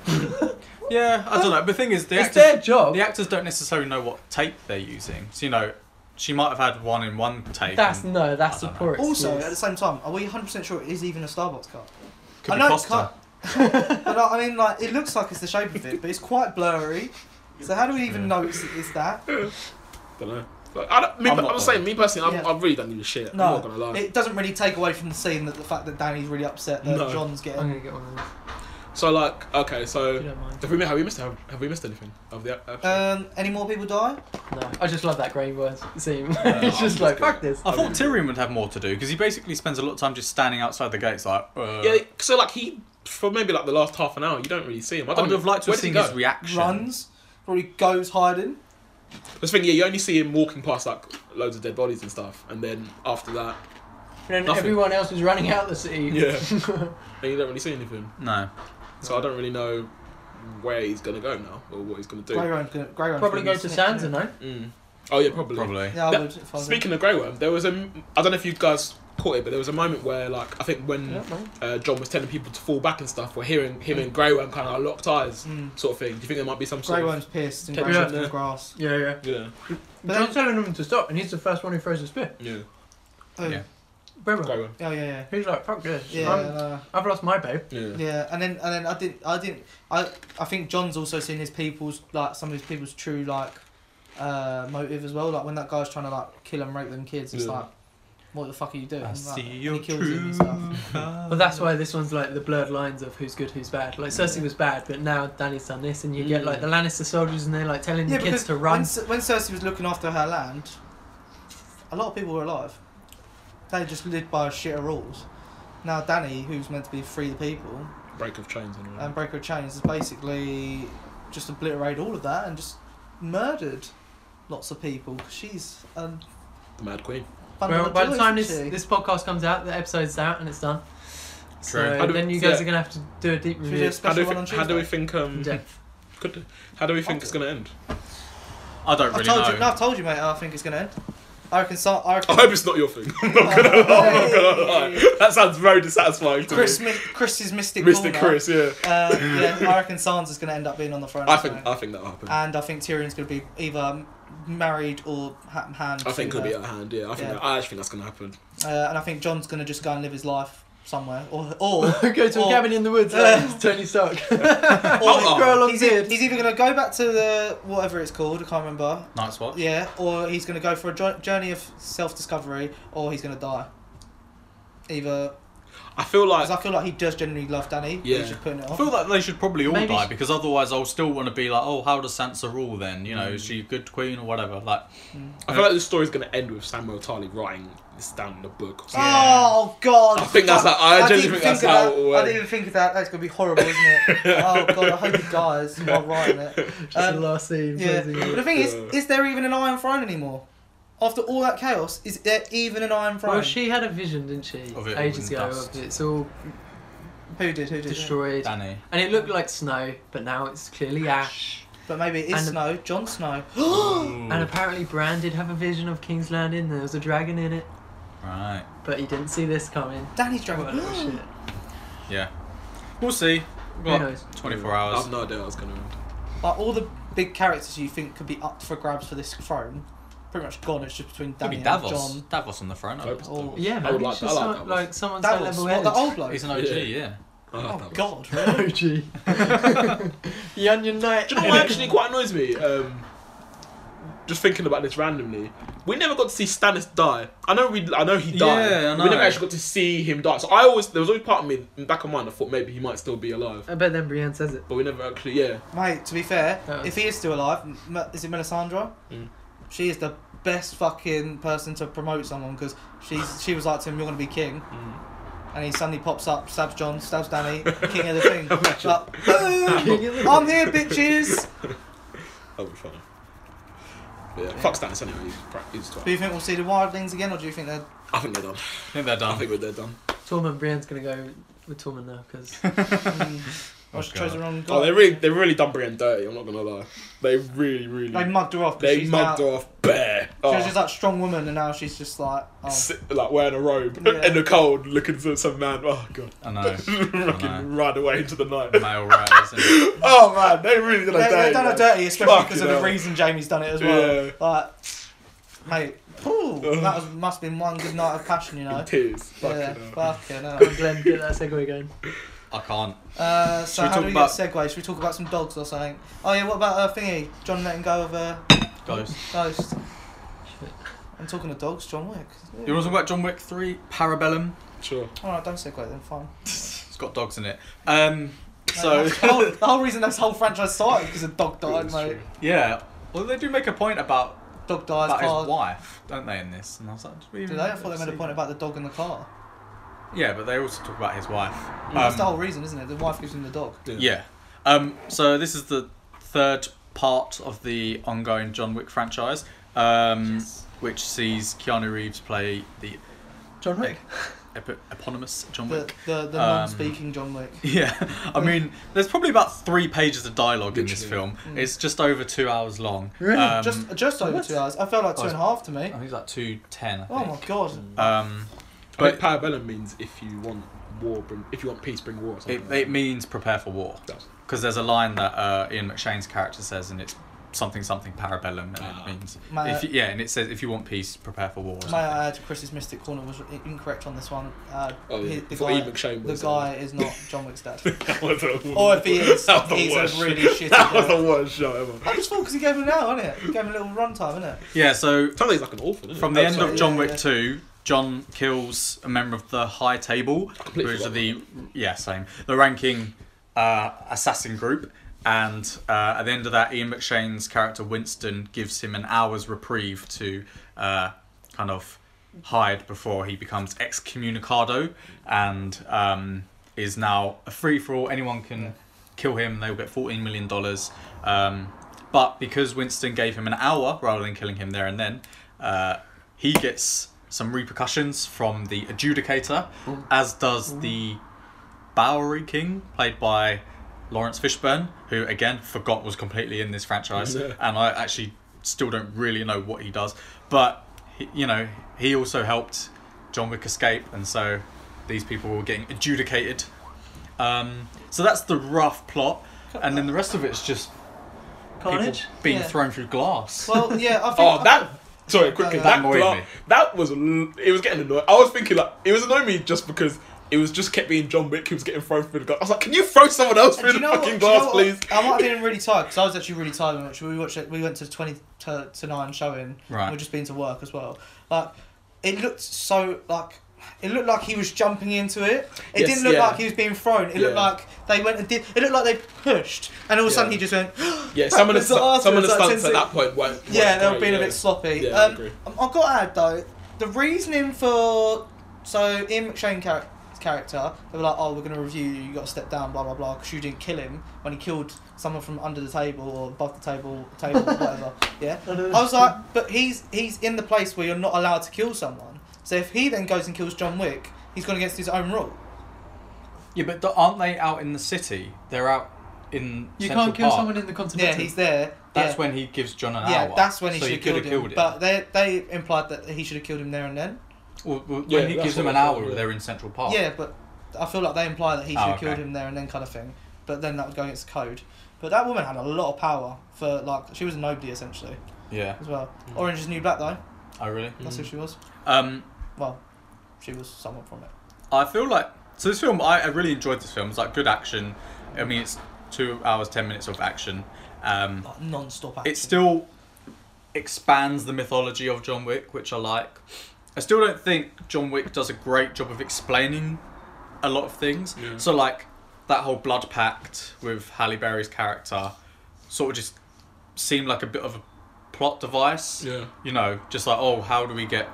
Speaker 2: Yeah, I don't know. But the thing is, the
Speaker 4: it's
Speaker 2: actors,
Speaker 4: their job.
Speaker 2: the actors don't necessarily know what tape they're using. So you know, she might have had one in one take.
Speaker 4: that's
Speaker 2: and
Speaker 4: no, that's
Speaker 2: I
Speaker 4: the
Speaker 2: don't
Speaker 4: poor
Speaker 1: Also,
Speaker 4: excuse.
Speaker 1: at the same time, are we 100% sure it is even a Starbucks cup?
Speaker 2: could
Speaker 1: I
Speaker 2: be
Speaker 1: know it
Speaker 2: Costa.
Speaker 1: can't- but like, I mean, like, it looks like it's the shape of it, but it's quite blurry. So, how do we even
Speaker 2: Yeah.
Speaker 1: know it's, it's that?
Speaker 3: Don't know. Like, I don't, me,
Speaker 2: I'm
Speaker 3: I'm,
Speaker 2: not
Speaker 3: I'm saying, me personally,
Speaker 1: Yeah.
Speaker 3: I, I really don't give a shit. I'm
Speaker 1: No,
Speaker 3: not gonna lie.
Speaker 1: it doesn't really take away from the scene that the fact that Danny's really upset that
Speaker 3: No.
Speaker 1: John's
Speaker 4: I'm
Speaker 1: getting.
Speaker 4: going to get one of those,
Speaker 3: so like, okay,
Speaker 4: if you
Speaker 3: so
Speaker 4: don't mind.
Speaker 3: have we have we missed have, have we missed anything of the episode?
Speaker 2: Uh,
Speaker 1: Um, any more people die?
Speaker 4: No, I just love that Grey Words scene.
Speaker 2: I'm
Speaker 4: it's just
Speaker 3: just
Speaker 4: like,
Speaker 3: gonna-
Speaker 4: fuck this.
Speaker 2: I thought Tyrion would have more to do because he basically spends a lot of time just standing outside the gates, like. Uh,
Speaker 3: yeah. So like he for maybe like the last half an hour, you don't really see him. I
Speaker 2: I
Speaker 3: don't
Speaker 2: would
Speaker 3: know-
Speaker 2: have liked to
Speaker 3: where
Speaker 2: have
Speaker 3: did he
Speaker 2: seen
Speaker 3: go?
Speaker 2: his reaction.
Speaker 1: Runs. Probably goes hiding.
Speaker 3: That's the thing, yeah, you only see him walking past like loads of dead bodies and stuff, and then after that,
Speaker 4: And then
Speaker 3: Nothing.
Speaker 4: everyone else was running out the city.
Speaker 3: Yeah. and you don't really see anything.
Speaker 2: No.
Speaker 3: So I don't really know where he's gonna go now or what he's gonna do.
Speaker 1: Grey Worm's gonna- Grey Worm's
Speaker 4: Probably
Speaker 1: gonna
Speaker 4: go to
Speaker 1: snitch,
Speaker 4: Sansa,
Speaker 1: isn't
Speaker 4: no?
Speaker 3: Mm. Oh yeah, probably.
Speaker 2: Probably.
Speaker 1: he? Yeah, I
Speaker 3: That-
Speaker 1: would. If I was
Speaker 3: Speaking of Grey Worm, there was a I don't know if you guys caught it, but there was a moment where like I think
Speaker 4: I
Speaker 3: when
Speaker 4: don't know.
Speaker 3: uh, John was telling people to fall back and stuff, we're hearing him and Grey Worm kind of locked eyes,
Speaker 1: Mm.
Speaker 3: sort of thing. Do you think there might be some sort
Speaker 1: Grey
Speaker 3: of
Speaker 1: Worm's pierced and
Speaker 3: Take
Speaker 1: Grey
Speaker 4: me
Speaker 1: Worm's
Speaker 3: out
Speaker 1: in the
Speaker 3: there.
Speaker 1: grass.
Speaker 4: Yeah, yeah.
Speaker 3: yeah,
Speaker 1: But
Speaker 4: John's telling him to stop, and he's the first one who throws a spear.
Speaker 3: yeah,
Speaker 1: Oh,
Speaker 2: Yeah.
Speaker 3: Grey
Speaker 4: Remember?
Speaker 3: Worm,
Speaker 1: Oh yeah, yeah.
Speaker 4: He's like, fuck this.
Speaker 1: Yeah, uh,
Speaker 4: I'm-
Speaker 1: no.
Speaker 4: I've lost my babe.
Speaker 3: yeah.
Speaker 1: yeah, and then and then I didn't, I didn't, I, I think John's also seen his people's like some of his people's true like, uh, motive as well. Like when that guy's trying to like kill and rape them kids, it's
Speaker 3: Yeah.
Speaker 1: like, what the fuck are you doing?
Speaker 2: I
Speaker 1: Like,
Speaker 2: see
Speaker 1: and he
Speaker 2: your
Speaker 1: kills him
Speaker 2: true.
Speaker 1: and stuff.
Speaker 4: But that's why this one's like the blurred lines of who's good, who's bad. Like Cersei was bad, but now Danny's done this, and you get like the Lannister soldiers, and they're like telling
Speaker 1: Yeah,
Speaker 4: the
Speaker 1: because
Speaker 4: kids to run.
Speaker 1: When, Cer- when Cersei was looking after her land, a lot of people were alive. They just lived by a shit of rules. Now Danny, who's meant to be free the people
Speaker 3: Break of chains and all that.
Speaker 1: and breaker of chains, has basically just obliterated all of that and just murdered lots of people. 'cause She's a
Speaker 3: the Mad Queen.
Speaker 1: bundle
Speaker 4: Well,
Speaker 1: of
Speaker 4: by
Speaker 1: joy,
Speaker 4: the time this,
Speaker 1: isn't she?
Speaker 4: this podcast comes out, the episode's out and it's done.
Speaker 2: True.
Speaker 4: So
Speaker 3: How do we-
Speaker 4: then you guys
Speaker 3: yeah.
Speaker 4: are gonna have to do a deep
Speaker 1: we
Speaker 4: review.
Speaker 1: just-
Speaker 3: How do, we
Speaker 1: Special one
Speaker 3: think,
Speaker 1: on
Speaker 3: how do we
Speaker 1: Tuesday.
Speaker 3: think? Um,
Speaker 4: Yeah.
Speaker 3: could, how do we think it's gonna end?
Speaker 2: I don't
Speaker 1: I
Speaker 2: really
Speaker 1: told
Speaker 2: know.
Speaker 1: you, no, I've told you, mate. I think it's gonna end. I reckon. So, I reckon
Speaker 3: I hope it's not your thing. I'm not gonna lie. I'm not gonna lie. That sounds very dissatisfying to
Speaker 1: Chris,
Speaker 3: me.
Speaker 1: Mi- Chris's mystic.
Speaker 3: Mr.
Speaker 1: Corner,
Speaker 3: Chris, yeah.
Speaker 1: Uh, yeah, I reckon Sansa's gonna end up being on the throne.
Speaker 3: I think
Speaker 1: so-
Speaker 3: I think that'll happen.
Speaker 1: and I think Tyrion's going to be either married or ha- hand.
Speaker 3: I think
Speaker 1: to
Speaker 3: it'll be
Speaker 1: her.
Speaker 3: out of hand. Yeah, I think
Speaker 1: Yeah.
Speaker 3: That, I actually think that's gonna happen.
Speaker 1: Uh, and I think John's going to just go and live his life somewhere, or or
Speaker 4: Go to
Speaker 1: or-
Speaker 4: a cabin in the woods, like it's Tony Stark.
Speaker 3: Hold
Speaker 4: Grow a
Speaker 3: on.
Speaker 4: long
Speaker 1: he's, e-
Speaker 4: beard.
Speaker 1: he's either gonna go back to the whatever it's called, I can't remember.
Speaker 2: Night's Watch.
Speaker 1: Yeah, or he's gonna go for a jo- journey of self-discovery, or he's gonna die. Either
Speaker 3: I feel like
Speaker 1: because I feel like he does genuinely love Danny. Yeah,
Speaker 3: Yeah.
Speaker 1: he's just putting it
Speaker 2: I
Speaker 1: off.
Speaker 2: feel like they should probably all
Speaker 4: Maybe
Speaker 2: die
Speaker 4: she-
Speaker 2: because otherwise I'll still want to be like, oh, how does Sansa rule then? You know, is she a good queen or whatever? Like,
Speaker 3: I feel like this story's gonna end with Samuel Tarly writing this down in a book. Or something.
Speaker 1: Oh God!
Speaker 3: I think that's how- I genuinely
Speaker 1: didn't
Speaker 3: think that's
Speaker 1: of
Speaker 3: how
Speaker 1: that.
Speaker 3: it went.
Speaker 1: I didn't even think of that. That's gonna be horrible, isn't it? oh God! I hope he dies while writing it.
Speaker 4: Just
Speaker 1: Um,
Speaker 4: the last scene.
Speaker 1: Yeah.
Speaker 4: closing
Speaker 1: But
Speaker 4: it.
Speaker 1: the thing is, is there even an Iron Throne anymore? After all that chaos, is there even an Iron Throne?
Speaker 4: Well, she had a vision, didn't she?
Speaker 2: Of it all
Speaker 4: Ages
Speaker 2: in
Speaker 4: ago,
Speaker 2: dust.
Speaker 4: of it's all
Speaker 1: who did? Who did?
Speaker 4: destroyed,
Speaker 2: Danny.
Speaker 4: and it looked like snow, but now it's clearly ash.
Speaker 1: But maybe it
Speaker 4: And-
Speaker 1: is Snow. Jon Snow.
Speaker 4: And apparently, Bran did have a vision of King's Landing. There was a dragon in it,
Speaker 2: Right.
Speaker 4: but he didn't see this coming.
Speaker 1: Danny's
Speaker 4: What a
Speaker 1: dragon.
Speaker 4: little shit.
Speaker 2: Yeah. We'll see. We've
Speaker 4: Who
Speaker 2: got
Speaker 4: knows?
Speaker 2: 24 hours.
Speaker 3: I've no idea what's gonna end.
Speaker 1: like all the big characters you think could be up for grabs for this throne, pretty much gone. It's just between
Speaker 2: Could
Speaker 1: Danny
Speaker 2: be
Speaker 1: and
Speaker 2: Davos.
Speaker 1: John.
Speaker 2: Davos on the throne.
Speaker 3: I hope it's
Speaker 1: Oh,
Speaker 3: Davos.
Speaker 4: Yeah,
Speaker 3: I
Speaker 4: man.
Speaker 3: would
Speaker 4: Like,
Speaker 3: like, I
Speaker 4: just
Speaker 3: like
Speaker 4: like,
Speaker 3: Davos.
Speaker 4: like someone's so
Speaker 1: Davos, what the
Speaker 4: level-headed.
Speaker 1: old bloke?
Speaker 2: Oh, He's an OG,
Speaker 3: Yeah.
Speaker 2: yeah.
Speaker 3: I like
Speaker 1: Oh
Speaker 3: Davos.
Speaker 1: God! really?
Speaker 4: OG. Yan Unite.
Speaker 3: Do you know what actually quite annoys me? Um, just thinking about this randomly, we never got to see Stannis die. I know we, I know he died.
Speaker 2: Yeah, I
Speaker 3: We never
Speaker 2: know.
Speaker 3: actually got to see him die. So I always, there was always part of me in the back of mind. I thought maybe he might still be alive,
Speaker 4: I bet then Brienne says it.
Speaker 3: but we never actually. Yeah,
Speaker 1: Mate, to be fair,
Speaker 4: Uh-uh.
Speaker 1: if he is still alive, M- is it Melisandre?
Speaker 3: Mm.
Speaker 1: She is the best fucking person to promote someone because she's she was like to him, "You're gonna be king," and he suddenly pops up, stabs John, stabs Danny, king of the thing. Like,
Speaker 4: King of the-
Speaker 1: "Boom! I'm here, bitches.
Speaker 3: that would be funny. But yeah, fuck Stannis anyway. He's, pra- he's twat.
Speaker 1: Do you think we'll see the wildlings again, or do you think they're
Speaker 3: I think they're done.
Speaker 2: I think they're done.
Speaker 3: I think we're they're done.
Speaker 4: Tormund Brienne's gonna go with Tormund now because
Speaker 1: mm,
Speaker 2: Oh,
Speaker 1: I chose the
Speaker 2: God.
Speaker 1: wrong guy?
Speaker 3: Oh, they really, they really done Brienne dirty. I'm not gonna lie. They really, really,
Speaker 1: They
Speaker 3: they,
Speaker 1: mugged her off. 'cause she's
Speaker 3: mugged
Speaker 1: now,
Speaker 3: her off bare. Oh.
Speaker 1: She was just that strong woman, and now she's just like, oh,
Speaker 3: sit- like wearing a robe
Speaker 1: Yeah.
Speaker 3: in the cold, looking for some man. Oh god,
Speaker 2: I know.
Speaker 3: fucking ride away into the night.
Speaker 2: Male riders. And...
Speaker 3: Oh man, they really done
Speaker 1: they,
Speaker 3: a dirty.
Speaker 1: they've done her
Speaker 3: man.
Speaker 1: dirty, especially
Speaker 3: Fucking
Speaker 1: because of the
Speaker 3: hell.
Speaker 1: reason Jamie's done it as well.
Speaker 3: Yeah.
Speaker 1: Like, mate, whew, that was, must have been one good night of passion, you know.
Speaker 3: In tears. Fucking
Speaker 1: Yeah,
Speaker 3: hell.
Speaker 1: fucking hell.
Speaker 4: Glenn get that segue going.
Speaker 2: I can't.
Speaker 1: Uh,
Speaker 2: Should
Speaker 1: so
Speaker 2: we
Speaker 1: how
Speaker 2: talk
Speaker 1: do we
Speaker 2: about-
Speaker 1: get segue? Should we talk about some dogs or something? Oh yeah, what about uh, thingy? John letting go of a
Speaker 2: Ghost.
Speaker 1: ghost. I'm talking of dogs, John Wick.
Speaker 2: You want to talk about John Wick 3? Parabellum.
Speaker 3: Sure.
Speaker 1: All right, don't segue then. Fine.
Speaker 2: It's got dogs in it. Um,
Speaker 1: Mate,
Speaker 2: so,
Speaker 1: that's the, whole, the whole reason this whole franchise started because a dog died,
Speaker 3: That's
Speaker 1: mate.
Speaker 3: true.
Speaker 2: yeah. Well, they do make a point about,
Speaker 1: Dog dies.
Speaker 2: about
Speaker 1: car-
Speaker 2: his wife, don't they, in this? And I was like, did we
Speaker 1: Do
Speaker 2: even
Speaker 1: they? I thought they made a
Speaker 2: see
Speaker 1: point
Speaker 2: that?
Speaker 1: about the dog and the car.
Speaker 2: Yeah, but they also talk about his wife.
Speaker 1: That's the
Speaker 2: Um,
Speaker 1: whole reason, isn't it? The wife gives him the dog.
Speaker 2: Yeah. Um, so this is the third part of the ongoing John Wick franchise, um, which sees Keanu Reeves play the
Speaker 4: John Wick.
Speaker 2: ep- eponymous John
Speaker 1: The
Speaker 2: Wick.
Speaker 1: the, the
Speaker 2: Um,
Speaker 1: non-speaking John Wick.
Speaker 2: Yeah, I mean, there's probably about three pages of dialogue in this
Speaker 3: Literally.
Speaker 2: film. It's just over two hours long.
Speaker 4: Really?
Speaker 2: Um,
Speaker 1: just just over
Speaker 4: what?
Speaker 1: two hours. I felt like
Speaker 2: Oh,
Speaker 1: two and a half to me.
Speaker 2: I think it's like two ten. I
Speaker 1: Oh my
Speaker 2: think.
Speaker 1: god.
Speaker 2: Um,
Speaker 3: But
Speaker 2: but
Speaker 3: parabellum means if you want war, bring, if you want peace, bring war. Or something
Speaker 2: it,
Speaker 3: like
Speaker 2: it
Speaker 3: that.
Speaker 2: means prepare for war
Speaker 3: That's-
Speaker 2: because there's a line that uh, Ian McShane's character says, and it's something something parabellum, and
Speaker 3: Ah.
Speaker 2: it means
Speaker 1: My- uh,
Speaker 2: if you- yeah, and it says if you want peace, prepare for war. Or
Speaker 1: May
Speaker 2: something.
Speaker 1: I add, Chris's Mystic Corner was i- incorrect on this one. Uh,
Speaker 3: Oh, yeah.
Speaker 1: he- the
Speaker 3: For
Speaker 1: guy,
Speaker 3: Ian McShane
Speaker 1: the
Speaker 3: was,
Speaker 1: guy is not John Wick's dad.
Speaker 3: That was the
Speaker 1: or if he is,
Speaker 3: that was the
Speaker 1: he's
Speaker 3: worst
Speaker 1: a really
Speaker 3: shit. That
Speaker 1: shitty
Speaker 3: was
Speaker 1: guy.
Speaker 3: the worst show ever.
Speaker 1: I just thought because he gave him an hour, innit? He gave him a little runtime, innit?
Speaker 2: Yeah, so
Speaker 3: Something's like an orphan. Isn't
Speaker 2: From
Speaker 3: it?
Speaker 2: the
Speaker 3: Oh,
Speaker 2: end
Speaker 3: sorry.
Speaker 2: of John
Speaker 1: Yeah,
Speaker 2: Wick
Speaker 1: yeah.
Speaker 2: 2, John kills a member of the High Table, who
Speaker 3: completely
Speaker 2: is
Speaker 3: forgot
Speaker 2: the yeah same the ranking uh, assassin group. And uh, at the end of that, Ian McShane's character Winston gives him an hour's reprieve to uh, kind of hide before he becomes excommunicado and um, is now a free for all. Anyone can kill him, they will get $14 million. Um, but because Winston gave him an hour rather than killing him there and then, uh, he gets some repercussions from the adjudicator, as does the Bowery King, played by Lawrence Fishburne, who again forgot was completely in this franchise,
Speaker 3: Yeah.
Speaker 2: and I actually still don't really know what he does. But he, you know, he also helped John Wick escape, and so these people were getting adjudicated. Um, so that's the rough plot, and then the rest of it's just
Speaker 4: Carnage.
Speaker 2: people being
Speaker 1: Yeah.
Speaker 2: thrown through glass.
Speaker 1: Well, yeah, I think.
Speaker 3: Oh, that. Sorry, quickly.
Speaker 1: That
Speaker 3: That,
Speaker 2: annoyed
Speaker 3: gla-
Speaker 2: me.
Speaker 3: that was. l- It was getting annoying. I was thinking like it was annoying me just because it was just kept being John Wick who was getting thrown through the glass. I was like, can you throw someone else
Speaker 1: And
Speaker 3: through
Speaker 1: Uh, do
Speaker 3: the
Speaker 1: you know what-
Speaker 3: fucking
Speaker 1: do you know
Speaker 3: glass,
Speaker 1: what-
Speaker 3: please?
Speaker 1: I might have been really tired because I was actually really tired. When we watched it. we watched it. We went to twenty to, to nine showing.
Speaker 2: Right.
Speaker 1: We'd just been to work as well. Like it looked so like. It looked like he was jumping into it. It
Speaker 3: Yes,
Speaker 1: didn't look
Speaker 3: yeah.
Speaker 1: like he was being thrown. It looked
Speaker 3: Yeah.
Speaker 1: like they went and did. It looked like they pushed, and all of a sudden
Speaker 3: Yeah.
Speaker 1: he just went.
Speaker 3: Yeah, some of the
Speaker 1: backwards
Speaker 3: stu- some of the
Speaker 1: afterwards, like,
Speaker 3: stunts at
Speaker 1: since it-
Speaker 3: that point weren't. weren't
Speaker 1: Yeah, they were
Speaker 3: great,
Speaker 1: being a
Speaker 3: yeah.
Speaker 1: bit sloppy.
Speaker 3: Yeah, I
Speaker 1: um,
Speaker 3: agree.
Speaker 1: I- I've got to add though, the reasoning for so Ian McShane char- character, they were like, oh, we're going to review you. You got to step down, blah blah blah, because you didn't kill him when he killed someone from under the table or above the table, table whatever. Yeah, I was like, but he's he's in the place where you're not allowed to kill someone. So if he then goes and kills John Wick, he's gone against his own rule.
Speaker 2: Yeah, but th- aren't they out in the city? They're out in.
Speaker 4: You
Speaker 2: Central
Speaker 4: can't kill
Speaker 2: Park.
Speaker 4: someone in the
Speaker 1: Yeah,
Speaker 4: continental.
Speaker 1: he's there.
Speaker 2: That's
Speaker 1: yeah.
Speaker 2: when he gives John an
Speaker 1: Yeah,
Speaker 2: hour.
Speaker 1: that's when he
Speaker 2: so
Speaker 1: should
Speaker 2: you
Speaker 1: have killed,
Speaker 2: could have killed
Speaker 1: him.
Speaker 2: him.
Speaker 1: But they they implied that he should have killed him there and then.
Speaker 2: Well, well, when
Speaker 3: Yeah,
Speaker 2: he
Speaker 3: that's
Speaker 2: gives them
Speaker 3: what
Speaker 2: an
Speaker 3: I
Speaker 2: hour,
Speaker 3: thought, yeah.
Speaker 2: they're in Central Park.
Speaker 1: Yeah, but I feel like they imply that he
Speaker 2: Oh,
Speaker 1: should have killed
Speaker 2: okay.
Speaker 1: him there and then kind of thing. But then that would go against the code. But that woman had a lot of power for like she was a nobody essentially
Speaker 2: Yeah.
Speaker 1: as well.
Speaker 2: Hmm.
Speaker 3: Mm.
Speaker 1: Orange is the New Black though.
Speaker 2: Oh, really?
Speaker 1: That's who she was.
Speaker 2: Um,
Speaker 1: Well, she was someone from it.
Speaker 2: I feel like so this film. I, I really enjoyed this film. It's like good action. I mean, it's two hours ten minutes of action. Um,
Speaker 1: Like non-stop action.
Speaker 2: it still expands the mythology of John Wick, which I like. I still don't think John Wick does a great job of explaining a lot of things.
Speaker 3: Yeah.
Speaker 2: So like that whole blood pact with Halle Berry's character sort of just seemed like a bit of a plot device.
Speaker 3: Yeah.
Speaker 2: You know, just like oh, how do we get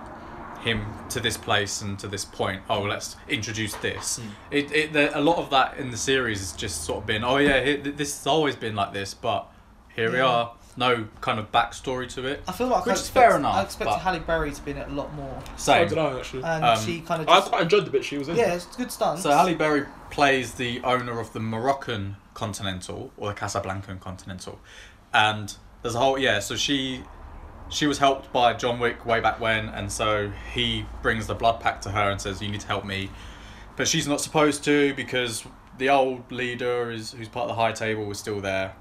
Speaker 2: him to this place and to this point? Oh, let's introduce this.
Speaker 1: Hmm.
Speaker 2: It, it there, a lot of that in the series has just sort of been oh yeah, here, th- this has always been like this, but here we
Speaker 1: Yeah.
Speaker 2: are. No kind of backstory to it.
Speaker 1: I feel like
Speaker 2: Which
Speaker 1: I
Speaker 2: is
Speaker 1: expect-
Speaker 2: fair enough,
Speaker 1: I expected
Speaker 2: but-
Speaker 1: Halle Berry to be in it a lot more,
Speaker 3: So
Speaker 2: Same.
Speaker 3: did I actually.
Speaker 1: and
Speaker 2: Um,
Speaker 1: she kind of
Speaker 3: I
Speaker 1: just
Speaker 3: quite enjoyed the bit she was in.
Speaker 1: Uh, yeah, it's good stunts.
Speaker 2: So Halle Berry plays the owner of the Moroccan Continental or the Casablancan Continental, and there's a whole yeah. So she she was helped by John Wick way back when, and so he brings the blood pack to her and says, "You need to help me," but she's not supposed to because the old leader is who's part of the High Table was still there,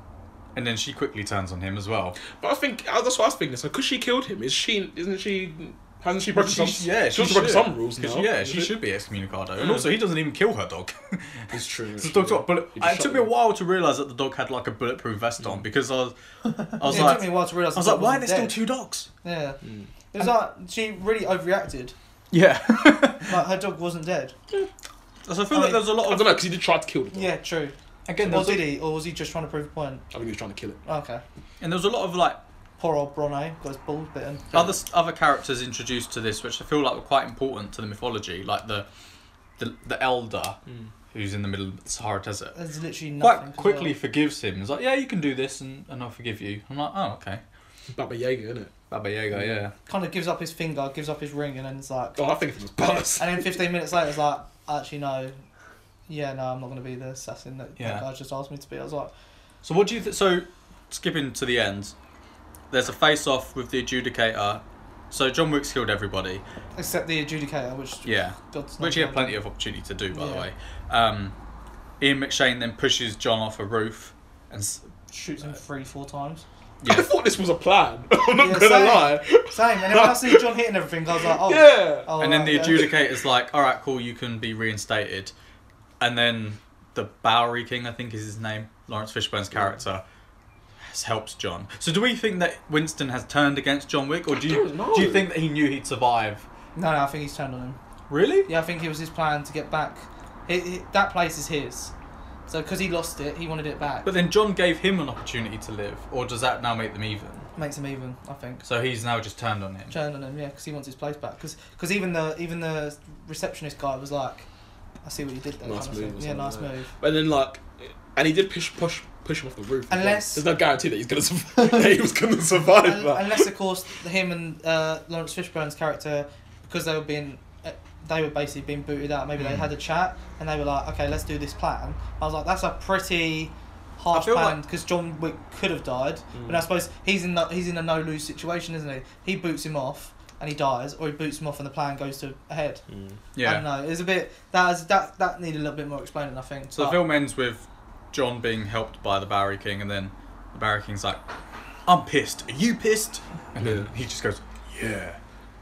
Speaker 2: and then she quickly turns on him as well.
Speaker 3: But I think uh, that's what I was thinking. So, because she killed him, is she? Isn't she? Hasn't she broken some?
Speaker 2: yeah,
Speaker 3: she's broken some rules now.
Speaker 2: Yeah,
Speaker 3: is
Speaker 2: she
Speaker 3: it?
Speaker 2: should be excommunicado, and
Speaker 3: Yeah.
Speaker 2: also he doesn't even kill her dog.
Speaker 3: It's true.
Speaker 2: So the dog's got a bullet.
Speaker 3: He just
Speaker 2: It
Speaker 3: shot
Speaker 2: took
Speaker 3: Mm.
Speaker 2: me a
Speaker 3: him.
Speaker 2: while to realise that the dog had like a bulletproof vest on because I was, I was
Speaker 1: Yeah, it
Speaker 2: like,
Speaker 1: took me
Speaker 2: I
Speaker 1: a while to realise.
Speaker 2: was
Speaker 1: the
Speaker 2: like,
Speaker 1: dog
Speaker 2: why are there
Speaker 1: wasn't
Speaker 2: still
Speaker 1: dead.
Speaker 2: two dogs?
Speaker 1: Yeah, it was like she really overreacted.
Speaker 2: Yeah.
Speaker 1: Like her dog wasn't dead.
Speaker 2: so I feel
Speaker 1: I
Speaker 2: like
Speaker 1: mean-
Speaker 2: there's a
Speaker 3: I
Speaker 2: lot
Speaker 3: don't
Speaker 2: of
Speaker 3: know because he did try to kill the dog.
Speaker 1: Yeah, true.
Speaker 2: again,
Speaker 1: or
Speaker 2: there's
Speaker 1: did
Speaker 2: a,
Speaker 1: he? Or was he just trying to prove a point?
Speaker 3: I think he was trying to kill it.
Speaker 1: Okay.
Speaker 2: and there's a lot of like
Speaker 1: Poor old Bronny got his balls bitten.
Speaker 2: other other characters introduced to this, which I feel like were quite important to the mythology, like the the the elder
Speaker 3: Hmm.
Speaker 2: who's in the middle of the Sahara Desert.
Speaker 1: There's literally nothing.
Speaker 2: Quite
Speaker 1: as
Speaker 2: quickly
Speaker 1: well.
Speaker 2: forgives him. He's like, yeah, you can do this, and, and I'll forgive you. I'm like, oh, okay.
Speaker 3: Baba Yaga, isn't it?
Speaker 2: Baba Yaga, yeah.
Speaker 1: Kind of gives up his finger, gives up his ring, and then it's like.
Speaker 3: Oh, I think it was
Speaker 1: And
Speaker 3: Buzz.
Speaker 1: then- and then 15 minutes later, it's like, actually, no. Yeah, no, I'm not going to be the assassin that
Speaker 2: Yeah.
Speaker 1: that guy just asked me to be. I was like,
Speaker 2: So what do you think? So skipping to the end, there's a face-off with the adjudicator. So John Wick's killed everybody.
Speaker 1: except the adjudicator, which.
Speaker 2: Yeah,
Speaker 1: God's
Speaker 2: which he
Speaker 1: knows
Speaker 2: had
Speaker 1: why.
Speaker 2: plenty of opportunity to do, by the
Speaker 1: Yeah.
Speaker 2: way. Um, Ian McShane then pushes John off a roof, and s-
Speaker 1: Shoots him three, four times.
Speaker 3: I
Speaker 2: yeah,
Speaker 3: thought this was a plan. I'm not
Speaker 1: Yeah,
Speaker 3: gonna
Speaker 1: same.
Speaker 3: lie.
Speaker 1: Same. And then when I see John hitting everything, I was like, oh.
Speaker 3: Yeah.
Speaker 1: oh,
Speaker 2: and then
Speaker 1: right,
Speaker 2: the
Speaker 1: yeah.
Speaker 2: adjudicator's like, "All right, cool, you can be reinstated," and then the Bowery King, I think is his name, Lawrence Fishburne's character. has- Helps John. So, do we think that Winston has turned against John Wick, or do you
Speaker 3: don't know.
Speaker 2: do you think that he knew he'd survive?
Speaker 1: No, no, I think he's turned on him.
Speaker 2: Really?
Speaker 1: Yeah, I think it was his plan to get back. He, he- that place is his. So, because he lost it, he wanted it back.
Speaker 2: But then John gave him an opportunity to live, or does that now make them even?
Speaker 1: Makes him even, I think.
Speaker 2: So he's now just turned on him.
Speaker 1: turned on him, yeah, because he wants his place back. Because even the even the receptionist guy was like, "I see what you did there."
Speaker 3: Nice
Speaker 1: kind of
Speaker 3: move
Speaker 1: thing.
Speaker 3: or
Speaker 1: Yeah,
Speaker 3: something,
Speaker 1: nice
Speaker 3: yeah.
Speaker 1: move.
Speaker 3: And then like, and he did push push push him off the roof. as well.
Speaker 1: Unless-
Speaker 3: there's no guarantee that he's gonna survive. that he was gonna survive
Speaker 1: Un-
Speaker 3: that.
Speaker 1: Unless of course him and uh, Lawrence Fishburne's character, because they were being, uh, they were basically being booted out. Maybe they
Speaker 3: Hmm.
Speaker 2: Mm.
Speaker 1: had a chat and they were like, "Okay, let's do this plan." I was like, "That's a pretty." Harsh
Speaker 2: feel
Speaker 1: plan because John Wick could have died,
Speaker 3: Hmm.
Speaker 1: but I suppose he's in the, he's in a no lose situation, isn't he? He boots him off and he dies, or he boots him off and the plan goes to ahead. I don't
Speaker 3: uh,
Speaker 2: Yeah.
Speaker 1: know. It was a bit that was, that that needed a little bit more explaining. I think.
Speaker 2: So the
Speaker 1: But-
Speaker 2: film ends with John being helped by the Bowery King, and then the Bowery King's like, "I'm pissed. Are you pissed?" And then he just goes, "Yeah."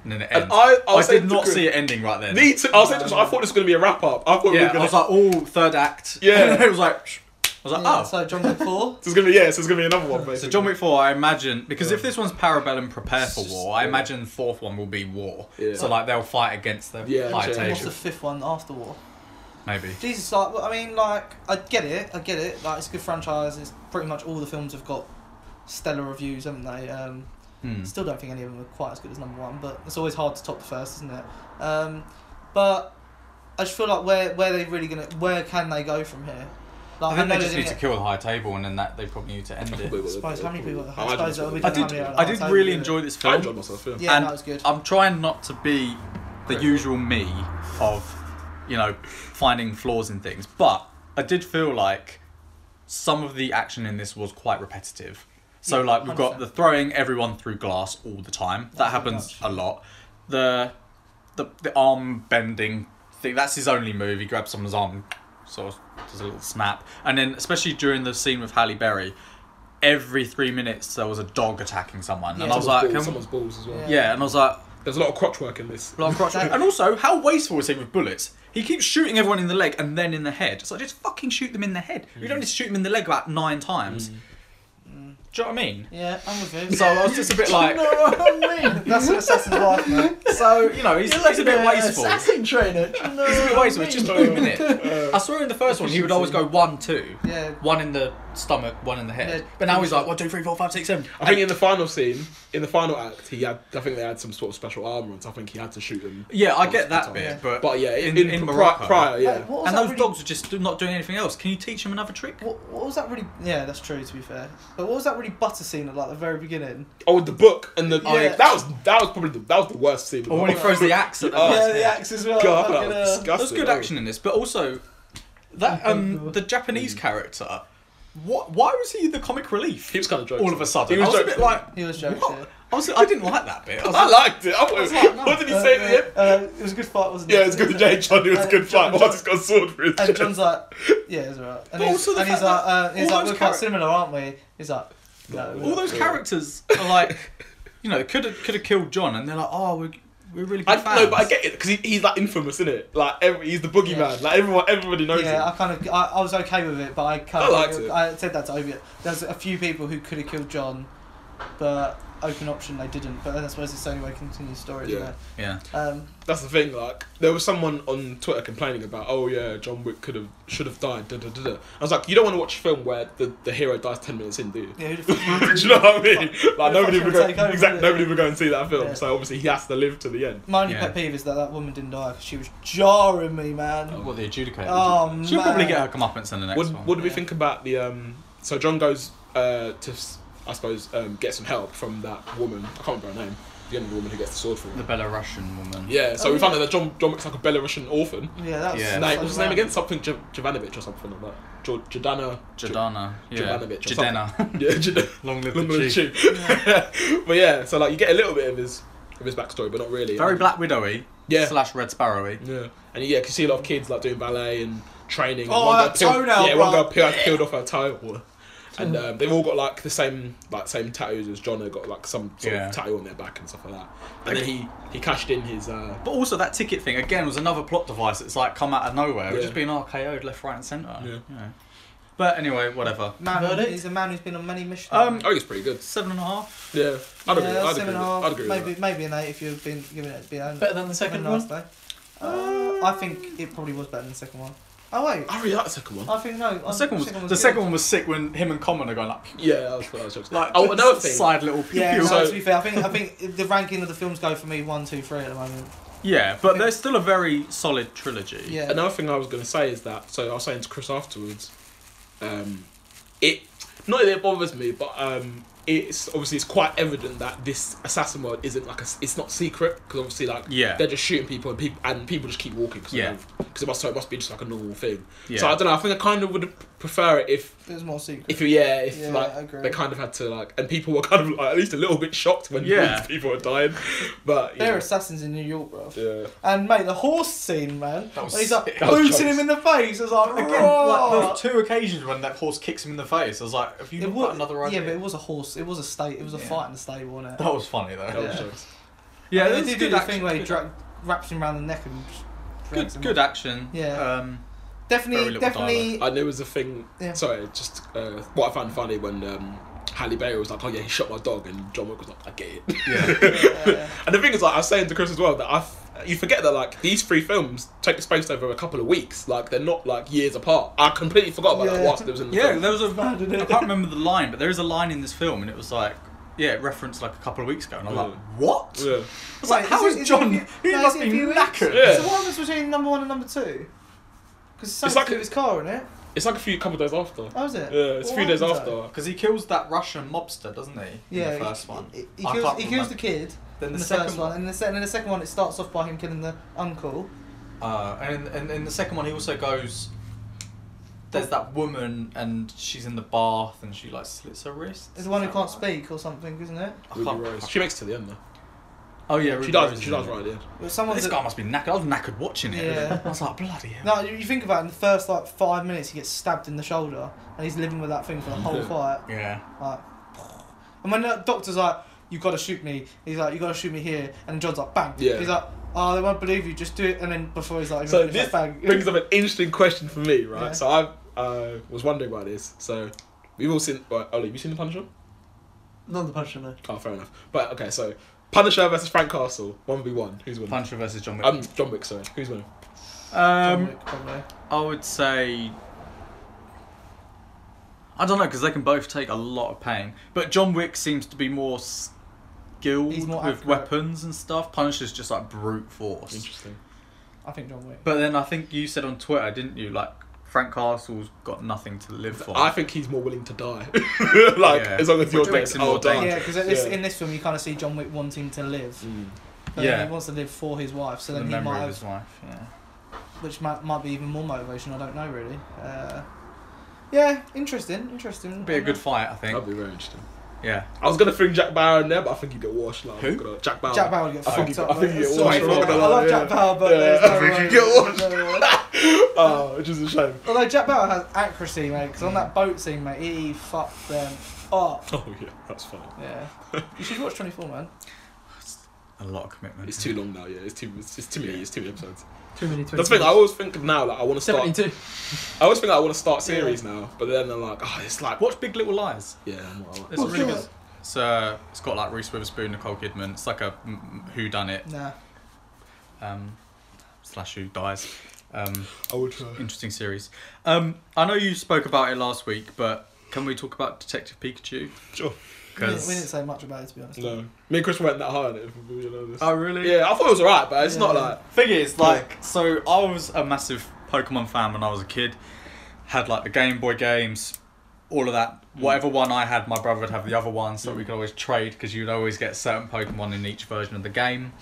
Speaker 2: and then it
Speaker 3: And I,
Speaker 2: ends.
Speaker 3: I,
Speaker 2: I
Speaker 3: was
Speaker 2: did
Speaker 3: saying to
Speaker 2: not
Speaker 3: Chris-
Speaker 2: see it ending right then.
Speaker 3: Me too. I was saying to Chris, I thought this was going to be a wrap up. I thought we were
Speaker 2: Yeah, I
Speaker 3: going
Speaker 2: was
Speaker 3: to.
Speaker 2: like, oh, third act.
Speaker 3: Yeah.
Speaker 2: it was like, I was like,
Speaker 1: Yeah,
Speaker 2: oh.
Speaker 1: So John Wick four.
Speaker 3: This is going to be yeah. So it's going to be another one. Basically.
Speaker 2: So John Wick Four, I imagine, because if this one's Parabellum Prepare for
Speaker 3: Just-
Speaker 2: War, I
Speaker 3: yeah.
Speaker 2: imagine the fourth one will be War.
Speaker 3: Yeah.
Speaker 2: So like they'll fight against the
Speaker 3: Yeah,
Speaker 2: high
Speaker 3: okay.
Speaker 1: What's
Speaker 2: table,
Speaker 1: the fifth one after war?
Speaker 2: maybe.
Speaker 1: Jesus, like well, I mean, like I get it, I get it. Like it's a good franchise. It's pretty much all the films have got stellar reviews, haven't they? Um,
Speaker 2: Hmm.
Speaker 1: Still don't think any of them are quite as good as number one, but it's always hard to top the first, isn't it? Um, but I just feel like where where they really gonna where can they go from here?
Speaker 2: I
Speaker 1: Like
Speaker 2: think
Speaker 1: know
Speaker 2: they just
Speaker 1: didn't
Speaker 2: need to
Speaker 1: get-
Speaker 2: kill the high table, and then that they probably need to end it.
Speaker 1: Suppose how many people
Speaker 3: I
Speaker 1: have had
Speaker 3: imagine
Speaker 1: those that
Speaker 3: it's
Speaker 1: we
Speaker 2: I
Speaker 3: gonna
Speaker 1: don't
Speaker 2: did.
Speaker 1: have any other
Speaker 2: I did
Speaker 1: high
Speaker 2: really
Speaker 1: table,
Speaker 2: enjoy this
Speaker 3: be- I
Speaker 2: film.
Speaker 3: enjoyed myself. Yeah.
Speaker 1: Yeah,
Speaker 2: and
Speaker 1: that was good.
Speaker 2: I'm trying not to be the
Speaker 3: Correct.
Speaker 2: usual me of, you know, finding flaws in things, but I did feel like some of the action in this was quite repetitive. So,
Speaker 1: Yeah,
Speaker 2: like, we've got
Speaker 1: 100%.
Speaker 2: the throwing everyone through glass all the time. That
Speaker 1: That's
Speaker 2: happens
Speaker 1: too
Speaker 2: a lot. The, the the arm bending thing, that's his only move. He grabs someone's arm, sort of does a little snap. And then, especially during the scene with Halle Berry, every three minutes there was a dog attacking someone.
Speaker 1: Yeah.
Speaker 2: And I was
Speaker 3: Someone's
Speaker 2: like,
Speaker 3: balls-
Speaker 2: can we-
Speaker 3: someone's balls as well.
Speaker 1: Yeah.
Speaker 2: yeah, and I was like,
Speaker 3: There's a lot of crotch work in this.
Speaker 2: Blood crotch.
Speaker 1: That-
Speaker 2: and also, how wasteful is he with bullets? He keeps shooting everyone in the leg and then in the head. So just fucking shoot them in the head. You don't need to shoot them in the leg about nine times. Do you know what I mean?
Speaker 1: Yeah, I'm with you.
Speaker 2: So I was just a bit like,
Speaker 1: That's an assassin's life, mate.
Speaker 2: so you know, he's, he's a bit wasteful.
Speaker 4: Assassin trainer. No,
Speaker 2: He's a bit wasteful. Just boom in it.
Speaker 3: Uh,
Speaker 2: I saw in the first one he would always go one, two,
Speaker 1: Yeah.
Speaker 2: one in the stomach, one in the head.
Speaker 1: Yeah.
Speaker 2: But now he's like one, two, three, four, five, six, seven.
Speaker 3: I think in the final scene, in the final act, he had. I think they had some sort of special armor on. So I think he had to shoot them.
Speaker 2: Yeah, I get that
Speaker 1: Yeah.
Speaker 2: bit, but
Speaker 3: But yeah, in,
Speaker 2: in,
Speaker 3: pri-
Speaker 2: Morocco.
Speaker 3: prior, yeah.
Speaker 1: Like, what was
Speaker 2: and
Speaker 1: that
Speaker 2: those
Speaker 1: really-
Speaker 2: dogs are just not doing anything else. Can you teach them another trick?
Speaker 1: What, what was that really? Yeah, that's true. To be fair, but what was that really butter scene at like the very beginning?
Speaker 3: Oh, with the book and the
Speaker 1: Yeah. Oh,
Speaker 3: that was that was probably the, that was the worst scene.
Speaker 2: Or when he throws the axe at the
Speaker 3: Oh,
Speaker 2: last
Speaker 1: yeah,
Speaker 2: minute.
Speaker 1: the axe as well.
Speaker 3: God, that
Speaker 1: fucking,
Speaker 3: was
Speaker 1: uh,
Speaker 3: disgusting.
Speaker 2: There's good action in this, but also that um the Japanese character. What? Why was he the comic relief?
Speaker 3: He was kind of joking.
Speaker 2: all of a sudden,
Speaker 3: He was
Speaker 2: I was a
Speaker 3: joking.
Speaker 2: bit like,
Speaker 1: He was joking.
Speaker 2: what? I was, I didn't like that bit. I was
Speaker 3: I
Speaker 2: like,
Speaker 3: liked it. I was,
Speaker 1: was like, no.
Speaker 3: what did he say
Speaker 1: Uh,
Speaker 3: to him?
Speaker 1: Uh, it was a good fight, wasn't it?
Speaker 3: Yeah, it's good to Jay John. It was a
Speaker 1: Uh,
Speaker 3: good
Speaker 1: John-
Speaker 3: fight. Once he's got a sword for his
Speaker 1: And
Speaker 3: chest.
Speaker 1: John's like, yeah, it's alright. And
Speaker 2: But
Speaker 1: he's,
Speaker 2: also the
Speaker 1: and he's
Speaker 2: fact
Speaker 1: like,
Speaker 2: that
Speaker 1: uh, he's
Speaker 2: all
Speaker 1: like,
Speaker 2: those
Speaker 1: we're quite
Speaker 2: charac-
Speaker 1: similar, aren't we? He's like, no, we're
Speaker 2: all
Speaker 1: not."
Speaker 2: those characters are like, you know, could have could have killed John, and they're like, oh, we're we're really
Speaker 3: I
Speaker 2: good fans.
Speaker 3: know, but I get it because he, he's like infamous, isn't it? Like every, he's the boogeyman.
Speaker 1: Yeah.
Speaker 3: Like everyone, everybody knows
Speaker 1: yeah, I
Speaker 3: him.
Speaker 1: kind of, I, I was okay with it, but I kind
Speaker 3: I
Speaker 1: of,
Speaker 3: liked it.
Speaker 1: I said that to Obi. There's a few people who could have killed John, but open option they didn't. But then I suppose it's the only way to continue the story, isn't
Speaker 3: Yeah.
Speaker 1: it?
Speaker 2: Yeah,
Speaker 1: Um,
Speaker 3: That's the thing. Like there was someone on Twitter complaining about, oh yeah, John Wick could have, should have died. Da, da, da, da. I was like, you don't want to watch a film where the, the hero dies ten minutes in, do you?
Speaker 1: yeah, who the fuck
Speaker 3: Do you know what I mean? Like nobody would go.
Speaker 1: Take over,
Speaker 3: Exactly,
Speaker 1: yeah.
Speaker 3: nobody would go and see that film.
Speaker 1: Yeah.
Speaker 3: So obviously he has to live to the end.
Speaker 1: My only
Speaker 2: Yeah.
Speaker 1: pet peeve is that that woman didn't die because she was jarring me, man.
Speaker 2: what the adjudicator?
Speaker 1: Oh,
Speaker 2: She'll probably
Speaker 1: man.
Speaker 2: get her comeuppance in the next
Speaker 3: What,
Speaker 2: one.
Speaker 3: what do we
Speaker 1: yeah.
Speaker 3: think about the? um So John goes uh, to, s- I suppose, um, get some help from that woman. I can't remember her name. The only woman who gets the sword for
Speaker 2: the
Speaker 3: him.
Speaker 2: Belarusian woman.
Speaker 3: Yeah. So
Speaker 1: Oh,
Speaker 3: we found out
Speaker 1: yeah.
Speaker 3: that John John Wick's like a Belarusian orphan.
Speaker 1: Yeah, that was.
Speaker 2: Yeah.
Speaker 1: so
Speaker 3: No, what was his name
Speaker 1: random.
Speaker 3: again? Something J- Jovanovic or something like that. Jo- Jordana.
Speaker 2: Jordana. Yeah.
Speaker 3: Jovanovic or
Speaker 2: Jordana.
Speaker 3: Yeah, Jordana.
Speaker 2: Long live
Speaker 3: Lumber
Speaker 2: the
Speaker 3: and
Speaker 2: chief.
Speaker 3: Chew. but yeah, so like you get a little bit of his of his backstory, but not really.
Speaker 2: Very
Speaker 3: Um,
Speaker 2: Black Widowy.
Speaker 3: Yeah.
Speaker 2: Slash Red Sparrowy.
Speaker 3: Yeah, and yeah, 'cause you see a lot of kids like doing ballet and training. and
Speaker 1: Oh,
Speaker 3: one
Speaker 1: that
Speaker 3: girl peeled-
Speaker 1: toenail,
Speaker 3: Yeah, one
Speaker 1: bro.
Speaker 3: girl peeled, peeled off her toe, and um, they've all got like the same like same tattoos as John. They got like some sort
Speaker 2: Yeah.
Speaker 3: of tattoo on their back and stuff like that. And then he he cashed in his. Uh,
Speaker 2: But also that ticket thing again was another plot device that's like come out of nowhere. It's
Speaker 3: Yeah.
Speaker 2: just been RKO'd left, right, and centre.
Speaker 3: Yeah.
Speaker 2: you know. But anyway, whatever.
Speaker 1: Man,
Speaker 4: Verdict?
Speaker 1: he's a man who's been on many missions.
Speaker 3: I
Speaker 2: Um,
Speaker 3: think it's Oh, pretty good.
Speaker 2: Seven and a half.
Speaker 3: Yeah, I'd agree.
Speaker 1: yeah,
Speaker 3: I'd agree.
Speaker 1: seven
Speaker 3: With,
Speaker 1: and a half,
Speaker 3: I'd agree.
Speaker 1: maybe
Speaker 3: With that.
Speaker 1: maybe an eight if you've been giving it the end.
Speaker 4: Better than the second one.
Speaker 1: Day. Uh, I think it probably was better than the second one. Oh wait,
Speaker 3: I really like the second one.
Speaker 1: I think no.
Speaker 2: The second, one was, the
Speaker 1: Um, good.
Speaker 2: second one was sick when him and Common are going like,
Speaker 3: Yeah, that was, that was jokes.
Speaker 2: like
Speaker 3: oh, another thing.
Speaker 2: side little pew
Speaker 1: Yeah,
Speaker 2: pew.
Speaker 1: no,
Speaker 3: So-
Speaker 1: to be fair, I think I think the ranking of the films go for me one, two, three at the moment.
Speaker 2: yeah, but they're still a very solid trilogy.
Speaker 1: Yeah.
Speaker 3: Another thing I was going to say is that, so I was saying to Chris afterwards, um, it not that it bothers me, but um, it's obviously it's quite evident that this assassin mode isn't like a, s- it's not secret because obviously like
Speaker 2: Yeah.
Speaker 3: they're just shooting people and people and people just keep walking because
Speaker 2: Yeah.
Speaker 3: it must so it must be just like a normal thing.
Speaker 2: Yeah.
Speaker 3: So I don't know. I think I kind of would prefer it if
Speaker 1: It was more secret.
Speaker 3: if yeah if
Speaker 1: Yeah, I
Speaker 3: like
Speaker 1: agree.
Speaker 3: they kind of had to like and people were kind of like, at least a little bit shocked when
Speaker 2: Yeah.
Speaker 3: these people were dying, but
Speaker 1: They're
Speaker 3: yeah.
Speaker 1: assassins in New York, bro.
Speaker 3: yeah.
Speaker 1: And mate, the horse scene, man.
Speaker 2: That was
Speaker 1: he's like
Speaker 2: sick.
Speaker 3: That was
Speaker 1: booting him
Speaker 3: jokes.
Speaker 1: in the face. I was like,
Speaker 2: Again,
Speaker 1: "Rah!"
Speaker 2: like those two occasions when that horse kicks him in the face, I was like, have you
Speaker 1: Oh. It
Speaker 2: got
Speaker 1: was,
Speaker 2: another idea?
Speaker 1: yeah, but it was a horse. It was a state. It was a
Speaker 2: Yeah.
Speaker 1: fight in the stable, wasn't it?
Speaker 2: that was funny though.
Speaker 3: That was
Speaker 1: Yeah.
Speaker 3: jokes.
Speaker 2: Yeah,
Speaker 1: they
Speaker 2: that's
Speaker 1: do
Speaker 2: good
Speaker 1: do that
Speaker 2: action,
Speaker 1: thing where he
Speaker 2: good
Speaker 1: dra- wraps him around the neck and. just drags
Speaker 2: Good,
Speaker 1: him.
Speaker 2: good action.
Speaker 1: Yeah.
Speaker 2: Um, very
Speaker 1: Definitely,
Speaker 2: little
Speaker 1: definitely.
Speaker 3: And there was a thing.
Speaker 1: Yeah.
Speaker 3: Sorry, just uh, what I found funny when um, Halle Berry was like, "Oh yeah, he shot my dog," and John Wick was like, "I get it."
Speaker 2: yeah.
Speaker 1: Yeah.
Speaker 3: And the thing is, like I was saying to Chris as well, that I f- you forget that like these three films take space over a couple of weeks. Like they're not like years apart. I completely forgot about that
Speaker 1: Yeah.
Speaker 3: whilst it was in the
Speaker 2: Yeah,
Speaker 3: film.
Speaker 2: there was a. I can't remember the line, but there is a line in this film, and it was like, yeah, it referenced like a couple of weeks ago, and I'm like,
Speaker 3: Yeah.
Speaker 2: what? I
Speaker 3: Yeah.
Speaker 2: was like,
Speaker 1: Wait,
Speaker 2: how
Speaker 1: is
Speaker 2: is,
Speaker 1: it- is it a
Speaker 2: John?
Speaker 1: few-
Speaker 2: he
Speaker 1: no, is
Speaker 2: must
Speaker 1: it a
Speaker 2: be
Speaker 1: few weeks?
Speaker 2: knackered.
Speaker 3: Yeah.
Speaker 1: So what was between number one and number two? Because
Speaker 3: It's
Speaker 1: something
Speaker 3: like
Speaker 1: to do
Speaker 3: a-
Speaker 1: with his car, isn't it?
Speaker 3: It's like a few couple of days after.
Speaker 1: Oh, is it?
Speaker 3: Yeah, it's a
Speaker 1: What
Speaker 3: few days
Speaker 1: happened
Speaker 3: after.
Speaker 1: to it?
Speaker 2: Because he kills that Russian mobster, doesn't he?
Speaker 1: Yeah,
Speaker 2: in
Speaker 1: he-
Speaker 2: the first one.
Speaker 1: He, he
Speaker 2: I
Speaker 1: kills,
Speaker 2: can't
Speaker 1: he kills
Speaker 2: remember.
Speaker 1: the kid.
Speaker 2: Then
Speaker 1: in
Speaker 2: the,
Speaker 1: the,
Speaker 2: second
Speaker 1: first one, and the second, and the second one, it starts off by him killing the uncle.
Speaker 2: Uh, and in, and in the second one, he also goes. There's that woman, and she's in the bath, and she like slits her wrist.
Speaker 1: It's the one who
Speaker 2: Is
Speaker 1: can't
Speaker 2: that right?
Speaker 1: speak or something, isn't it?
Speaker 2: I
Speaker 3: Ruby
Speaker 2: can't-
Speaker 3: Rose. She makes it to the end though.
Speaker 2: Oh yeah, Ruby
Speaker 3: She
Speaker 2: Rose
Speaker 3: dies.
Speaker 2: is
Speaker 3: She
Speaker 2: in
Speaker 3: dies
Speaker 2: it.
Speaker 3: right at the end.
Speaker 1: It was someone
Speaker 2: This
Speaker 1: that-
Speaker 2: guy must be knackered. I was knackered watching it.
Speaker 1: Yeah.
Speaker 2: I was like, bloody hell.
Speaker 1: No, you think about it, in the first like five minutes, he gets stabbed in the shoulder, and he's living with that thing for the whole
Speaker 3: Yeah.
Speaker 1: fight.
Speaker 2: Yeah.
Speaker 1: Like, and when the doctor's like, "You gotta shoot me," he's like, "You gotta shoot me here," and John's like, "Bang!"
Speaker 3: Yeah.
Speaker 1: He's like, "Oh, they won't believe you. Just do it." And then before he's like,
Speaker 3: So
Speaker 1: he's like,
Speaker 3: this
Speaker 1: "Bang."
Speaker 3: brings up an interesting question for me, right?
Speaker 1: Yeah.
Speaker 3: So I uh, was wondering about this. So we've all seen. Well, Ollie, have you seen the Punisher?
Speaker 4: Not the Punisher, no.
Speaker 3: Oh, fair enough. But okay, so Punisher versus Frank Castle, one v one. Who's winning?
Speaker 2: Punisher versus John Wick.
Speaker 3: um, John Wick. Sorry, who's winning?
Speaker 1: John
Speaker 2: Um,
Speaker 1: Wick, probably.
Speaker 2: I would say. I don't know because they can both take a lot of pain, but John Wick seems to be more skilled
Speaker 1: He's more
Speaker 2: with
Speaker 1: accurate.
Speaker 2: weapons and stuff. Punisher's just like brute force.
Speaker 3: Interesting.
Speaker 1: I think John Wick.
Speaker 2: But then I think you said on Twitter, didn't you? Like Frank Castle's got nothing to live for.
Speaker 3: I think he's more willing to die. like
Speaker 2: Yeah.
Speaker 3: as long as
Speaker 2: Which
Speaker 3: you're
Speaker 2: makes
Speaker 3: dead,
Speaker 2: him
Speaker 3: I'll
Speaker 2: more
Speaker 3: die.
Speaker 1: Yeah, because this
Speaker 3: Yeah.
Speaker 1: in this film you kind of see John Wick wanting to live.
Speaker 3: Mm.
Speaker 1: But
Speaker 2: Yeah.
Speaker 1: he wants to live for his wife, so
Speaker 2: the
Speaker 1: then he
Speaker 2: memory
Speaker 1: might
Speaker 2: of
Speaker 1: have
Speaker 2: his wife. Yeah.
Speaker 1: which might, might be even more motivation. I don't know really. Uh, yeah, interesting, interesting.
Speaker 2: Be a good fight, I think.
Speaker 3: That'd be very interesting.
Speaker 2: Yeah.
Speaker 3: I was gonna bring Jack Bauer in there, but I think he'd get washed. Like,
Speaker 2: Who?
Speaker 3: gonna- Jack Bauer.
Speaker 1: Jack Bauer would get
Speaker 3: I think
Speaker 1: fucked
Speaker 3: he-
Speaker 1: up.
Speaker 3: I think he get
Speaker 1: Sorry,
Speaker 3: washed, I'm not
Speaker 1: I
Speaker 3: gonna
Speaker 1: love
Speaker 3: lie,
Speaker 1: Jack
Speaker 3: yeah.
Speaker 1: Bauer, but
Speaker 3: Yeah,
Speaker 1: there's
Speaker 3: I
Speaker 1: no
Speaker 3: think he
Speaker 1: way-
Speaker 3: get washed.
Speaker 1: there's no way.
Speaker 3: Oh, which is a shame.
Speaker 1: Although Jack Bauer has accuracy, mate, because on
Speaker 3: Mm.
Speaker 1: that boat scene, mate, he fucked them up.
Speaker 3: Oh yeah, that's fine.
Speaker 1: Yeah, you should watch Twenty Four, man.
Speaker 2: A lot of commitment.
Speaker 3: It's too long now. Yeah, it's too. It's, it's too many. It's too many episodes.
Speaker 4: Too many.
Speaker 3: That's the thing. I always think now, like I want to start.
Speaker 4: 72.
Speaker 3: I always think I want to start
Speaker 1: Yeah.
Speaker 3: series now, but then I'm like, oh, it's like what?
Speaker 2: Watch Big Little Lies.
Speaker 3: Yeah, I'm, I'm,
Speaker 2: It's a
Speaker 1: What's
Speaker 2: really good.
Speaker 1: that?
Speaker 2: It's, uh, it's got like Reese Witherspoon, Nicole Kidman. It's like a who done it
Speaker 1: Nah,
Speaker 2: um, slash who dies. Um,
Speaker 3: I would try.
Speaker 2: interesting series. Um, I know you spoke about it last week, but can we talk about Detective Pikachu?
Speaker 3: Sure.
Speaker 1: we didn't, we didn't
Speaker 2: Because
Speaker 1: say much about it to be honest.
Speaker 3: No, me and Chris went that hard. If you know this.
Speaker 2: oh really?
Speaker 3: yeah, I thought it was alright, but it's not
Speaker 1: Yeah.
Speaker 3: like.
Speaker 2: Thing is, like, so I was a massive Pokemon fan when I was a kid. Had like the Game Boy games, all of that. Whatever one I had, my brother would have the other one, so we could always trade because you'd always get certain Pokemon in each version of the game.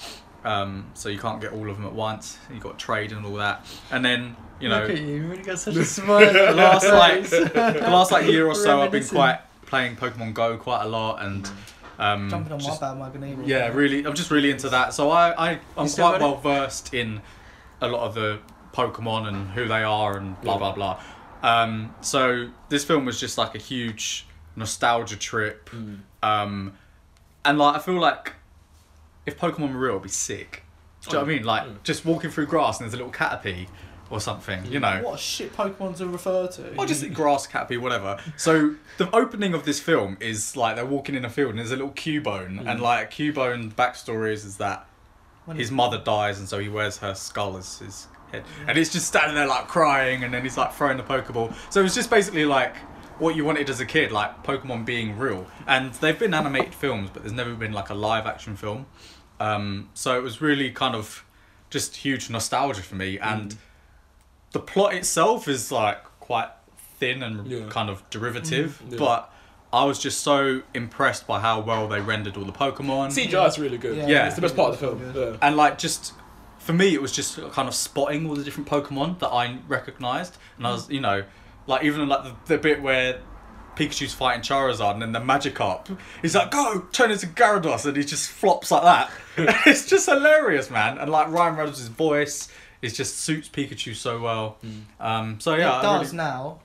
Speaker 2: Um, so you can't get all of them at once. You got trade and all that, and then you know
Speaker 4: Look at you, you really got such a smile.
Speaker 2: the last like the last like year or so, I've been
Speaker 4: Reminiscing.
Speaker 2: quite playing Pokemon Go quite a lot and um,
Speaker 1: Jumping on
Speaker 2: just-
Speaker 1: my bandwagon, evil.
Speaker 2: yeah, really, I'm just really into that. So I, I I'm
Speaker 4: You still
Speaker 2: quite
Speaker 4: got it?
Speaker 2: well versed in a lot of the Pokemon and who they are and blah
Speaker 3: Yeah.
Speaker 2: blah blah. Um, so this film was just like a huge nostalgia trip, um, and like I feel like if Pokemon were real, it'd be sick. Do you know what I mean? Like just walking through grass and there's a little Caterpie or something, you know.
Speaker 1: What a shit Pokemon to refer to.
Speaker 2: Or just grass cappy, whatever. So the opening of this film is like they're walking in a field and there's a little Cubone, and like Cubone backstory is, is that
Speaker 1: When
Speaker 2: his mother dies and so he wears her skull as his head, and he's just standing there like crying, and then he's like throwing the Pokeball. So it's just basically like what you wanted as a kid, like Pokemon being real. And they've been animated films, but there's never been like a live action film. Um, so it was really kind of just huge nostalgia for me and
Speaker 3: Mm-hmm.
Speaker 2: the plot itself is like quite thin and
Speaker 3: Yeah. Mm-hmm.
Speaker 2: kind of derivative,
Speaker 3: Yeah.
Speaker 2: but I was just so impressed by how well they rendered all the Pokemon.
Speaker 3: CGI is really good.
Speaker 1: Yeah.
Speaker 2: Yeah.
Speaker 3: it's the best part of the film.
Speaker 1: Yeah.
Speaker 3: Yeah.
Speaker 2: and like just for me, it was just kind of spotting all the different Pokemon that I recognized, and I was you know like even like the, the bit where. Pikachu's fighting Charizard and then the Magikarp. He's like, go, turn into Gyarados, and he just flops like that. it's just hilarious, man. And like Ryan Reynolds' voice, it just suits Pikachu so well. Um, so
Speaker 1: it
Speaker 2: yeah, I
Speaker 1: does
Speaker 2: really-
Speaker 1: now.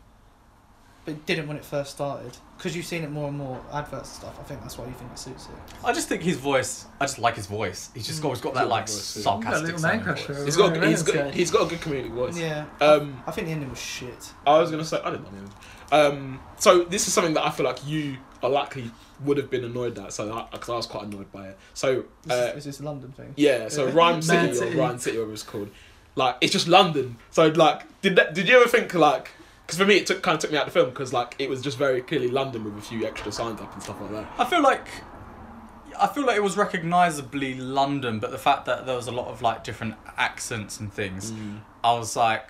Speaker 1: but didn't when it first started. Because you've seen it more and more adverts and stuff. I think that's why you think it suits it.
Speaker 2: I just think his voice. I just like his voice. Mm. He's just always got that like
Speaker 3: Voice, yeah.
Speaker 4: You've got a
Speaker 2: sarcastic
Speaker 4: little man
Speaker 2: sounding
Speaker 4: crush
Speaker 2: voice.
Speaker 4: there.
Speaker 3: He's got,
Speaker 4: Ryan
Speaker 3: he's got,
Speaker 4: Reynolds
Speaker 3: he's got a good comedic voice.
Speaker 1: Yeah.
Speaker 3: Um,
Speaker 1: I think the ending was shit.
Speaker 3: I was gonna say I didn't know. him. Um, so this is something that I feel like you are likely would have been annoyed at. So I, cause I was quite annoyed by it. So
Speaker 1: This
Speaker 3: uh,
Speaker 1: is, is this a London thing?
Speaker 3: yeah, so
Speaker 1: Man
Speaker 3: Rhyme City,
Speaker 4: City.
Speaker 3: or Rhyme City, whatever it's called. Like it's just London. So like, did that, did you ever think like? Because for me, it took kind of took me out of the film because like it was just very clearly London with a few extra signs up and stuff like that.
Speaker 2: I feel like I feel like it was recognisably London, but the fact that there was a lot of like different accents and things,
Speaker 3: Mm.
Speaker 2: I was like,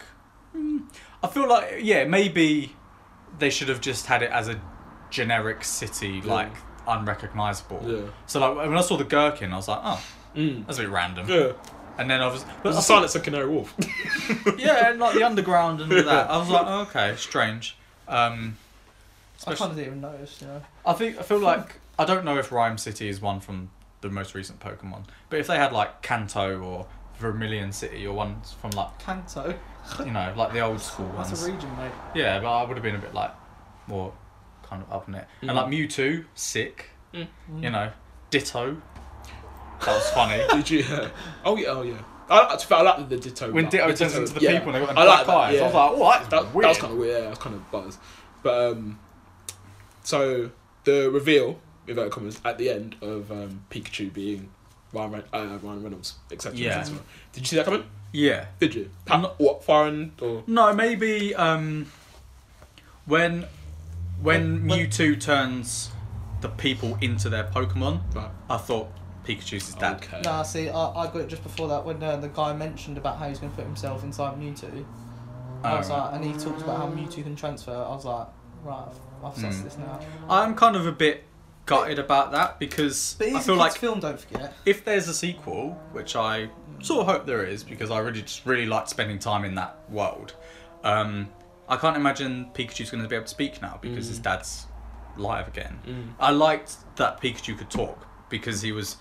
Speaker 2: mm. I feel like yeah, maybe they should have just had it as a generic city,
Speaker 3: Yeah.
Speaker 2: like unrecognisable.
Speaker 3: Yeah.
Speaker 2: So like when I saw the gherkin, I was like, oh,
Speaker 3: Mm.
Speaker 2: that's a bit random.
Speaker 3: Yeah.
Speaker 2: And then I was,
Speaker 3: But
Speaker 2: but I
Speaker 3: the
Speaker 2: saw,
Speaker 3: silence of Canary Wolf.
Speaker 2: yeah, and like the underground and all that.
Speaker 3: Yeah.
Speaker 2: I was like, oh, okay, strange. Um,
Speaker 1: I
Speaker 2: especially-
Speaker 1: kind of didn't even notice, you know.
Speaker 2: I think I feel like I don't know if Rhyme City is one from the most recent Pokemon, but if they had like Kanto or Vermilion City or ones from like
Speaker 1: Kanto.
Speaker 2: you know like the old school
Speaker 1: That's
Speaker 2: ones,
Speaker 1: a region, mate.
Speaker 2: yeah, but I would have been a bit like more kind of up on it.
Speaker 3: Mm.
Speaker 2: And like Mewtwo, sick,
Speaker 1: Mm.
Speaker 2: you know, Ditto. That was funny.
Speaker 3: Did you? Yeah. Oh yeah. Oh yeah. I, I, I like the Ditto.
Speaker 2: when
Speaker 3: like,
Speaker 2: Ditto
Speaker 3: the
Speaker 2: turns into the
Speaker 3: yeah.
Speaker 2: people and they got
Speaker 3: I
Speaker 2: them
Speaker 3: like
Speaker 2: black
Speaker 3: that,
Speaker 2: eyes,
Speaker 3: yeah.
Speaker 2: I was like, oh, that's
Speaker 3: that, that
Speaker 2: weird.
Speaker 3: was kind of weird. Yeah, that was kind of buzz. But um, so the reveal, without comments, at the end of um, Pikachu being Ryan, Re- uh, Ryan Reynolds, etc.
Speaker 2: Yeah.
Speaker 3: etc. Did you see that coming?
Speaker 2: yeah.
Speaker 3: Did you? Pa-
Speaker 2: Not-
Speaker 3: what foreign or?
Speaker 2: No, maybe um, when when
Speaker 1: When- when-
Speaker 2: Mewtwo turns the people into their Pokemon,
Speaker 3: Right.
Speaker 2: I thought Pikachu's his dad.
Speaker 3: Okay.
Speaker 1: Nah, see, I, I got it just before that when uh, the guy mentioned about how he's going to put himself inside Mewtwo. I was
Speaker 2: Alright.
Speaker 1: like, and he talked about how Mewtwo can transfer. I was like, right, I've, I've sussed
Speaker 2: Hmm.
Speaker 1: this now.
Speaker 2: I'm kind of a bit gutted about that because
Speaker 1: But it is
Speaker 2: I
Speaker 1: a
Speaker 2: feel
Speaker 1: kids'
Speaker 2: like
Speaker 1: film, don't forget.
Speaker 2: if there's a sequel, which I sort of hope there is because I really just really like spending time in that world. Um, I can't imagine Pikachu's going to be able to speak now because
Speaker 1: Mm.
Speaker 2: his dad's live again.
Speaker 3: Mm.
Speaker 2: I liked that Pikachu could talk because he was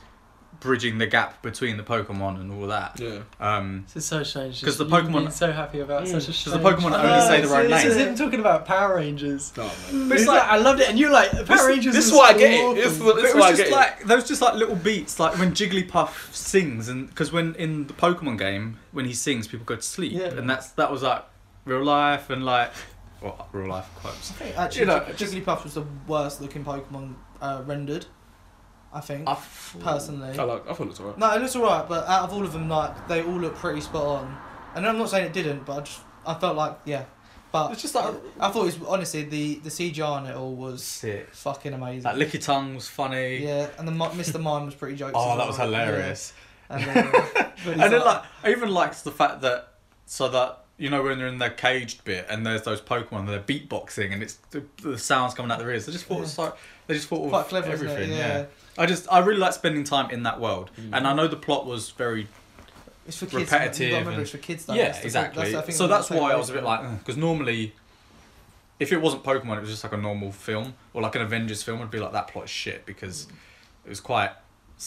Speaker 2: bridging the gap between the Pokemon and all that.
Speaker 3: Yeah.
Speaker 2: Um,
Speaker 4: This is so strange.
Speaker 2: 'Cause the
Speaker 4: You've been
Speaker 2: Pokemon-
Speaker 4: so happy about such a strange.
Speaker 2: Pokemon only say their own
Speaker 4: This is
Speaker 1: name.
Speaker 4: him talking about Power Rangers.
Speaker 3: No, man.
Speaker 2: But it's
Speaker 4: It's
Speaker 2: like-
Speaker 4: like, I loved it, and you're like Power Rangers.
Speaker 3: this is
Speaker 4: was
Speaker 3: why I get it.
Speaker 4: awful.
Speaker 3: This is what-
Speaker 2: But
Speaker 3: this
Speaker 2: it
Speaker 3: is why I
Speaker 2: was
Speaker 3: get
Speaker 2: just
Speaker 3: it.
Speaker 2: like there was just like little beats, like when Jigglypuff sings, and because when in the Pokemon game, when he sings, people go to sleep,
Speaker 4: Yeah.
Speaker 2: and that's that was like real life and like well, real life quotes.
Speaker 1: I think actually,
Speaker 2: You know,
Speaker 1: Jig- Jigglypuff was the worst looking Pokemon uh, rendered. I think personally.
Speaker 3: I like. I thought it was alright.
Speaker 1: No, it looks alright, but out of all of them, like they all look pretty spot on. And I'm not saying it didn't, but I just I felt like yeah. But
Speaker 2: It's just like-
Speaker 1: I, I thought it was honestly the the CGI on it all was
Speaker 2: sick.
Speaker 1: fucking amazing.
Speaker 2: That licky tongue was funny.
Speaker 1: yeah, and the mi- Mr. Mime was pretty jokes.
Speaker 2: Oh,
Speaker 1: as
Speaker 2: that was
Speaker 1: well.
Speaker 2: hilarious.
Speaker 1: Yeah. And, uh, then, but he's
Speaker 2: And then like I even liked the fact that so that you know when they're in their caged bit and there's those Pokemon they're beatboxing and it's the, the sounds coming out their ears. They just thought it was like they just thought of
Speaker 1: quite clever,
Speaker 2: everything.
Speaker 1: Isn't it?
Speaker 2: yeah. I just I really like spending time in that world, and I know the plot was very
Speaker 1: It's for kids.
Speaker 2: Repetitive
Speaker 1: You gotta remember
Speaker 2: and-
Speaker 1: it's for kids. Though.
Speaker 2: yeah
Speaker 1: That's the thing-
Speaker 2: exactly.
Speaker 1: that's the thing
Speaker 2: so
Speaker 1: I'm
Speaker 2: that's
Speaker 1: gonna
Speaker 2: why
Speaker 1: take
Speaker 2: I was a
Speaker 1: away
Speaker 2: bit like because normally, if it wasn't Pokemon, it was just like a normal film or like an Avengers film would be like that plot is shit because it was quite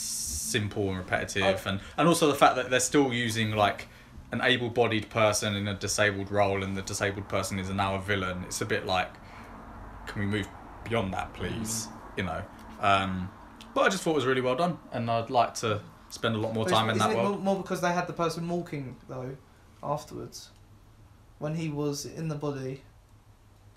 Speaker 2: simple and
Speaker 1: Oh.
Speaker 2: repetitive, and and also the fact that they're still using like an able-bodied person in a disabled role, and the disabled person is now a villain. It's a bit like, can we move beyond that, please?
Speaker 1: Mm.
Speaker 2: You know. Um, but I just thought it was really well done, and I'd like to spend a lot more
Speaker 1: But
Speaker 2: time in
Speaker 1: isn't
Speaker 2: that
Speaker 1: it
Speaker 2: world.
Speaker 1: More, more because they had the person walking though, afterwards, when he was in the body.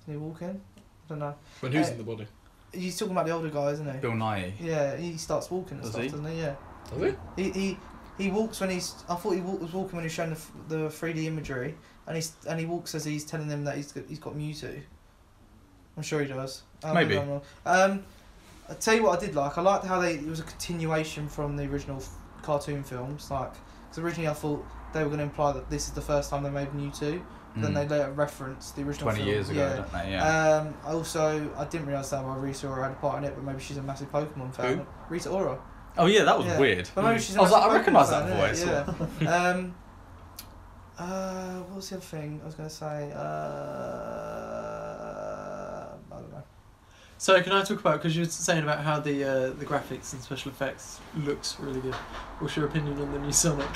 Speaker 1: Did he walk in? I don't know.
Speaker 3: When who's
Speaker 1: Uh,
Speaker 3: in the body?
Speaker 1: He's talking about the older guy, isn't he?
Speaker 2: Bill Nye.
Speaker 1: Yeah, he starts walking and
Speaker 2: Does
Speaker 1: stuff,
Speaker 2: he?
Speaker 1: doesn't he? Yeah.
Speaker 3: Does it?
Speaker 1: He he he walks when he's. I thought he walk, was walking when he's showing the, f- the three D imagery, and he's and he walks as he's telling them that he's got, he's got Mewtwo. I'm sure he does. Um,
Speaker 2: Maybe.
Speaker 1: Um, I tell you what, I did like. I liked how they it was a continuation from the original f- cartoon films. Like, 'cause originally I thought they were going to imply that this is the first time they made Mewtwo. but Then
Speaker 2: Mm.
Speaker 1: they later referenced the original.
Speaker 2: 20
Speaker 1: film.
Speaker 2: years ago,
Speaker 1: Yeah.
Speaker 2: don't they? Yeah.
Speaker 1: Um, also, I didn't realise that while Rita Ora had a part in it, but maybe she's a massive Pokemon fan.
Speaker 3: Who?
Speaker 1: Rita Ora.
Speaker 2: oh, yeah, that was
Speaker 1: yeah.
Speaker 2: weird.
Speaker 1: But
Speaker 3: Mm.
Speaker 1: maybe she's a
Speaker 2: I was like, I
Speaker 1: massive Pokemon
Speaker 2: recognise that
Speaker 1: fan,
Speaker 2: voice.
Speaker 1: yeah, Yeah. um, uh, what was the other thing I was going to say? Uh, I don't know.
Speaker 4: So can I talk about because you were saying about how the uh, the graphics and special effects looks really good. What's your opinion on the new Sonic?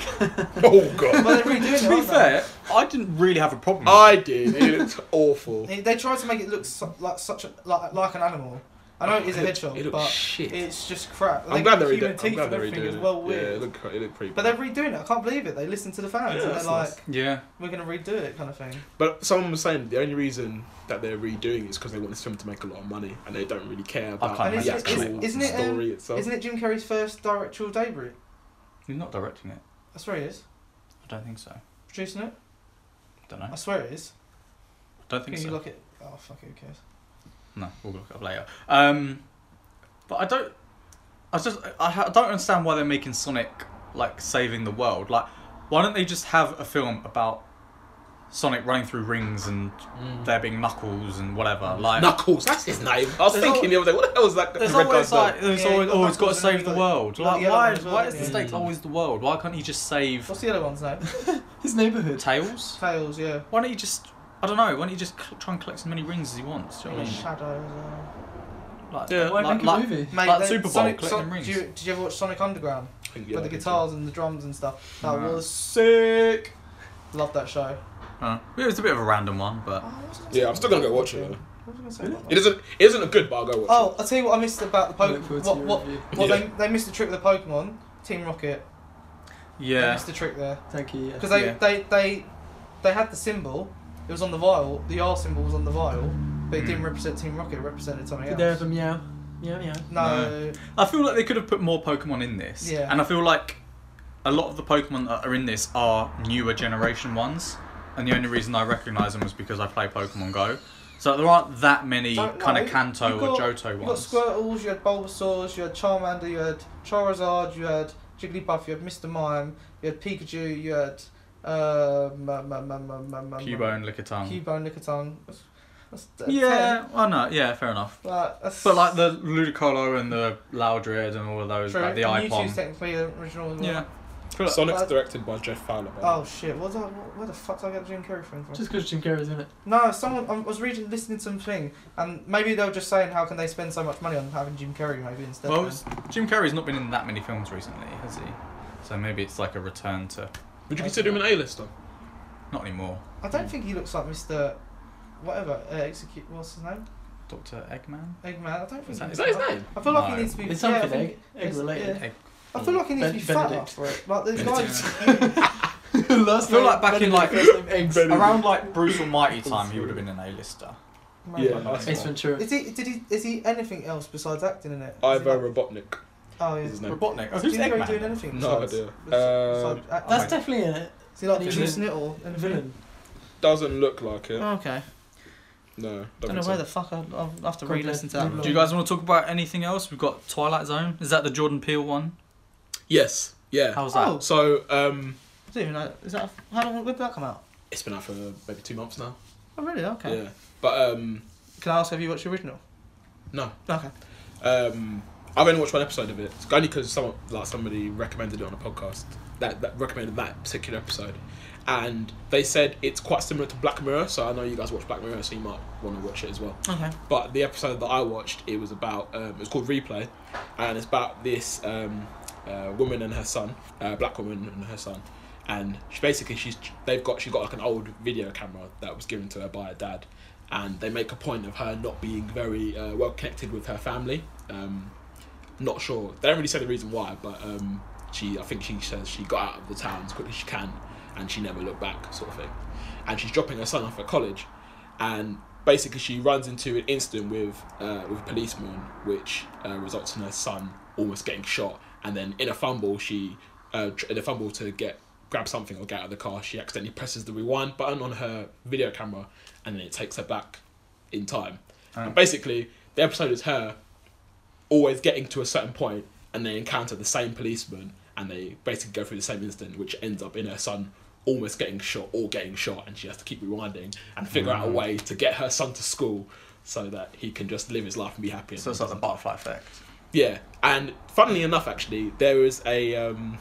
Speaker 3: Oh god.
Speaker 1: Well, they're redoing it.
Speaker 2: To be
Speaker 1: aren't they?
Speaker 2: fair, I didn't really have a problem. with
Speaker 3: I did. It looks awful.
Speaker 1: They, they tried to make it look so, like such a, like, like an animal. I know it is a hedgehog,
Speaker 3: It looks
Speaker 1: but
Speaker 3: shit.
Speaker 1: it's just crap.
Speaker 3: I'm
Speaker 1: They
Speaker 3: glad they're
Speaker 1: human
Speaker 3: redoing. I'm
Speaker 1: teeth
Speaker 3: glad
Speaker 1: and
Speaker 3: they're
Speaker 1: everything
Speaker 3: redoing.
Speaker 1: is
Speaker 3: it.
Speaker 1: well
Speaker 3: yeah,
Speaker 1: weird.
Speaker 3: it looked it looked pretty.
Speaker 1: but they're redoing it. I can't believe it. They listen to the fans
Speaker 3: Yeah,
Speaker 1: and they're
Speaker 3: that's
Speaker 1: like,
Speaker 3: nice.
Speaker 2: it. Yeah.
Speaker 1: "We're gonna redo it," kind of thing.
Speaker 3: But someone was saying the only reason that they're redoing is because they want this film to make a lot of money and they don't really care about
Speaker 2: can't
Speaker 3: the
Speaker 1: imagine.
Speaker 3: actual
Speaker 1: Is- isn't it, um,
Speaker 3: story itself.
Speaker 1: Isn't it Jim Carrey's first directorial debut?
Speaker 2: He's not directing it.
Speaker 1: I swear he is.
Speaker 2: I don't think so. I
Speaker 1: Producing it?
Speaker 2: don't know.
Speaker 1: I
Speaker 2: I
Speaker 1: swear it is.
Speaker 2: don't
Speaker 1: Can
Speaker 2: think
Speaker 1: you
Speaker 2: so.
Speaker 1: look it? Oh fuck, it, who cares?
Speaker 2: No, we'll look it up later. Um, but I don't. I just I, ha- I don't understand why they're making Sonic like saving the world. Like, why don't they just have a film about Sonic running through rings and
Speaker 3: Mm.
Speaker 2: there being Knuckles and
Speaker 1: Mm.
Speaker 2: whatever? Like,
Speaker 3: Knuckles, that's his name. I was
Speaker 2: There's
Speaker 3: thinking the other day, what the hell was that?
Speaker 2: there's
Speaker 3: red guy's
Speaker 2: always like
Speaker 3: name?
Speaker 2: there's
Speaker 1: Yeah,
Speaker 2: always
Speaker 1: you've got
Speaker 2: oh it's got to
Speaker 1: Knuckles
Speaker 2: save
Speaker 1: and then
Speaker 2: the
Speaker 1: you've got-
Speaker 2: world.
Speaker 1: you've got
Speaker 2: Like,
Speaker 1: the yellow
Speaker 2: why
Speaker 1: one as well,
Speaker 2: why is the
Speaker 1: yeah.
Speaker 2: stakes always the world? Why can't he just save
Speaker 1: What's the other one's name?
Speaker 4: His neighbourhood.
Speaker 2: Tails?
Speaker 1: Tails, yeah.
Speaker 2: Why don't you just I don't know. Why don't you just cl- try and collect as many rings as he wants? Do you know what I mean?
Speaker 1: Shadow. as well.
Speaker 2: Like,
Speaker 3: Yeah.
Speaker 4: Why
Speaker 2: like,
Speaker 4: make a
Speaker 2: like-
Speaker 4: movie?
Speaker 1: uh, Mate,
Speaker 2: Like
Speaker 1: they-
Speaker 2: Super Bowl,
Speaker 1: Sonic,
Speaker 2: collect
Speaker 1: Son-
Speaker 2: them rings.
Speaker 1: Did you, did you ever watch Sonic Underground?
Speaker 3: I think, yeah,
Speaker 1: With
Speaker 3: I
Speaker 1: the
Speaker 3: think so.
Speaker 1: guitars and the drums and stuff. That
Speaker 2: Nah.
Speaker 1: was sick. Love that show.
Speaker 2: Uh, it was a bit of a random one, but
Speaker 3: Yeah, I'm still gonna go watch it. though.
Speaker 1: What was I gonna say about
Speaker 3: It
Speaker 1: that?
Speaker 3: isn't. It isn't a good bar. I'll go watch
Speaker 1: Oh, I'll tell you what I missed about the
Speaker 4: I look forward
Speaker 1: Pokemon.
Speaker 4: to
Speaker 1: What,
Speaker 4: your
Speaker 1: what,
Speaker 4: review.
Speaker 1: what
Speaker 3: Yeah.
Speaker 1: they, they missed the trick with the Pokemon. Team Rocket. They
Speaker 2: yeah.
Speaker 1: missed the trick there.
Speaker 4: Thank you.
Speaker 1: Because
Speaker 4: Yeah.
Speaker 1: they,
Speaker 2: Yeah.
Speaker 1: they, they, they had the symbol. It was on the vial. The R symbol was on the vial. But it
Speaker 2: Hmm.
Speaker 1: didn't represent Team Rocket. It represented something
Speaker 4: Did
Speaker 1: else.
Speaker 4: they have a meow? Meow meow.
Speaker 1: no.
Speaker 2: I feel like they could have put more Pokemon in this.
Speaker 1: Yeah.
Speaker 2: And I feel like a lot of the Pokemon that are in this are newer generation ones. And the only reason I recognise them is because I play Pokemon Go. So there aren't that many
Speaker 1: Don't
Speaker 2: kind
Speaker 1: know.
Speaker 2: of Kanto
Speaker 1: You
Speaker 2: or
Speaker 1: got-
Speaker 2: Johto
Speaker 1: You got
Speaker 2: ones.
Speaker 1: Squirtles, you had Bulbasaurs, you had Charmander, you had Charizard, you had Jigglypuff, you had Mr. Mime, you had Pikachu, you had um, um, um, um, um, um, um,
Speaker 2: Cubone and Lickitung.
Speaker 1: Cubone, Lickitung. That's, that's, that's
Speaker 2: yeah, I know. Yeah, fair enough.
Speaker 1: ten. Like, that's
Speaker 2: But like the Ludicolo and the Loudred and all of those,
Speaker 1: true.
Speaker 2: like the
Speaker 1: and YouTube's
Speaker 2: Ipom.
Speaker 1: technically the original. as well.
Speaker 2: Yeah.
Speaker 3: it. Sonic's
Speaker 1: But-
Speaker 3: directed by Jeff Fowler. by the way.
Speaker 1: Oh shit! What did I, what- where the fuck did I get Jim Carrey from?
Speaker 4: Just because Jim Carrey's in it.
Speaker 1: No, someone I was reading, listening to something, and maybe they were just saying how can they spend so much money on having Jim Carrey maybe instead.
Speaker 2: Well,
Speaker 1: of,
Speaker 2: it's- Jim Carrey's not been in that many films recently, has he? So maybe it's like a return to.
Speaker 3: Would you consider him an A-lister?
Speaker 2: Not anymore.
Speaker 1: I don't think he looks like Mr. Whatever. Uh, execute. What's his name?
Speaker 2: Dr. Eggman?
Speaker 1: Eggman, I don't think
Speaker 2: Is
Speaker 1: he
Speaker 2: that-
Speaker 1: needs
Speaker 3: Is that his
Speaker 1: to-
Speaker 3: name?
Speaker 1: I feel like
Speaker 2: No.
Speaker 1: he needs to be.
Speaker 4: It's
Speaker 1: yeah, I
Speaker 4: something egg.
Speaker 1: think-
Speaker 4: Egg
Speaker 1: it's-
Speaker 4: related.
Speaker 1: yeah.
Speaker 2: Egg.
Speaker 1: I feel like he needs to be
Speaker 4: Ben-
Speaker 1: fatter
Speaker 4: Benedict.
Speaker 1: for it. Like the guys.
Speaker 4: Last
Speaker 2: I feel
Speaker 4: name-
Speaker 2: like back in,
Speaker 4: Benedict,
Speaker 2: like-
Speaker 4: first name eggs.
Speaker 3: Ben-
Speaker 2: Around like Bruce Almighty time, he would have been an A-lister.
Speaker 3: Yeah.
Speaker 2: Ace
Speaker 4: Ace
Speaker 3: that's right.
Speaker 4: Ventura.
Speaker 1: Is he? Did he? Is he anything else besides acting in it? Is he
Speaker 3: Ivo
Speaker 1: like-
Speaker 3: Robotnik.
Speaker 1: Oh yeah.
Speaker 3: Is his name?
Speaker 2: Robotnik. Oh,
Speaker 1: Is
Speaker 2: who's
Speaker 1: Jim Carrey
Speaker 2: Eggman?
Speaker 1: doing anything?
Speaker 3: No
Speaker 1: besides-
Speaker 3: idea.
Speaker 1: besides
Speaker 3: Um,
Speaker 1: acting?
Speaker 4: That's
Speaker 2: Oh my-
Speaker 4: definitely in it.
Speaker 1: Is he like
Speaker 4: He's
Speaker 1: producing it all? in
Speaker 4: The villain.
Speaker 3: Doesn't look like it.
Speaker 1: Oh, okay.
Speaker 3: No.
Speaker 1: Don't
Speaker 3: think
Speaker 1: know
Speaker 3: so.
Speaker 1: where the fuck I'll, I'll have to
Speaker 4: Go on,
Speaker 1: re-listen to
Speaker 4: Ben.
Speaker 1: that.
Speaker 4: Move
Speaker 2: Do you guys want to talk about anything else? We've got Twilight Zone. Is that the Jordan Peele one?
Speaker 3: Yes. Yeah.
Speaker 2: How's that?
Speaker 1: Oh.
Speaker 3: So um,
Speaker 1: I don't even know. Is that how long? When did that come out?
Speaker 3: it's been out for maybe two months now.
Speaker 1: Oh really? Okay.
Speaker 3: Yeah. But um,
Speaker 1: Can I ask have you watched the original?
Speaker 3: no.
Speaker 1: Okay.
Speaker 3: Um, I've only watched one episode of it. It's only because someone, like somebody, recommended it on a podcast. That, that recommended that particular episode, and they said it's quite similar to Black Mirror. So I know you guys watch Black Mirror, so you might want to watch it as well.
Speaker 1: Okay.
Speaker 3: But the episode that I watched, it was about um, it was called Replay, and it's about this um, uh, woman and her son, uh, black woman and her son, and she basically she's they've got she got like an old video camera that was given to her by her dad, and they make a point of her not being very uh, well connected with her family. Um, not sure they don't really say the reason why, but um, she I think she says she got out of the town as quickly as she can, and she never looked back, sort of thing. And she's dropping her son off at college, and basically she runs into an incident with uh, with a policeman, which uh, results in her son almost getting shot. And then in a fumble, she uh, tr- in a fumble to get grab something or get out of the car, she accidentally presses the rewind button on her video camera, and then it takes her back in time. And basically, the episode is her always getting to a certain point, and they encounter the same policeman, and they basically go through the same incident, which ends up in her son almost getting shot or getting shot, and she has to keep rewinding and figure out a way to get her son to school so that he can just live his life and be happy.
Speaker 2: So it's like the butterfly effect.
Speaker 3: Yeah, and funnily enough, actually, there is a um,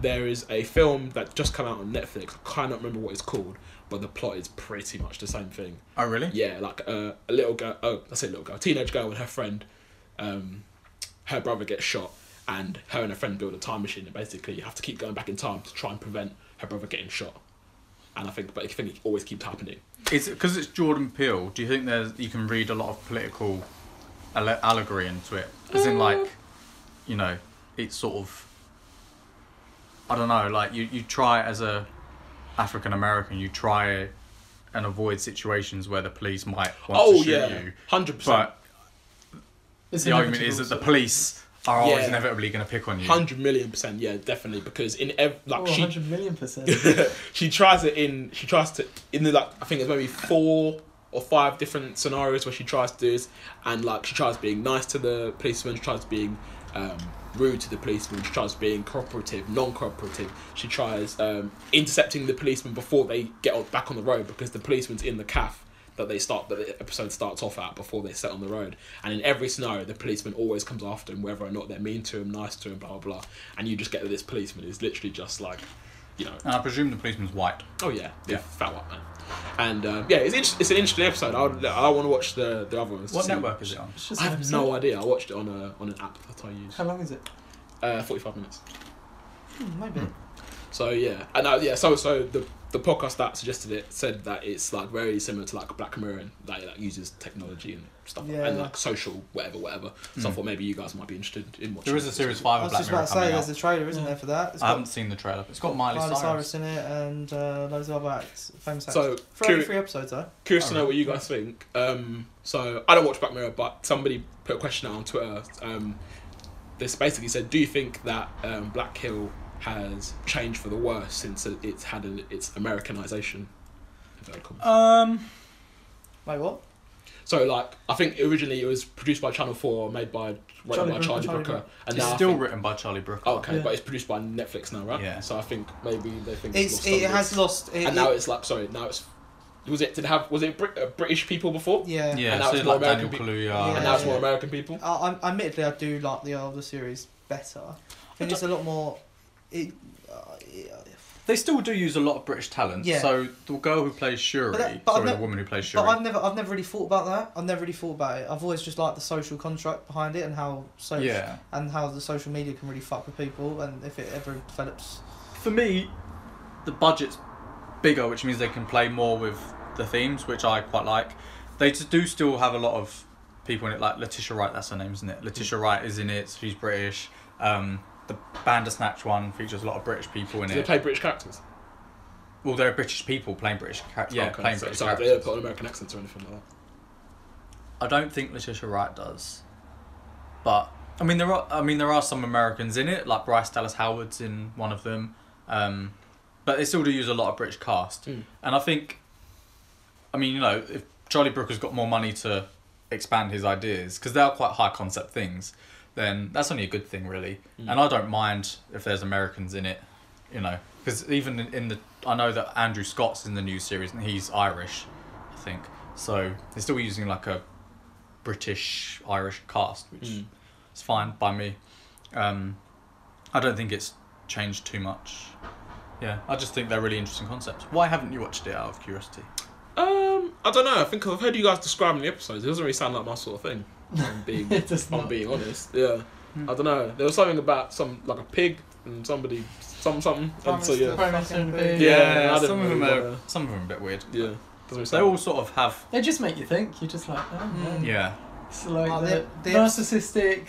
Speaker 3: there is a film that just come out on Netflix. I cannot remember what it's called, but the plot is pretty much the same thing.
Speaker 2: Oh really?
Speaker 3: Yeah, like uh, a little girl. Oh, I say little girl, teenage girl, and her friend. Um, her brother gets shot, and her and her friend build a time machine. And basically, you have to keep going back in time to try and prevent her brother getting shot. And I think, but I think it always keeps happening.
Speaker 2: Is it because it's Jordan Peele? Do you think there's you can read a lot of political alle- allegory into it? As
Speaker 1: Mm.
Speaker 2: in, like, you know, it's sort of I don't know. Like, you you try as a African American, you try and avoid situations where the police might want
Speaker 3: oh
Speaker 2: to shoot
Speaker 3: yeah,
Speaker 2: you,
Speaker 3: hundred percent,
Speaker 2: but
Speaker 4: It's
Speaker 2: the argument is that
Speaker 4: inevitable,
Speaker 2: the police are always
Speaker 3: Yeah.
Speaker 2: inevitably going to pick on you.
Speaker 3: hundred million percent. Yeah, definitely because in ev- like
Speaker 4: so- Oh,
Speaker 3: she
Speaker 4: 100 million percent.
Speaker 3: she tries it in she tries to in the like I think it's maybe four or five different scenarios where she tries to do this and like she tries being nice to the policeman, she tries being um, rude to the policeman, she tries being cooperative, non cooperative, she tries um, intercepting the policeman before they get on, back on the road because the policeman's in the calf that they start that the episode starts off at before they set on the road. And in every scenario, the policeman always comes after him, whether or not they're mean to him, nice to him, blah blah blah. And you just get that this policeman is literally just like, you know,
Speaker 2: And I presume the policeman's white.
Speaker 3: Oh yeah, yeah,
Speaker 2: Yeah.
Speaker 3: fat white man. And um, yeah, it's inter- it's an interesting episode. I would, I want to watch the the other ones. to
Speaker 2: What
Speaker 3: see.
Speaker 2: network is it on?
Speaker 4: It's just
Speaker 3: I
Speaker 4: an
Speaker 3: have
Speaker 4: episode.
Speaker 3: no idea. I watched it on a on an app that I use.
Speaker 4: How long is it?
Speaker 3: Uh, Forty five minutes.
Speaker 1: Hmm, maybe.
Speaker 3: So yeah, and uh, yeah, so so the the podcast that suggested it said that it's like very similar to like Black Mirror and that it like, uses technology and stuff like- and
Speaker 1: Yeah.
Speaker 3: like social whatever whatever. So I
Speaker 2: Mm.
Speaker 3: thought maybe you guys might be interested in watching.
Speaker 2: There is
Speaker 3: it.
Speaker 2: a series
Speaker 1: I
Speaker 2: five of
Speaker 1: was
Speaker 2: Black
Speaker 1: just
Speaker 2: Mirror
Speaker 1: about to say,
Speaker 2: coming
Speaker 1: there's
Speaker 2: out.
Speaker 1: a trailer, isn't
Speaker 4: Yeah.
Speaker 1: there, for that? It's
Speaker 2: I
Speaker 1: got
Speaker 2: haven't seen the trailer. It's got Miley, Cyrus.
Speaker 1: in it and uh, loads of other acts, famous acts.
Speaker 3: So
Speaker 1: For
Speaker 3: curi-
Speaker 1: every three episodes, though.
Speaker 3: Curious to know
Speaker 2: Alright.
Speaker 3: what you guys think. Um, so I don't watch Black Mirror, but somebody put a question out on Twitter. Um, this basically said, "Do you think that um, Black Hill has changed for the worse since it- it's had an, its Americanization?" Inverted commas.
Speaker 2: Um,
Speaker 1: Wait, what?
Speaker 3: So, like, I think originally it was produced by Channel Four, made by
Speaker 1: Charlie
Speaker 3: written by
Speaker 1: Brooker,
Speaker 3: Charlie
Speaker 1: Charlie
Speaker 3: Brooker,
Speaker 1: Brooker.
Speaker 3: and
Speaker 2: it's
Speaker 3: now I
Speaker 2: still
Speaker 3: think-
Speaker 2: written by Charlie Brooker.
Speaker 3: oh, okay,
Speaker 4: Yeah.
Speaker 3: but it's produced by Netflix now, right?
Speaker 2: Yeah.
Speaker 3: So I think maybe they think it's
Speaker 1: It's,
Speaker 3: lost
Speaker 1: it
Speaker 3: some of
Speaker 1: has
Speaker 3: its-
Speaker 1: lost. It,
Speaker 3: and now
Speaker 1: it-
Speaker 3: it's like sorry, now it's was it did it have was it Brit- uh, British people before?
Speaker 1: yeah.
Speaker 2: Yeah,
Speaker 3: And now
Speaker 2: so
Speaker 3: it's
Speaker 2: like
Speaker 3: more American
Speaker 2: Daniel Kaluuya.
Speaker 1: Yeah.
Speaker 3: And now it's more
Speaker 1: Yeah.
Speaker 3: American people.
Speaker 1: I, I, admittedly, I do like the older series better. I think it's a lot more. It, uh, it,
Speaker 2: They still do use a lot of British talent.
Speaker 1: Yeah.
Speaker 2: So the girl who plays Shuri,
Speaker 1: But that- but I've
Speaker 2: sorry, the
Speaker 1: ne-
Speaker 2: woman who plays Shuri.
Speaker 1: but I've never, I've never really thought about that. I've never really thought about it. I've always just liked the social contract behind it and how so
Speaker 2: yeah.
Speaker 1: and how the social media can really fuck with people and if it ever develops.
Speaker 2: For me, the budget's bigger, which means they can play more with the themes, which I quite like. They just do still have a lot of people in it, like Letitia Wright. That's her name, isn't it? Letitia Wright is in it. She's British. Um, the Bandersnatch one features a lot of British people in
Speaker 3: Do they
Speaker 2: it.
Speaker 3: play British characters?
Speaker 2: well, there are British people playing British. Ca- yeah,
Speaker 3: Okay,
Speaker 2: playing
Speaker 3: so,
Speaker 2: British
Speaker 3: so
Speaker 2: characters.
Speaker 3: They don't put on American accents or anything like that.
Speaker 2: I don't think Letitia Wright does, but I mean there are I mean there are some Americans in it, like Bryce Dallas Howard's in one of them, um, but they still do use a lot of British cast,
Speaker 3: Mm.
Speaker 2: and I think, I mean you know if Charlie Brooker's got more money to expand his ideas because they are quite high concept things, then that's only a good thing really,
Speaker 3: Mm.
Speaker 2: and I don't mind if there's Americans in it, you know, because even in, in the I know that Andrew Scott's in the new series and he's Irish, I think. So they're still using like a British Irish cast, which
Speaker 3: Mm.
Speaker 2: is fine by me. Um, I don't think it's changed too much. Yeah, I just think they're really interesting concepts. Why haven't you watched it out of curiosity?
Speaker 3: Um, I don't know. I think I've heard you guys describing the episodes. It doesn't really sound like my sort of thing. if I'm being,
Speaker 4: It does
Speaker 3: if I'm
Speaker 4: not. Hmm.
Speaker 3: being honest. Yeah. I don't know. There was something about some like a pig and somebody, some something. And so yeah,
Speaker 4: Prime Minister and
Speaker 1: Fucking-
Speaker 4: Yeah,
Speaker 3: I didn't
Speaker 2: some of them
Speaker 3: really
Speaker 2: are
Speaker 3: wanna-
Speaker 2: some of them are a bit weird.
Speaker 3: yeah. Doesn't really
Speaker 2: They
Speaker 3: sound.
Speaker 2: all sort of have
Speaker 4: They just make you think. You're just like, oh, yeah.
Speaker 1: Mm.
Speaker 2: yeah.
Speaker 4: It's like
Speaker 1: Oh,
Speaker 4: the
Speaker 1: they- they-
Speaker 4: narcissistic,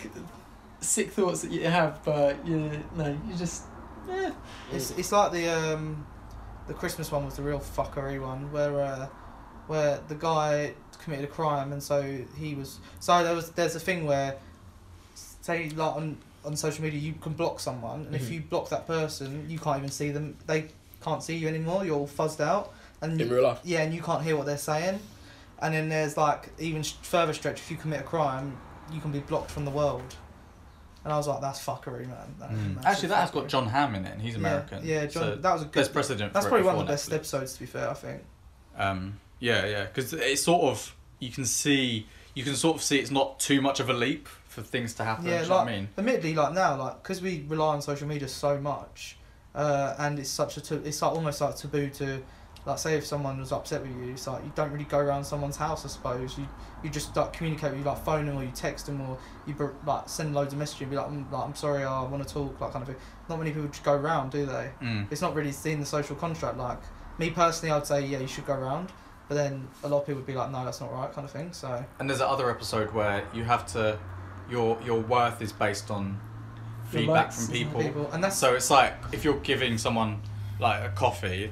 Speaker 4: sick thoughts that you have, but you no, you just eh.
Speaker 1: It's it's like the um, the Christmas one was the real fuckery one where uh, where the guy committed a crime and so he was so there was there's a thing where say like on on social media you can block someone and if
Speaker 3: Mhm.
Speaker 1: you block that person you can't even see them they can't see you anymore you're all fuzzed out and
Speaker 3: in real life.
Speaker 1: yeah and you can't hear what they're saying and then there's like even s- further stretch if you commit a crime you can be blocked from the world and I was like that's fuckery man That is
Speaker 3: Mm.
Speaker 1: massive
Speaker 2: mm. Actually, that has got
Speaker 1: fuckery.
Speaker 2: John Hamm in it, and he's
Speaker 1: Mm. Yeah,
Speaker 2: American.
Speaker 1: Yeah, John,
Speaker 2: so
Speaker 1: that was a good.
Speaker 2: there's precedent.
Speaker 1: that's
Speaker 2: for
Speaker 1: probably
Speaker 2: it
Speaker 1: one of the
Speaker 2: before
Speaker 1: best
Speaker 2: Netflix.
Speaker 1: episodes, to be fair. I think.
Speaker 2: Um, yeah, yeah, because it's sort of you can see you can sort of see it's not too much of a leap for things to happen.
Speaker 1: Yeah,
Speaker 2: do you know
Speaker 1: like
Speaker 2: what I mean?
Speaker 1: admittedly, like now, like because we rely on social media so much, uh, and it's such a tab- it's like almost like taboo to Like, say if someone was upset with you, it's like you don't really go around someone's house. I suppose you you just like communicate. You like phone them or you text them or you br- like send loads of messages and be like, I'm, like, I'm sorry, I want to talk, like kind of thing. Not many people just go around, do they?
Speaker 2: Mm.
Speaker 1: It's not really seen the social contract. Like me personally, I'd say yeah, you should go around. But then a lot of people would be like, no, that's not right, kind of thing. So
Speaker 2: And there's that other episode where you have to, your your worth is based on
Speaker 4: Your
Speaker 2: feedback
Speaker 4: likes
Speaker 2: from
Speaker 4: and
Speaker 2: people.
Speaker 1: people, and that's
Speaker 2: So it's like if you're giving someone like a coffee,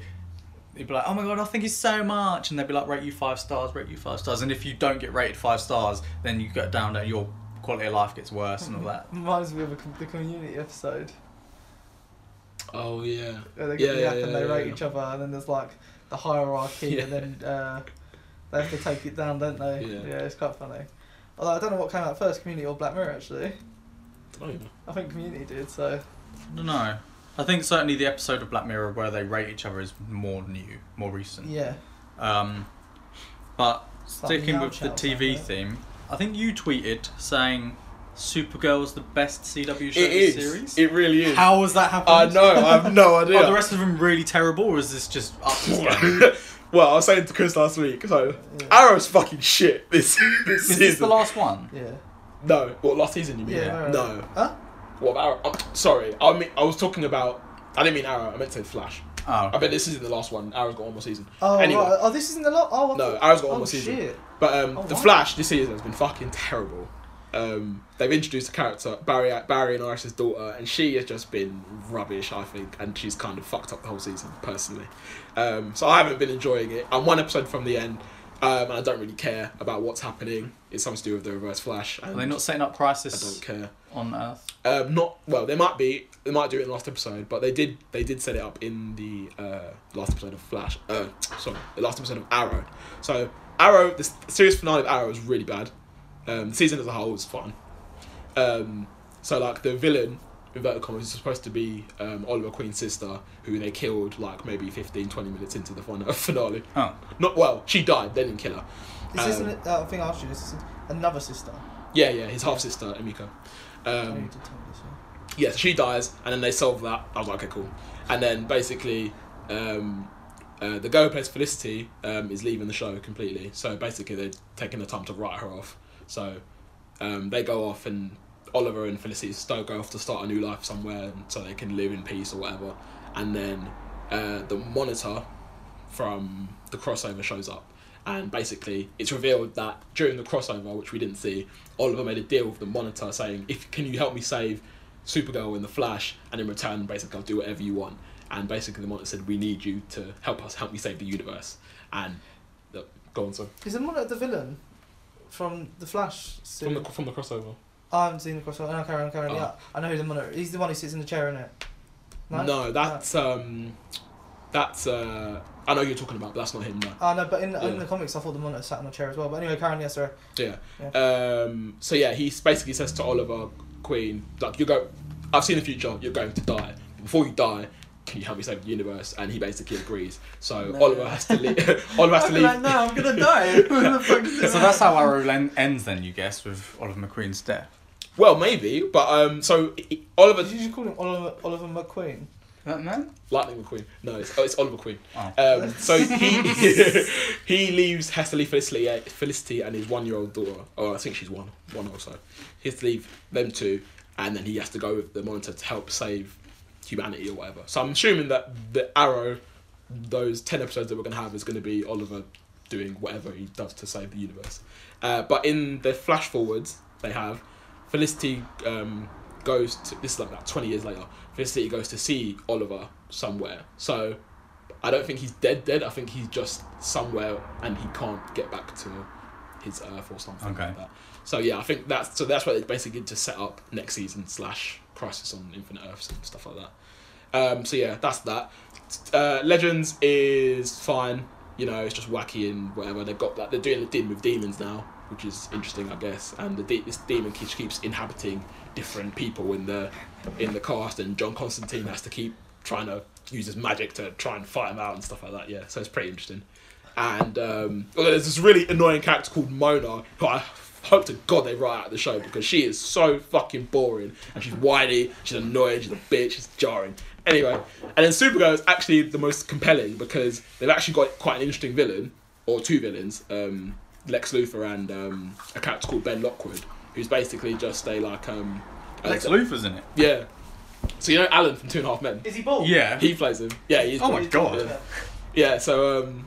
Speaker 2: you'd be like, "Oh my god, I thank you so much," and they'd be like, "Rate you five stars, rate you five stars." And if you don't get rated five stars, then you get down and your quality of life gets worse and all that.
Speaker 1: reminds me of a, com- the community episode.
Speaker 3: Oh yeah.
Speaker 1: Where they
Speaker 3: Yeah,
Speaker 1: yeah,
Speaker 3: yeah,
Speaker 1: and
Speaker 3: yeah,
Speaker 1: they
Speaker 3: yeah,
Speaker 1: rate
Speaker 3: yeah.
Speaker 1: each other, and then there's like the hierarchy, and
Speaker 3: Yeah.
Speaker 1: then uh, they have to take it down, don't they?
Speaker 3: Yeah.
Speaker 1: it's quite funny. Although I don't know what came out first, Community or Black Mirror. Actually,
Speaker 3: Oh yeah.
Speaker 1: I think Community did. So
Speaker 2: I don't know. I think certainly the episode of Black Mirror where they rate each other is more new, more recent.
Speaker 1: yeah,
Speaker 2: Um, but
Speaker 1: It's like
Speaker 2: sticking
Speaker 1: Meow
Speaker 2: with the
Speaker 1: Chow,
Speaker 2: TV
Speaker 1: isn't it?
Speaker 2: theme, I think you tweeted saying Supergirl's the best CW show
Speaker 3: It
Speaker 2: in the
Speaker 3: is.
Speaker 2: series.
Speaker 3: It really is.
Speaker 2: How has that happened?
Speaker 3: I know. I have no idea.
Speaker 2: Are Oh, the rest of them really terrible, or is this just up to standard?
Speaker 3: well, I was saying to Chris last week. So
Speaker 1: Yeah.
Speaker 3: Arrow's fucking shit this this
Speaker 2: Is
Speaker 3: season.
Speaker 2: this the last one?
Speaker 1: yeah.
Speaker 3: no, what last season you mean?
Speaker 1: Yeah, no, no,
Speaker 3: No.
Speaker 1: Huh?
Speaker 3: What about Arrow? I'm sorry. I mean, I was talking about. I didn't mean Arrow. I meant to say Flash. I
Speaker 2: Oh,
Speaker 3: bet this isn't the last one. Arrow's got one more season.
Speaker 1: Oh,
Speaker 3: Anyway.
Speaker 1: right. oh, this isn't the lot. Oh, I
Speaker 3: No,
Speaker 1: thought-
Speaker 3: Arrow's got
Speaker 1: oh,
Speaker 3: one more season.
Speaker 1: Shit.
Speaker 3: But um,
Speaker 1: Oh,
Speaker 3: the
Speaker 1: wow.
Speaker 3: Flash this season has been fucking terrible. Um, they've introduced a character Barry Barry and Iris's daughter, and she has just been rubbish, I think, and she's kind of fucked up the whole season personally. Um, so I haven't been enjoying it. I'm one episode from the end, um, and I don't really care about what's happening. It's something to do with the Reverse Flash.
Speaker 2: are
Speaker 3: And
Speaker 2: they not setting up
Speaker 3: I don't
Speaker 2: Crisis
Speaker 3: care.
Speaker 2: on Earth?
Speaker 3: Um, not well. They might be. They might do it in the last episode, but they did. They did set it up in the uh, last episode of Flash. Uh, sorry, the last episode of Arrow. So Arrow, the s- series finale of Arrow is really bad. Um, the season as a whole was fun. Um, so like the villain, inverted commas, is supposed to be um, Oliver Queen's sister, who they killed like maybe 15, 20 minutes into the fin- finale.
Speaker 2: Oh,
Speaker 3: Not well. She died. They didn't kill her.
Speaker 1: This
Speaker 3: Um,
Speaker 1: isn't. Uh, I think I asked you. This is another sister.
Speaker 3: Yeah, yeah. His half sister, Emiko. Um,
Speaker 1: oh, you did tell me this. Yeah.
Speaker 3: yeah, so she dies, and then they solve that. I was like, okay, cool. And then basically, um, uh, the girl who plays Felicity um, is leaving the show completely. So basically, they're taking the time to write her off. So um, they go off, and Oliver and Felicity Stowe go off to start a new life somewhere, and so they can live in peace or whatever. And then uh, the monitor from the crossover shows up. And basically, it's revealed that during the crossover, which we didn't see, Oliver made a deal with the monitor saying, "If can you help me save Supergirl and the Flash, and in return, basically, I'll do whatever you want. And basically, the monitor said, "We need you to help us, help me save the universe." And the, go on, so
Speaker 1: Is the monitor the villain from the Flash?
Speaker 3: from
Speaker 1: Series?
Speaker 3: the from the crossover.
Speaker 1: I haven't seen the crossover. No, carry on, carry on.
Speaker 3: Oh.
Speaker 1: Yeah, I know who the monitor. He's the one who sits in the chair, isn't it?
Speaker 3: No, that's um, that's uh, I know who you're talking about, but that's not him. No.
Speaker 1: Ah no, but in, in
Speaker 3: Yeah.
Speaker 1: the comics, I thought the monitor sat on a chair as well. But anyway, Karen, yes, sir.
Speaker 3: Yeah. Um, so yeah, he basically says to Oliver Queen, like, you go. I've seen the future. You're going to die. Before you die, can you help me save the universe? And he basically agrees. So
Speaker 4: No.
Speaker 3: Oliver has to leave. Oliver has to
Speaker 4: I'm
Speaker 3: leave.
Speaker 4: like, no, I'm gonna die. Who the fuck is this?
Speaker 2: so that's how Arrow len- ends then, you guess, with Oliver McQueen's death.
Speaker 3: Well, maybe, but um, so i- i- Oliver
Speaker 1: Did you just call him Oliver, Oliver McQueen?
Speaker 2: That man?
Speaker 3: Lightning McQueen. No, it's, oh, it's Oliver Queen.
Speaker 2: Oh.
Speaker 3: Um, so he he leaves has to leave Felicity, uh, Felicity and his one-year-old daughter. Oh, I think she's one, one or so. He has to leave them two, and then he has to go with the monitor to help save humanity or whatever. So I'm assuming that the Arrow, those ten episodes that we're gonna have, is gonna be Oliver doing whatever he does to save the universe. Uh, but in the flash forwards, they have Felicity um, goes to this is like about twenty years later. Felicity goes to see Oliver somewhere. So I don't think he's dead dead. I think he's just somewhere and he can't get back to his Earth or something
Speaker 2: Okay.
Speaker 3: like that. So yeah, I think that's so that's what they basically just set up next season slash Crisis on Infinite Earths and stuff like that. Um, so yeah, that's that. Uh, Legends is fine. You know, it's just wacky and whatever. They've got that. They're doing the dealing with demons now, which is interesting, I guess. And the de- this demon keeps keeps inhabiting different people in the in the cast, and John Constantine has to keep trying to use his magic to try and fight him out and stuff like that. Yeah, so it's pretty interesting. And um, although there's this really annoying character called Mona, who I hope to God they write out of the show because she is so fucking boring and she's whiny, she's annoying, she's a bitch, she's jarring. Anyway, and then Supergirl is actually the most compelling because they've actually got quite an interesting villain, or two villains, um, Lex Luthor and um, a character called Ben Lockwood, who's basically just a like um, a-
Speaker 2: Lex Luthor's in it.
Speaker 3: yeah. So you know Alan from Two and a Half Men,
Speaker 1: Is he bald?
Speaker 2: Yeah.
Speaker 3: he plays him. Yeah, he's
Speaker 2: Oh my God.
Speaker 3: Yeah. yeah. So um,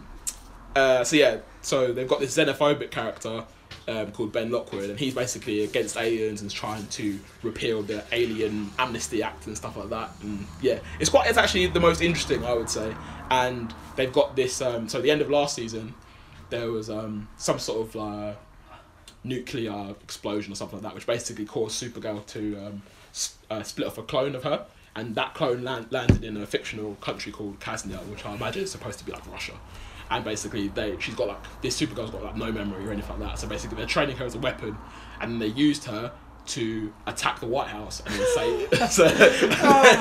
Speaker 3: uh, so yeah, so they've got this xenophobic character um, called Ben Lockwood, and he's basically against aliens and trying to repeal the Alien Amnesty Act and stuff like that. And yeah, it's quite it's actually the most interesting I would say. And they've got this. Um, so at the end of last season, there was um, some sort of uh, nuclear explosion or something like that, which basically caused Supergirl to um, s- uh, split off a clone of her. And that clone land- landed in a fictional country called Kaznia, which I imagine is supposed to be like Russia. And basically, they she's got like this Supergirl's got like no memory or anything like that. So basically, they're training her as a weapon, and they used her to attack the White House and then say. so,
Speaker 1: Oh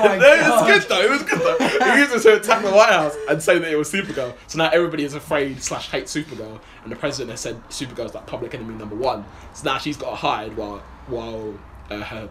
Speaker 1: my
Speaker 3: no, it
Speaker 1: God.
Speaker 3: was good though. It was good though. He used it to attack the White House and say that it was Supergirl. So now everybody is afraid slash hate Supergirl, and the president has said Supergirl's like public enemy number one. So now she's got to hide while while uh, her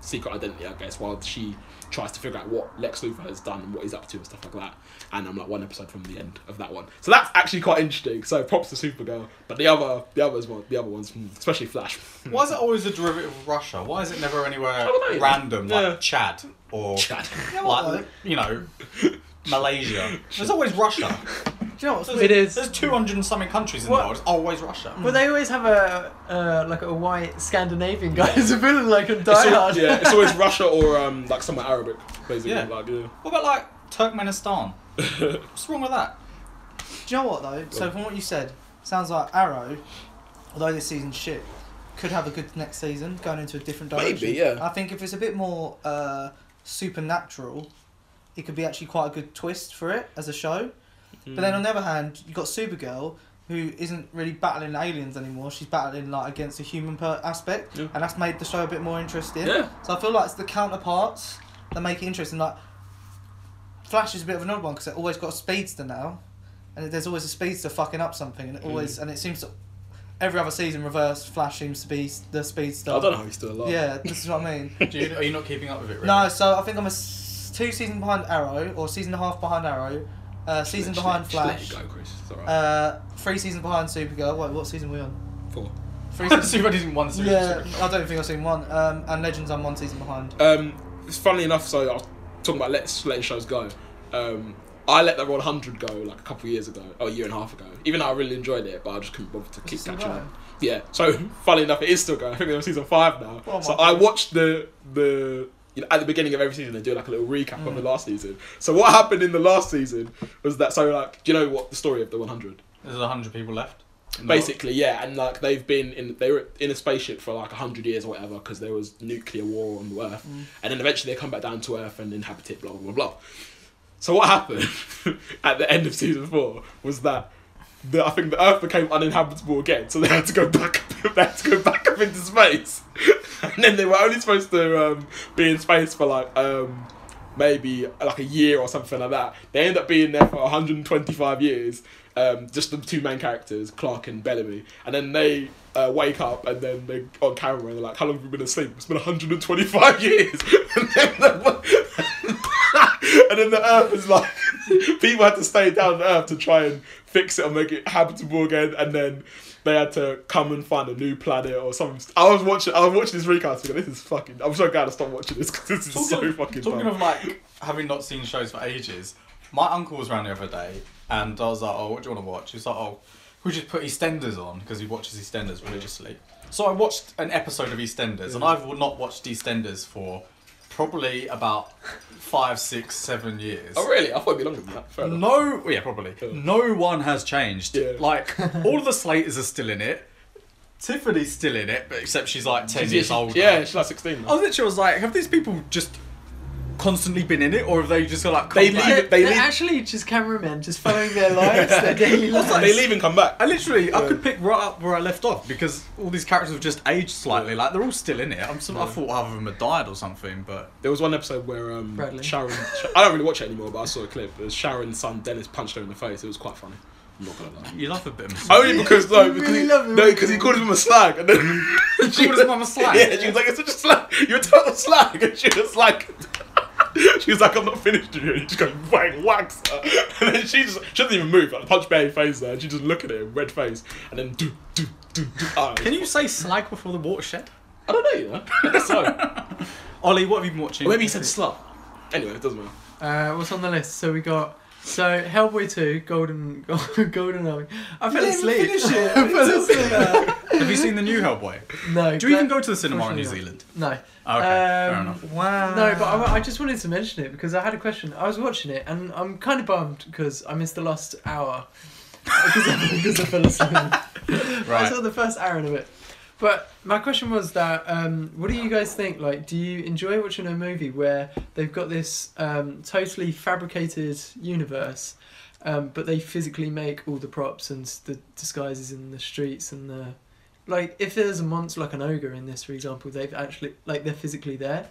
Speaker 3: secret identity, I guess, while she tries to figure out what Lex Luthor has done and what he's up to and stuff like that. And I'm like one episode from the end of that one. So that's actually quite interesting. So props to Supergirl, but the other the others one the other ones, mm, especially Flash.
Speaker 2: Hmm. Why is it always a derivative of Russia? Why is it never anywhere
Speaker 3: don't know.
Speaker 2: random like
Speaker 3: Yeah.
Speaker 2: Chad or
Speaker 3: Chad.
Speaker 2: like you know Malaysia? There's always Russia.
Speaker 4: Do you know what's
Speaker 2: There's,
Speaker 4: weird is-
Speaker 2: There's 200 and something countries in
Speaker 4: What?
Speaker 2: the world. It's always Russia.
Speaker 4: Well, they always have a uh, like a white Scandinavian guy as a villain, like a
Speaker 3: It's al-
Speaker 4: diehard.
Speaker 3: yeah, it's always Russia or um, like somewhere Arabic, basically.
Speaker 2: Yeah.
Speaker 3: Like, yeah.
Speaker 2: What about like Turkmenistan? What's wrong with that?
Speaker 1: Do you know what though? So from what you said, sounds like Arrow, although this season's shit, could have a good next season going into a different direction.
Speaker 3: Maybe, yeah.
Speaker 1: I think if it's a bit more uh, supernatural, it could be actually quite a good twist for it as a show. But
Speaker 3: Hmm.
Speaker 1: then on the other hand, you've got Supergirl, who isn't really battling aliens anymore. She's battling like against the human per- aspect,
Speaker 3: Yeah.
Speaker 1: and that's made the show a bit more interesting.
Speaker 3: Yeah.
Speaker 1: So I feel like it's the counterparts that make it interesting. Like Flash is a bit of an odd one because they always got a speedster now, and there's always a speedster fucking up something, and it always and it seems to every other season reverse Flash seems to be the speedster.
Speaker 3: I don't know how Oh, he's still alive.
Speaker 1: Yeah, this is what I mean.
Speaker 2: Do you, are you not keeping up with it? Really?
Speaker 1: No, so I think I'm a s- two season behind Arrow or season and a half behind Arrow, uh, season
Speaker 3: Just
Speaker 1: behind
Speaker 3: let-
Speaker 1: Flash,
Speaker 3: Just let it go, Chris. It's alright.
Speaker 1: uh, three seasons behind Supergirl. Wait, what season are we on?
Speaker 3: Four.
Speaker 1: Three seasons.
Speaker 2: Superbody's in one series.
Speaker 1: yeah,
Speaker 2: Supergirl.
Speaker 1: I don't think I've seen one. Um, and Legends, I'm one season behind.
Speaker 3: Um, it's funnily enough, so I was talking about let's letting shows go. Um, I let that Rod 100 go like a couple of years ago, or a year and a half ago. Even though I really enjoyed it, but I just couldn't bother to keep
Speaker 1: still
Speaker 3: catching
Speaker 1: going?
Speaker 3: up. Yeah, so funnily enough, it is still going. I think they're on season five now.
Speaker 1: Oh my
Speaker 3: so I
Speaker 1: God.
Speaker 3: watched the the you know, at the beginning of every season they do like a little recap of the
Speaker 1: Hmm.
Speaker 3: last season. So what happened in the last season was that so like do you know what the story of the 100?
Speaker 2: There's 100 people left. in the world.
Speaker 3: Basically, yeah, and like they've been in, they were in a spaceship for like hundred years or whatever because there was nuclear war on the Earth, and then eventually they come back down to Earth and inhabit it, blah blah blah. blah. So what happened at the end of season four was that the, I think the Earth became uninhabitable again, so they had to go back, up, they had to go back up into space, and then they were only supposed to um, be in space for like. Um, Maybe like a year or something like that. They end up being there for 125 years, um, just the two main characters, Clark and Bellamy, and then they uh, wake up and then they on camera and they're like, "How long have you been asleep? It's been 125 years." and, then the, and then the Earth is like, people had to stay down on Earth to try and fix it and make it habitable again, and then they had to come and find a new planet or something. I was watching, I was watching this recast. Thinking, this is fucking. I'm so glad I stopped watching this because this is
Speaker 2: Talking,
Speaker 3: so
Speaker 2: of,
Speaker 3: fucking.
Speaker 2: talking
Speaker 3: dumb.
Speaker 2: of like having not seen shows for ages, my uncle was around the other day and I was like, oh, what do you want to watch? He was like, oh, we just put EastEnders on because he watches EastEnders religiously. So I watched an episode of EastEnders and I've not watched EastEnders for probably about five, six, seven years.
Speaker 3: oh really? I thought it'd be longer than that. Fair enough.
Speaker 2: No, yeah, probably. No one has changed.
Speaker 3: Yeah.
Speaker 2: Like all the Slaters are still in it. Tiffany's still in it, but except she's like ten years older.
Speaker 3: Yeah, she's like 16. now.
Speaker 4: Oh,
Speaker 2: I was literally was like, have these people just constantly been in it, or have they just got like?
Speaker 3: They
Speaker 2: come back?
Speaker 3: leave
Speaker 4: They're,
Speaker 3: it- they
Speaker 4: they're
Speaker 3: leave-
Speaker 4: actually just cameramen, just following their lives, their daily lives.
Speaker 3: They leave and come back.
Speaker 2: I literally, I could pick right up where I left off because all these characters have just aged slightly. Like they're all still in it. I'm sort of, I thought half of them had died or something, but
Speaker 3: There was one episode where um,
Speaker 4: Bradley.
Speaker 3: Sharon. Sha- I don't really watch it anymore, but I saw a clip. It was Sharon's son Dennis punched her in the face. It was quite funny. I'm not gonna lie.
Speaker 2: you love a bit of. misogyny.
Speaker 3: Only because no,
Speaker 4: You
Speaker 3: because
Speaker 4: really
Speaker 3: he,
Speaker 4: love him,
Speaker 3: no,
Speaker 4: don't
Speaker 3: because he
Speaker 4: you?
Speaker 3: called him a slag, and then
Speaker 2: She was mama
Speaker 3: yeah, she was like, "It's such a slag. You're a total slag," and she was like, she was like, I'm not finished with you. And he just goes, wang, whacks her. And then she just, she doesn't even move. Like, punch bare in the face there. And she just look at him, red face. And then do, do, do, do. Oh,
Speaker 2: Can you say slag before the watershed?
Speaker 3: I don't know, you know. I guess so. Or
Speaker 2: Ollie, what have you been watching?
Speaker 3: maybe he said slut. Anyway, it doesn't matter.
Speaker 4: Uh, what's on the list? So we got so Hellboy two, Golden Golden Army. I fell
Speaker 1: didn't even
Speaker 4: asleep.
Speaker 1: finish it.
Speaker 4: I fell
Speaker 1: It's
Speaker 4: asleep.
Speaker 1: okay.
Speaker 2: Have you seen the new Hellboy?
Speaker 4: No.
Speaker 2: Do you even
Speaker 4: but-
Speaker 2: go to the cinema in New
Speaker 4: Unfortunately
Speaker 2: Zealand?
Speaker 4: No.
Speaker 2: Oh, okay, fair
Speaker 4: Um,
Speaker 2: enough.
Speaker 1: wow.
Speaker 4: No, but I, I just wanted to mention it because I had a question. I was watching it and I'm kind of bummed because I missed the last hour because I, because I fell asleep. I
Speaker 2: Right.
Speaker 4: saw the first hour of it. But my question was that, um, what do you guys think? Like, do you enjoy watching a movie where they've got this um, totally fabricated universe, um, but they physically make all the props and s- the disguises in the streets and the, like, if there's a monster like an ogre in this, for example, they've actually like they're physically there.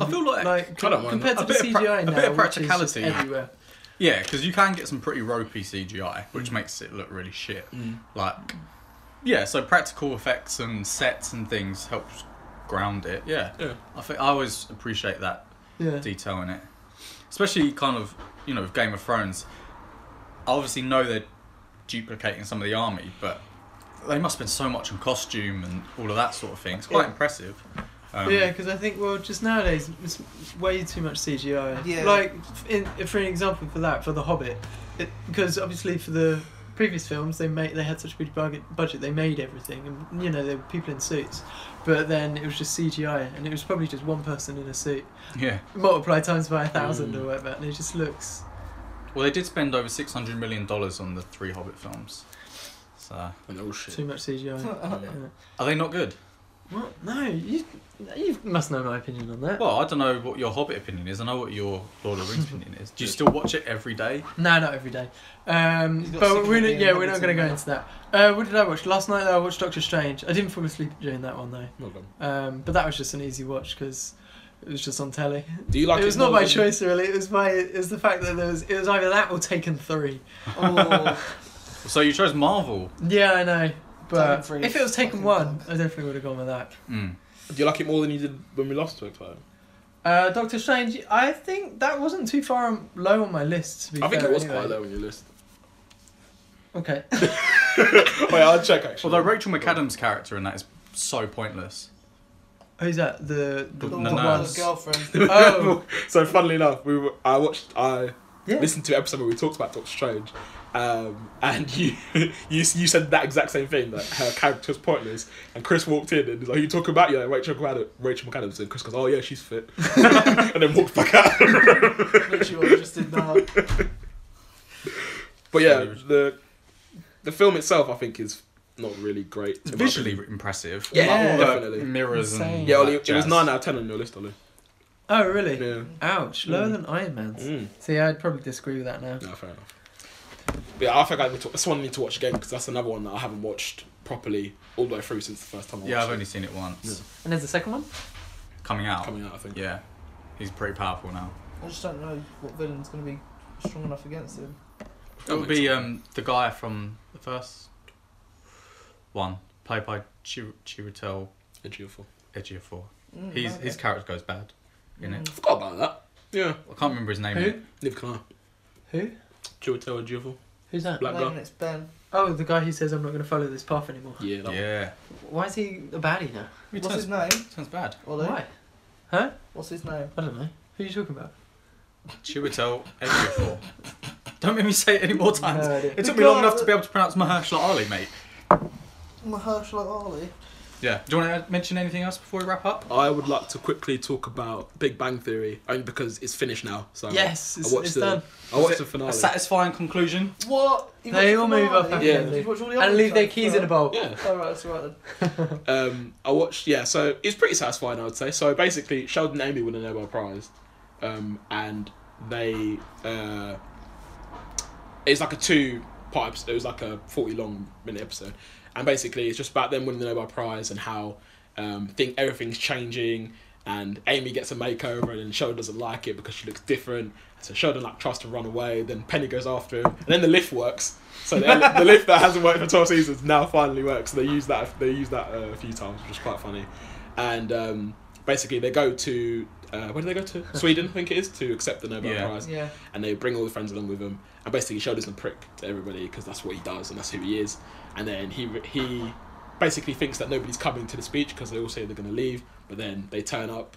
Speaker 2: I feel like-
Speaker 4: like
Speaker 3: I don't mind
Speaker 4: compared
Speaker 2: that.
Speaker 4: to
Speaker 2: A
Speaker 4: the
Speaker 2: bit of pra-
Speaker 4: CGI
Speaker 2: a
Speaker 4: now,
Speaker 2: bit of
Speaker 4: which is just
Speaker 2: practicality.
Speaker 4: everywhere.
Speaker 2: Yeah, because you can get some pretty ropey CGI, which
Speaker 4: Mm.
Speaker 2: makes it look really shit. Like, yeah, so practical effects and sets and things helps ground it. Yeah,
Speaker 3: Yeah.
Speaker 2: I think I always appreciate that
Speaker 4: Yeah.
Speaker 2: detail in it, especially kind of you know with Game of Thrones. I obviously know they're duplicating some of the army, but they must spend so much on costume and all of that sort of thing. It's quite
Speaker 4: Yeah.
Speaker 2: impressive. Um,
Speaker 4: Yeah, because I think well, just nowadays it's way too much CGI.
Speaker 1: Yeah.
Speaker 4: Like, f- in, if for an example for that, for The Hobbit, it, because obviously for the previous films they made they had such a big budget, budget they made everything, and you know there were people in suits, but then it was just CGI, and it was probably just one person in a suit
Speaker 2: yeah.
Speaker 4: multiplied times by a thousand
Speaker 2: Hmm.
Speaker 3: Mm.
Speaker 4: or whatever, and it just looks.
Speaker 2: Well, they did spend over six hundred million dollars on the three Hobbit films. So,
Speaker 3: And oh
Speaker 4: Too
Speaker 3: shit.
Speaker 4: much CGI. Yeah.
Speaker 2: are they not good?
Speaker 4: What? No, you you must know my opinion on that.
Speaker 2: Well, I don't know what your Hobbit opinion is. I know what your Lord of the Rings opinion is. Do you still watch it every day?
Speaker 4: No, not every day. Um,
Speaker 1: He's got sick
Speaker 4: but
Speaker 1: of
Speaker 4: we're
Speaker 1: being
Speaker 4: not, yeah, we're not
Speaker 1: Hobbiton,
Speaker 4: going to go
Speaker 1: man.
Speaker 4: into that. Uh, what did I watch last night? Though, I watched Doctor Strange. I didn't fall asleep during that one though.
Speaker 3: Well done.
Speaker 4: Um, but that was just an easy watch because it was just on telly.
Speaker 3: Do you like
Speaker 4: it was not
Speaker 3: more
Speaker 4: my
Speaker 3: than-
Speaker 4: choice really. It was my it was the fact that there was it was either that or Taken Three.
Speaker 1: Oh,
Speaker 2: So you chose Marvel.
Speaker 4: Yeah, I know.
Speaker 1: Taken
Speaker 4: But
Speaker 1: 3
Speaker 4: if it
Speaker 1: is
Speaker 4: was Taken
Speaker 1: fucking
Speaker 4: One,
Speaker 1: bad.
Speaker 4: I definitely would have gone with that.
Speaker 2: Mm.
Speaker 3: Do you like it more than you did when we last talked about it?
Speaker 4: Uh, Doctor Strange, I think that wasn't too far on, low on my list. To be
Speaker 3: I think
Speaker 4: fair,
Speaker 3: it was
Speaker 4: anyway.
Speaker 3: quite low on your list.
Speaker 4: Okay.
Speaker 3: Wait, Oh, I'll check actually.
Speaker 2: Although Rachel McAdams' character in that is so pointless.
Speaker 4: Who's that? The
Speaker 2: The
Speaker 4: the, the
Speaker 2: nurse.
Speaker 4: ones.
Speaker 1: girlfriend.
Speaker 4: Oh.
Speaker 3: so funnily enough, we were, I watched I
Speaker 4: Yeah.
Speaker 3: listened to an episode where we talked about Doctor Strange, um, and you you you said that exact same thing that her character was pointless. And Chris walked in and was like, "You talking about you know, Rachel McAdams?" Rachel McAdams and Chris goes, "Oh yeah, she's fit," and then walked back out.
Speaker 1: Literally what I just did now.
Speaker 3: But yeah, the the film itself I think is not really great.
Speaker 2: It's
Speaker 3: in my
Speaker 2: visually
Speaker 3: opinion.
Speaker 2: impressive.
Speaker 3: Yeah,
Speaker 2: Like, all the
Speaker 3: definitely.
Speaker 2: Mirrors
Speaker 4: Insane.
Speaker 2: and
Speaker 3: Yeah,
Speaker 2: all
Speaker 3: Ollie,
Speaker 2: that
Speaker 3: it was
Speaker 2: jazz.
Speaker 3: nine out of ten on your list, Ollie.
Speaker 4: Oh really?
Speaker 3: Yeah.
Speaker 4: Ouch, lower than Iron Man's.
Speaker 3: Mm.
Speaker 4: See, I'd probably disagree with that now.
Speaker 3: No, fair enough. But yeah, I think I need to, that's one I need to watch again because that's another one that I haven't watched properly all the way through since the first time I
Speaker 2: Yeah, I've
Speaker 3: watched
Speaker 2: only
Speaker 3: it.
Speaker 2: seen it once.
Speaker 3: Yeah.
Speaker 4: And there's the second one?
Speaker 2: Coming out.
Speaker 3: coming out, I think.
Speaker 2: Yeah, he's pretty powerful now.
Speaker 1: I just don't know what villain's going to be strong enough against him.
Speaker 3: That
Speaker 2: It will
Speaker 3: makes
Speaker 2: be
Speaker 3: sense.
Speaker 2: um, the guy from the first one, played by Chir- Chiwetel
Speaker 3: Edgy and full.
Speaker 2: Ejiofor.
Speaker 1: Mm,
Speaker 2: He's
Speaker 1: okay.
Speaker 2: his character goes bad in it.
Speaker 1: Mm.
Speaker 3: I forgot about that. Yeah.
Speaker 2: I can't remember his name.
Speaker 4: Who?
Speaker 2: yet.
Speaker 3: Liv can I?
Speaker 4: Who?
Speaker 3: Chiwetel Ejiofor.
Speaker 4: Who's that?
Speaker 3: Black
Speaker 1: Name
Speaker 3: guy.
Speaker 1: and it's Ben.
Speaker 4: Oh, the guy who says I'm not going to follow this path anymore.
Speaker 3: Yeah. That One.
Speaker 2: Yeah.
Speaker 4: Why is he a baddie now?
Speaker 2: He
Speaker 1: What's
Speaker 2: turns,
Speaker 1: his name?
Speaker 2: turns bad.
Speaker 1: Ollie?
Speaker 4: Why? Huh?
Speaker 1: What's his name?
Speaker 4: I don't know. Who are you talking about?
Speaker 2: Chiwetel Ejiofor. Don't make me say it any more times.
Speaker 4: No idea.
Speaker 2: It took me long enough to be able to pronounce Mahershala Ali, mate.
Speaker 1: Mahershala Ali.
Speaker 2: Yeah. Do you want to mention anything else before we wrap up?
Speaker 3: I would like to quickly talk about Big Bang Theory only because it's finished now. So
Speaker 4: Yes, it's,
Speaker 3: I watched
Speaker 4: it's
Speaker 3: the,
Speaker 4: done.
Speaker 3: I watched
Speaker 2: Was
Speaker 3: the
Speaker 2: it
Speaker 3: finale.
Speaker 2: A satisfying conclusion.
Speaker 1: What? You
Speaker 4: They
Speaker 1: watched
Speaker 4: all
Speaker 1: the
Speaker 4: move up
Speaker 1: finale?
Speaker 3: Yeah.
Speaker 4: happily.
Speaker 1: You watched all the
Speaker 4: and
Speaker 1: other
Speaker 4: leave their
Speaker 1: episodes
Speaker 4: keys
Speaker 1: as
Speaker 4: in a bowl.
Speaker 3: yeah.
Speaker 1: well? Alright, that's right.
Speaker 3: Um, I watched, yeah, so it's pretty satisfying, I would say. So basically, Sheldon and Amy won a Nobel Prize, um, and they. Uh, it's like a two part episode, it was like a 40 long minute episode. And basically, it's just about them winning the Nobel Prize and how um, think everything's changing. And Amy gets a makeover, and then Sheldon doesn't like it because she looks different. So Sheldon like tries to run away. Then Penny goes after him, and then the lift works. So the, ele- the lift that hasn't worked for twelve seasons now finally works. So they use that. They use that uh, a few times, which is quite funny. And um, basically they go to uh, where do they go to? Sweden, I think it is, to accept the Nobel
Speaker 2: Yeah.
Speaker 3: Prize,
Speaker 1: Yeah.
Speaker 3: and they bring all the friends along with them. And basically, Sheldon's a prick to everybody because that's what he does and that's who he is. And then he he basically thinks that nobody's coming to the speech because they all say they're going to leave, but then they turn up.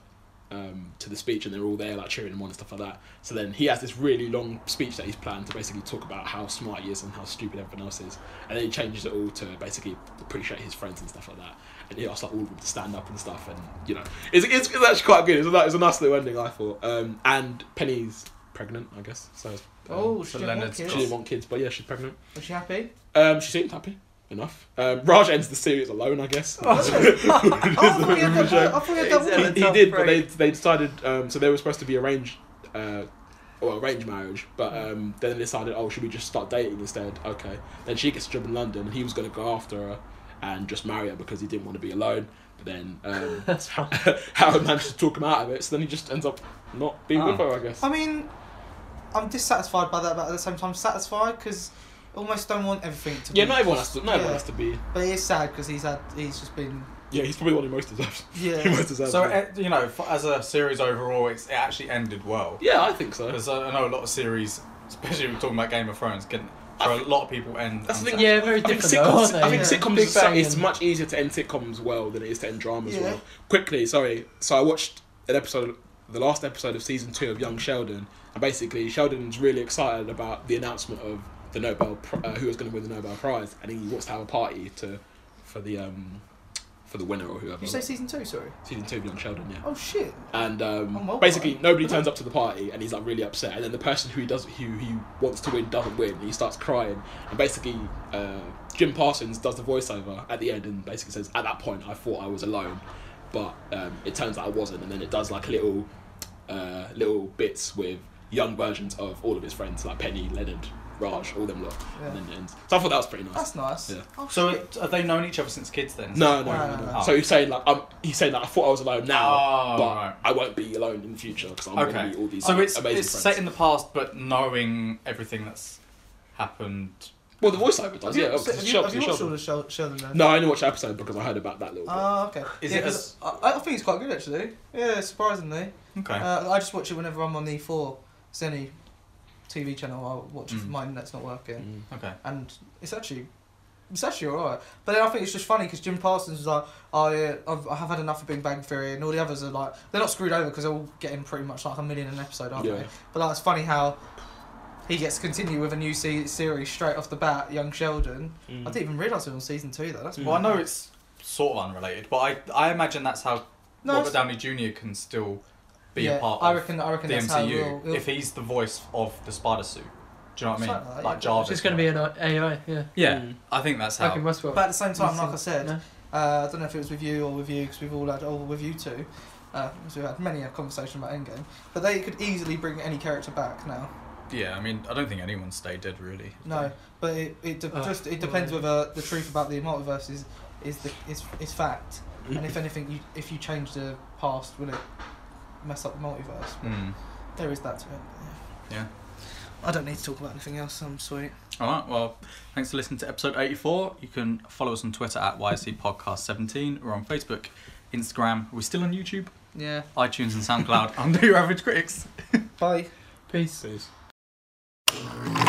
Speaker 3: Um, to the speech and they're all there like cheering him on and stuff like that. So then he has this really long speech that he's planned to basically talk about how smart he is and how stupid everyone else is, and then he changes it all to basically appreciate his friends and stuff like that and he asked like all of them to stand up and stuff, and you know, it's, it's, it's actually quite good. It's a, ni- it's a nice little ending, I thought. Um, and Penny's pregnant, I guess. So um,
Speaker 2: So
Speaker 1: Oh, she didn't want
Speaker 2: Leonard's
Speaker 1: kids.
Speaker 3: she didn't want kids, but yeah, she's pregnant.
Speaker 1: Was she happy?
Speaker 3: Um, she seemed happy enough. Um, Raj ends the series alone, I guess.
Speaker 1: Oh, I thought we had
Speaker 3: Remember
Speaker 1: that-
Speaker 3: Joe?
Speaker 1: I thought we had
Speaker 4: He's
Speaker 1: that
Speaker 4: Ellen.
Speaker 1: one.
Speaker 3: he, he did, but they they decided. Um, so they were supposed to be arranged, uh, or arranged marriage, but
Speaker 2: Hmm.
Speaker 3: um, then they decided, oh, should we just start dating instead? Okay. Then she gets a job in London, and he was going to go after her and just marry her because he didn't want to be alone. But then um,
Speaker 4: That's fine.
Speaker 3: Howard managed to talk him out of it, so then he just ends up not being with
Speaker 2: Oh.
Speaker 3: her, I guess.
Speaker 1: I mean, I'm dissatisfied by that, but at the same time satisfied because almost don't want everything to.
Speaker 3: Yeah,
Speaker 1: be
Speaker 3: not everyone has to. Not
Speaker 1: Yeah.
Speaker 3: everyone has to be.
Speaker 1: But it is sad because he's had he's just been
Speaker 3: Yeah, he's probably the one who most deserves. He
Speaker 1: yeah.
Speaker 3: most deserves.
Speaker 2: So
Speaker 3: it.
Speaker 2: eh, you know, f- as a series overall, it's, it actually ended well.
Speaker 3: yeah, I think so.
Speaker 2: Because I know a lot of series, especially if we're talking about Game of Thrones, can for a lot of people end.
Speaker 3: That's the thing,
Speaker 2: unsat-
Speaker 4: Yeah, very
Speaker 3: I think
Speaker 4: different. though,
Speaker 3: sitcoms,
Speaker 4: aren't they?
Speaker 3: I think
Speaker 4: Yeah.
Speaker 3: sitcoms
Speaker 4: Big
Speaker 3: is so-
Speaker 4: bang
Speaker 3: it's
Speaker 4: and-
Speaker 3: much easier to end sitcoms well than it is to end dramas
Speaker 1: Yeah.
Speaker 3: well. Quickly, sorry. So I watched an episode, the last episode of season two of Young Sheldon, and basically Sheldon's really excited about the announcement of the Nobel, Pri- uh, who was going to win the Nobel Prize, and he wants to have a party to, for the um, for the winner or whoever.
Speaker 1: Did you say season two? Sorry.
Speaker 3: season two of Young Sheldon, yeah.
Speaker 1: Oh shit.
Speaker 3: and
Speaker 1: I'm
Speaker 3: um,
Speaker 1: well
Speaker 3: basically
Speaker 1: put.
Speaker 3: nobody turns up to the party, and he's like really upset. And then the person who he does who he wants to win doesn't win, and he starts crying. And basically, uh, Jim Parsons does the voiceover at the end, and basically says, "At that point, I thought I was alone, but um, it turns out I wasn't." And then it does like little uh, little bits with young versions of all of his friends, like Penny, Leonard, Raj, all them lot. And
Speaker 1: Yeah.
Speaker 3: then it ends. So I thought that was pretty nice.
Speaker 1: That's nice.
Speaker 3: Yeah.
Speaker 1: Oh,
Speaker 2: So
Speaker 1: shit.
Speaker 2: it- have they known each other since kids then?
Speaker 3: No, no,
Speaker 1: No,
Speaker 3: no,
Speaker 1: no,
Speaker 3: no.
Speaker 2: no.
Speaker 3: So he's saying like I'm, he's saying that I thought I was alone now,
Speaker 2: Oh,
Speaker 3: but
Speaker 2: right.
Speaker 3: I won't be alone in the future because I'm going
Speaker 2: Oh, Okay.
Speaker 3: to meet all these
Speaker 2: so it's,
Speaker 3: amazing
Speaker 2: it's
Speaker 3: friends.
Speaker 2: set in the past, but knowing everything that's happened.
Speaker 3: well, the voiceover does,
Speaker 1: Have you,
Speaker 3: yeah.
Speaker 1: have
Speaker 3: obviously,
Speaker 1: you-
Speaker 3: Shel-
Speaker 1: have you watched all
Speaker 3: Sheldon.
Speaker 1: the Shel- Sheldon then?
Speaker 3: No, I only watched that episode because I heard about that little. bit.
Speaker 1: Oh, okay.
Speaker 2: Is
Speaker 1: yeah,
Speaker 2: it
Speaker 1: 'cause I, I think it's quite good actually. Yeah, surprisingly.
Speaker 2: Okay.
Speaker 1: Uh, I just watch it whenever I'm on E4. It's the only TV channel I watch. if
Speaker 2: Mm.
Speaker 1: My internet's not working.
Speaker 3: Mm.
Speaker 2: okay.
Speaker 1: and it's actually it's actually alright. But then I think it's just funny because Jim Parsons was like, oh, yeah, I've, I have had enough of Big Bang Theory, and all the others are like, they're not screwed over because they're all getting pretty much like a million an episode, aren't
Speaker 3: Yeah.
Speaker 1: they? But like, it's funny how he gets to continue with a new se- series straight off the bat, Young Sheldon.
Speaker 2: Mm.
Speaker 1: I didn't even realise it was on season two though. That's
Speaker 3: Mm.
Speaker 2: Well, I know it's sort of unrelated, but I I imagine that's how
Speaker 1: No,
Speaker 2: Robert
Speaker 1: it's-
Speaker 2: Downey Jr. can still be
Speaker 1: yeah,
Speaker 2: a part
Speaker 1: I
Speaker 2: of
Speaker 1: reckon. I reckon
Speaker 2: the
Speaker 1: that's how we'll,
Speaker 2: MCU
Speaker 1: we'll-
Speaker 2: if he's the voice of the Spider Suit. Do you know what I mean?
Speaker 1: Something like that,
Speaker 2: Like,
Speaker 1: yeah.
Speaker 2: Jarvis.
Speaker 4: It's just going to be an AI, yeah.
Speaker 2: Yeah,
Speaker 3: Mm.
Speaker 2: I think that's how.
Speaker 4: Like in Westworld.
Speaker 1: But at the same time, like I said,
Speaker 4: No.
Speaker 1: Uh, I don't know if it was with you or with you because we've all had or with you two. Uh, 'cause we've had many a conversation about Endgame, but they could easily bring any character back now.
Speaker 2: Yeah, I mean, I don't think anyone stayed dead really.
Speaker 1: No, but it, it de-
Speaker 4: Oh,
Speaker 1: just it depends
Speaker 4: well,
Speaker 1: whether the truth about the multiverse is is the is, is fact, and if anything, you, if you change the past, will it mess up the multiverse?
Speaker 2: Hmm.
Speaker 1: There is that to it.
Speaker 2: Yeah.
Speaker 1: I don't need to talk about anything else. I'm sweet.
Speaker 2: All right. Well, thanks for listening to episode 84. You can follow us on Twitter at YC Podcast 17. We're on Facebook, Instagram. We're still on YouTube,
Speaker 1: Yeah.
Speaker 2: iTunes, and SoundCloud under Your Average Critics.
Speaker 1: Bye.
Speaker 4: Peace.
Speaker 3: Says-